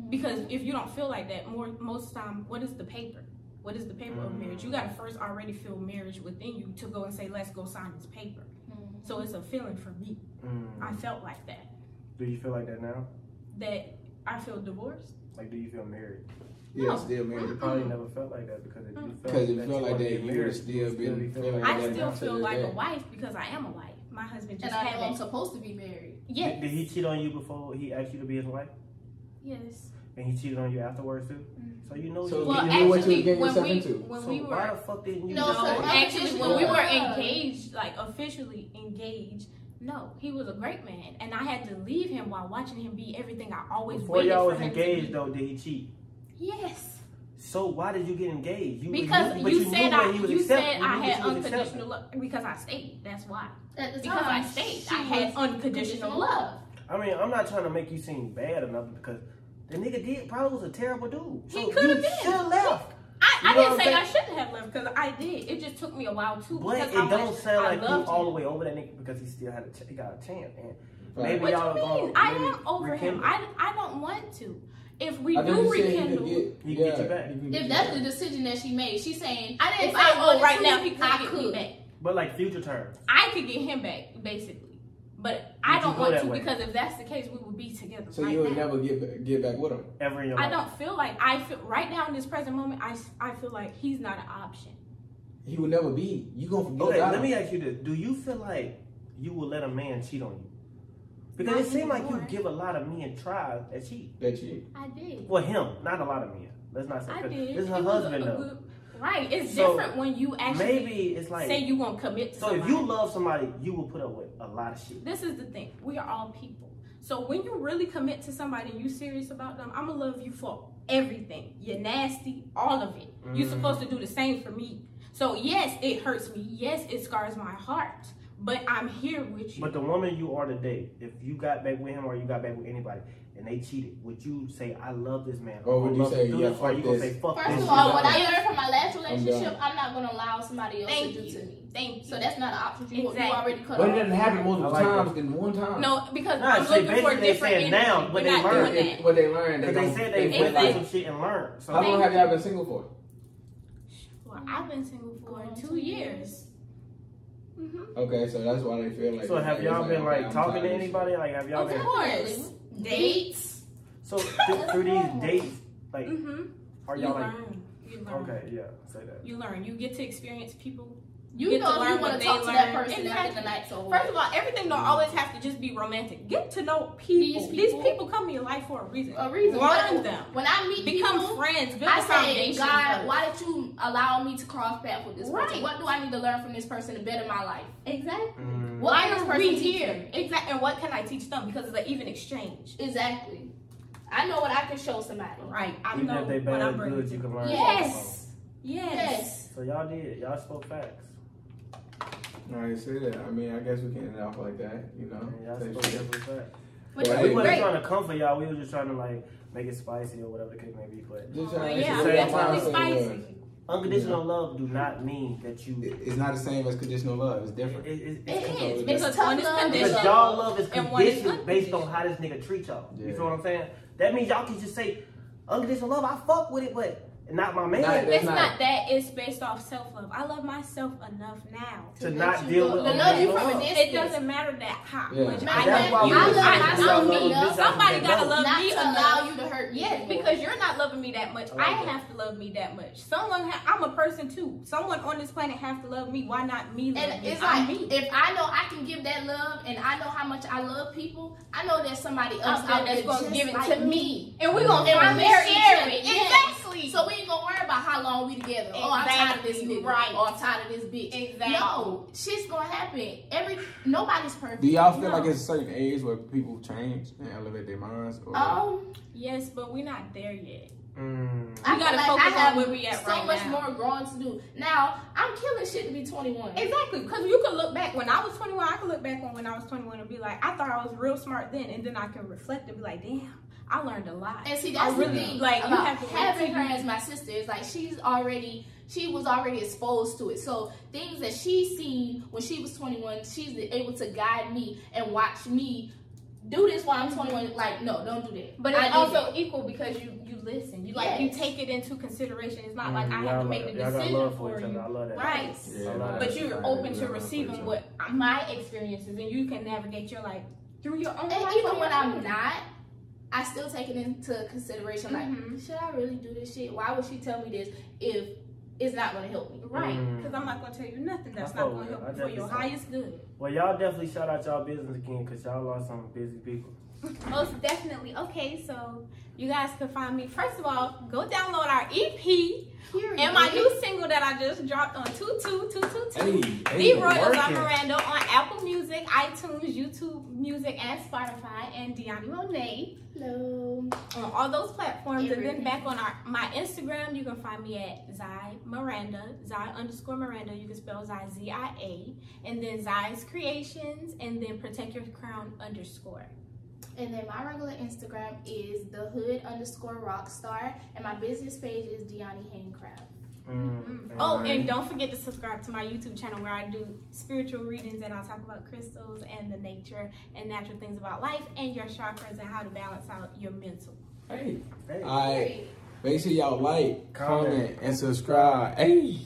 Speaker 3: Because if you don't feel like that, more most time, what is the paper? What is the paper
Speaker 2: Mm-hmm.
Speaker 3: of marriage? You gotta first already feel marriage within you to go and say, let's go sign this paper. So it's a feeling for me. I
Speaker 1: Mm.
Speaker 3: felt like that.
Speaker 1: Do you feel like that now?
Speaker 3: That I feel divorced.
Speaker 1: Like, do you feel married?
Speaker 2: Yeah,
Speaker 3: No.
Speaker 2: still
Speaker 1: You
Speaker 2: married.
Speaker 1: probably never felt like that because if you felt,
Speaker 2: Because if you
Speaker 1: that
Speaker 2: felt like
Speaker 1: wanted
Speaker 2: that,
Speaker 1: to
Speaker 2: you
Speaker 1: get
Speaker 2: would
Speaker 1: married, you
Speaker 2: still
Speaker 1: would
Speaker 2: been
Speaker 1: be
Speaker 2: feeling
Speaker 1: feeling
Speaker 2: like
Speaker 1: like
Speaker 3: I
Speaker 2: that
Speaker 3: still
Speaker 2: now to
Speaker 3: feel
Speaker 2: this
Speaker 3: like a
Speaker 2: day.
Speaker 3: wife because I am a wife. My husband
Speaker 5: And
Speaker 3: just
Speaker 5: I know I'm
Speaker 3: haven't.
Speaker 5: supposed to be married.
Speaker 1: Did,
Speaker 3: Yes.
Speaker 1: did he cheat on you before he asked you to be his wife?
Speaker 3: Yes.
Speaker 1: And he cheated on you afterwards too?
Speaker 3: Mm-hmm.
Speaker 1: So you know
Speaker 2: So
Speaker 1: you
Speaker 2: Well,
Speaker 1: you
Speaker 2: knew what you was getting
Speaker 3: when
Speaker 2: yourself
Speaker 3: we
Speaker 2: into.
Speaker 3: when
Speaker 1: so
Speaker 3: we
Speaker 1: why
Speaker 3: were
Speaker 1: the fuck didn't you
Speaker 5: No,
Speaker 1: just
Speaker 5: so
Speaker 1: say-
Speaker 5: why-
Speaker 3: actually when we were
Speaker 5: Yeah.
Speaker 3: engaged, like officially engaged, no, he was a great man, and I had to leave him while watching him be everything I always
Speaker 1: before
Speaker 3: waited
Speaker 1: y'all
Speaker 3: for
Speaker 1: was
Speaker 3: him to
Speaker 1: engaged
Speaker 3: be.
Speaker 1: though, did he cheat?
Speaker 3: Yes,
Speaker 1: So why did you get engaged? You
Speaker 3: because
Speaker 1: knew-
Speaker 3: you,
Speaker 1: but knew
Speaker 3: said
Speaker 1: what
Speaker 3: I
Speaker 1: he was
Speaker 3: you said
Speaker 1: accepting. You
Speaker 3: I
Speaker 1: knew
Speaker 3: had
Speaker 1: what he was accepting.
Speaker 3: unconditional love because I stayed. That's why
Speaker 5: At the
Speaker 3: because
Speaker 5: time,
Speaker 3: I stayed.
Speaker 5: she
Speaker 3: I had
Speaker 5: was
Speaker 3: unconditional love.
Speaker 1: I mean, I'm not trying to make you seem bad or nothing because the nigga did probably was a terrible dude.
Speaker 3: He
Speaker 1: So
Speaker 3: coulda
Speaker 1: you
Speaker 3: been.
Speaker 1: should have left.
Speaker 3: I, I
Speaker 1: You know
Speaker 3: didn't
Speaker 1: what
Speaker 3: say
Speaker 1: I'm
Speaker 3: I shouldn't have left because I did. It just took me a while too.
Speaker 1: But
Speaker 3: because
Speaker 1: it
Speaker 3: how
Speaker 1: don't
Speaker 3: much
Speaker 1: sound
Speaker 3: I
Speaker 1: like you
Speaker 3: loved
Speaker 1: all
Speaker 3: him.
Speaker 1: the way over that nigga because he still had a ch- he got a chance. And
Speaker 2: Right.
Speaker 1: maybe
Speaker 3: What
Speaker 1: y'all
Speaker 3: do you mean?
Speaker 1: gonna
Speaker 3: I
Speaker 1: really
Speaker 3: am over him.
Speaker 1: rekindle.
Speaker 3: I, I don't want to. If we
Speaker 2: I think
Speaker 3: do
Speaker 2: you said he could
Speaker 3: rekindle,
Speaker 2: get-
Speaker 1: He
Speaker 2: yeah,
Speaker 1: get you back.
Speaker 2: he could
Speaker 5: If
Speaker 2: get
Speaker 5: that's
Speaker 2: you
Speaker 5: the
Speaker 2: back.
Speaker 5: decision that she made, she's saying
Speaker 3: I didn't
Speaker 5: If
Speaker 3: say,
Speaker 5: I
Speaker 3: oh,
Speaker 5: wanted
Speaker 3: right
Speaker 5: to,
Speaker 3: now
Speaker 5: he
Speaker 3: he
Speaker 5: could
Speaker 3: could
Speaker 5: get
Speaker 3: get
Speaker 5: me
Speaker 3: me
Speaker 5: back.
Speaker 3: back.
Speaker 1: But like future terms.
Speaker 3: I could get him back, basically. But I
Speaker 1: Would you
Speaker 3: don't
Speaker 1: go
Speaker 3: want
Speaker 1: that
Speaker 3: to
Speaker 1: way?
Speaker 3: because if that's the case, we would be together.
Speaker 2: So
Speaker 3: right
Speaker 2: you would
Speaker 3: now.
Speaker 2: never get back, get back with him.
Speaker 1: ever in your
Speaker 3: I
Speaker 1: life.
Speaker 3: don't feel like I feel right now in this present moment. I, s- I feel like he's not an option.
Speaker 2: He would never be. You gonna forget
Speaker 1: Okay,
Speaker 2: about
Speaker 1: let
Speaker 2: him.
Speaker 1: me ask you this: Do you feel like you will let a man cheat on you? Because
Speaker 3: Not
Speaker 1: it seems like you
Speaker 3: anymore.
Speaker 1: give a lot of men tries that cheat.
Speaker 2: That you.
Speaker 3: I did.
Speaker 1: Well, him, not a lot of men. Let's not say.
Speaker 3: I
Speaker 1: 'cause
Speaker 3: did.
Speaker 1: This is her
Speaker 3: He was a-
Speaker 1: husband,
Speaker 3: a
Speaker 1: though.
Speaker 3: good- Right. It's
Speaker 1: So,
Speaker 3: different when you actually
Speaker 1: Maybe it's like.
Speaker 3: say you gonna commit to
Speaker 1: so if
Speaker 3: somebody.
Speaker 1: you love somebody, you will put up with a lot of shit.
Speaker 3: This is the thing. We are all people. So when you really commit to somebody and you serious about them, I'ma love you for everything. You're nasty, all of it. You're
Speaker 1: Mm.
Speaker 3: supposed to do the same for me. So yes, it hurts me. Yes, it scars my heart. But I'm here with you.
Speaker 1: But the woman you are today, if you got back with him or you got back with anybody, and they cheated, would you say I love this man?
Speaker 2: Or would
Speaker 1: I
Speaker 2: you
Speaker 1: love
Speaker 2: say,
Speaker 1: to do
Speaker 2: yeah,
Speaker 1: this, or
Speaker 2: fuck
Speaker 1: you gonna
Speaker 2: this.
Speaker 1: say fuck
Speaker 5: First
Speaker 1: this?
Speaker 5: of
Speaker 2: I'm
Speaker 5: all, what
Speaker 2: done.
Speaker 5: I learned from my last relationship,
Speaker 2: done.
Speaker 5: I'm not gonna allow somebody else
Speaker 3: Thank
Speaker 5: to do
Speaker 3: you.
Speaker 5: to me.
Speaker 3: Thank you.
Speaker 5: So that's not an option. You, you
Speaker 3: Exactly.
Speaker 5: already cut
Speaker 2: But it
Speaker 5: off.
Speaker 2: doesn't happen multiple
Speaker 1: I like
Speaker 2: times in one time.
Speaker 3: no, because
Speaker 1: Nah,
Speaker 3: I'm
Speaker 1: see,
Speaker 3: looking for
Speaker 1: basically
Speaker 3: a
Speaker 1: they
Speaker 3: different
Speaker 1: saying
Speaker 3: energy.
Speaker 1: now, but
Speaker 3: We're
Speaker 1: they
Speaker 3: not
Speaker 1: learned.
Speaker 3: doing
Speaker 2: They-
Speaker 3: that.
Speaker 2: what they learned.
Speaker 1: Because they
Speaker 2: don't-
Speaker 1: said they
Speaker 2: they
Speaker 1: went
Speaker 3: Exactly.
Speaker 1: through
Speaker 2: like,
Speaker 1: some shit and learned. So
Speaker 2: How long have y'all been single for?
Speaker 3: Well, I've been single for
Speaker 5: Going on
Speaker 3: two
Speaker 5: two
Speaker 3: years. hmm
Speaker 2: Okay, so that's why they feel like.
Speaker 1: So have
Speaker 2: it's
Speaker 1: y'all been
Speaker 2: okay,
Speaker 1: like
Speaker 2: I'm
Speaker 1: talking to
Speaker 2: tired of this
Speaker 1: anybody? Like have y'all
Speaker 3: Of
Speaker 1: been
Speaker 3: course. Dates.
Speaker 1: so th- through these dates? Like
Speaker 3: Mm-hmm.
Speaker 1: are
Speaker 3: You
Speaker 1: y'all like
Speaker 3: learn. You learn.
Speaker 1: okay? Yeah, say that.
Speaker 3: You learn. You get to experience people
Speaker 5: You
Speaker 3: Get to
Speaker 5: know if you
Speaker 3: learn
Speaker 5: want
Speaker 3: what
Speaker 5: to
Speaker 3: they
Speaker 5: talk to that
Speaker 3: learn.
Speaker 5: person
Speaker 3: Exactly.
Speaker 5: after the night's over.
Speaker 3: First of all, everything don't always have to just be romantic. Get to know people.
Speaker 5: These
Speaker 3: These
Speaker 5: people-
Speaker 3: people, come in your life for a reason.
Speaker 5: a reason.
Speaker 3: Learn
Speaker 5: Like,
Speaker 3: them.
Speaker 5: When I meet
Speaker 3: Become
Speaker 5: people,
Speaker 3: friends. Build a
Speaker 5: I say,
Speaker 3: foundation.
Speaker 5: God,
Speaker 3: first."
Speaker 5: why did you allow me to cross paths with this person?
Speaker 3: Right.
Speaker 5: What do I need to learn from this person to better my life?
Speaker 3: Exactly.
Speaker 1: Mm.
Speaker 5: What
Speaker 3: Why
Speaker 5: can this
Speaker 3: are
Speaker 5: person
Speaker 3: we
Speaker 5: teach
Speaker 3: here?
Speaker 5: me?
Speaker 3: Exactly. And what can I teach them? Because it's an even exchange.
Speaker 5: Exactly. I know what I can show somebody.
Speaker 3: Right. I
Speaker 1: Even
Speaker 3: know
Speaker 1: if they
Speaker 3: what
Speaker 1: bad
Speaker 3: I'm
Speaker 1: or
Speaker 3: bringing.
Speaker 1: good, you can learn. something
Speaker 5: Yes.
Speaker 3: Yes.
Speaker 5: Yes.
Speaker 1: from 'em. So y'all did. Y'all spoke facts.
Speaker 2: shit. No, you say that. I mean, I guess we can end it off like that, you know.
Speaker 1: And y'all
Speaker 2: Say
Speaker 1: spoke
Speaker 2: shit.
Speaker 1: every fact.
Speaker 5: Which
Speaker 2: Right.
Speaker 5: is
Speaker 1: We wasn't
Speaker 5: great.
Speaker 1: trying to comfort y'all. We were just trying to like make it spicy or whatever the case may be. But
Speaker 2: Just
Speaker 3: But
Speaker 2: try to-
Speaker 3: yeah,
Speaker 1: the
Speaker 3: I'm
Speaker 1: same time,
Speaker 3: definitely
Speaker 1: so
Speaker 3: spicy.
Speaker 1: unconditional love do not mean that you.
Speaker 2: It- It's not the same as conditional love. It's different.
Speaker 1: It, it,
Speaker 5: It
Speaker 1: it's
Speaker 5: is.
Speaker 1: controlling.
Speaker 2: It's
Speaker 3: Because
Speaker 5: tough
Speaker 3: one is
Speaker 5: love.
Speaker 1: Because
Speaker 5: It's
Speaker 3: conditional.
Speaker 1: y'all love is
Speaker 3: and one is
Speaker 1: conditioned based on
Speaker 3: unconditional.
Speaker 1: how this nigga treat y'all. You
Speaker 2: Yeah.
Speaker 1: feel what I'm saying? That means y'all can just say unconditional love. I fuck with it, but not my man.
Speaker 2: Not that-
Speaker 3: It's not that. It's based off self love. I love myself enough now.
Speaker 1: to
Speaker 5: let
Speaker 1: not
Speaker 5: you
Speaker 1: deal
Speaker 5: go-
Speaker 1: with
Speaker 5: to love you
Speaker 1: unconditional
Speaker 5: from a
Speaker 1: love.
Speaker 5: distance.
Speaker 3: It doesn't matter that how
Speaker 2: Yeah.
Speaker 3: much
Speaker 5: Matter
Speaker 3: I
Speaker 5: that
Speaker 3: love
Speaker 5: why
Speaker 3: you.
Speaker 5: we love
Speaker 3: I
Speaker 5: myself.
Speaker 3: love me.
Speaker 5: Love
Speaker 1: myself.
Speaker 3: Somebody gotta love
Speaker 5: Not
Speaker 3: me
Speaker 5: to
Speaker 3: enough.
Speaker 5: allow you to hurt me.
Speaker 3: Yes,
Speaker 5: anymore.
Speaker 3: because you're not loving me that much.
Speaker 1: I
Speaker 3: I,
Speaker 1: like that.
Speaker 3: have to love me that much. Someone, ha- I'm a person too. Someone on this planet have to love me. Why not me? Love
Speaker 5: And
Speaker 3: me?
Speaker 5: it's
Speaker 3: I'm
Speaker 5: like
Speaker 3: me.
Speaker 5: if I know I can give that love, and I know how much I love people, I know there's somebody else
Speaker 3: Out there
Speaker 5: out there
Speaker 3: that's gonna
Speaker 5: just
Speaker 3: give it
Speaker 5: like
Speaker 3: to me. and we
Speaker 5: And
Speaker 3: gonna find
Speaker 5: we
Speaker 3: married.
Speaker 5: share it.
Speaker 3: Exactly.
Speaker 5: So we ain't gonna worry about how long we together. Oh, I'm tired of this
Speaker 3: Exactly.
Speaker 5: nigga.
Speaker 3: Right.
Speaker 5: Or I'm tired of this bitch.
Speaker 3: exactly.
Speaker 5: No, shit's gonna happen. Every nobody's perfect.
Speaker 2: Do y'all feel
Speaker 3: No.
Speaker 2: like it's a certain age where people change and elevate their minds? Or
Speaker 3: Oh.
Speaker 5: Um,
Speaker 3: Yes, but we're not there yet.
Speaker 1: Mm.
Speaker 5: I
Speaker 3: We
Speaker 5: feel
Speaker 3: gotta
Speaker 5: like
Speaker 3: focus
Speaker 5: I
Speaker 3: on
Speaker 5: have
Speaker 3: where we at
Speaker 5: so
Speaker 3: right
Speaker 5: much
Speaker 3: now.
Speaker 5: more growing to do. Now I'm killing shit to be 21.
Speaker 3: Exactly, because you can look back when I was 21. I can look back on when I was 21 and be like, I thought I was real smart then, and then I can reflect and be like, damn, I learned a lot.
Speaker 5: And see, that's the
Speaker 2: really-
Speaker 5: thing.
Speaker 3: Oh, like,
Speaker 5: Like
Speaker 3: you
Speaker 5: about
Speaker 3: have to
Speaker 5: having her
Speaker 3: integrate.
Speaker 5: as my sister is like she's already she was already exposed to it. So things that she seen when she was 21, she's able to guide me and watch me do this while I'm 21. Like, no, don't do that.
Speaker 3: But
Speaker 5: I
Speaker 3: it's
Speaker 5: did
Speaker 3: also equal because you you listen. You like you
Speaker 5: Yes.
Speaker 3: take it into consideration. It's not
Speaker 1: Mm,
Speaker 3: like I
Speaker 1: y'all
Speaker 3: have
Speaker 1: like-
Speaker 3: to make the
Speaker 1: y'all got
Speaker 3: decision
Speaker 1: love
Speaker 3: for
Speaker 1: each other.
Speaker 3: you.
Speaker 1: I love that.
Speaker 3: Right.
Speaker 1: I love
Speaker 3: But
Speaker 1: that.
Speaker 3: you're open to receiving what my experiences and you can navigate your life through your own
Speaker 5: And
Speaker 3: life
Speaker 5: even
Speaker 3: on
Speaker 5: when
Speaker 3: your
Speaker 5: I'm
Speaker 3: own.
Speaker 5: not, I still take it into consideration. Like,
Speaker 3: Mhm.
Speaker 5: should I really do this shit? Why would she tell me this if it's not going to help me?
Speaker 3: Right,
Speaker 1: Mm.
Speaker 3: because I'm not gonna tell you nothing that's
Speaker 1: I
Speaker 3: not
Speaker 1: thought we-
Speaker 3: gonna
Speaker 1: I
Speaker 3: help you for
Speaker 1: definitely
Speaker 3: your
Speaker 1: thought-
Speaker 3: highest good.
Speaker 1: Well, y'all definitely shout out y'all business again because y'all lost some busy people.
Speaker 3: Most definitely. Okay, so you guys can find me. First of all, go download our EP
Speaker 5: Period.
Speaker 3: and my new single that I just dropped on two two two two two.
Speaker 2: Hey, hey,
Speaker 3: The Royals
Speaker 2: working.
Speaker 3: on Miranda on Apple Music, iTunes, YouTube Music, and Spotify, and Deani Monet
Speaker 4: Hello.
Speaker 3: on all those platforms. And then
Speaker 5: Everything.
Speaker 3: back on our my Instagram, you can find me at Zai Miranda, Zai underscore Miranda. You can spell Zai Z I A, and then Zai's Creations, and then Protect Your Crown underscore.
Speaker 4: And then my regular Instagram is the hood underscore rockstar, and my business page is Deani Handcraft.
Speaker 1: Mm.
Speaker 3: Oh, and don't forget to subscribe to my YouTube channel where I do spiritual readings and I talk about crystals and the nature and natural things about life and your chakras and how to balance out your mental.
Speaker 2: Hey,
Speaker 1: Hey.
Speaker 2: I make sure y'all like,
Speaker 1: Comment.
Speaker 2: comment, and subscribe. Hey.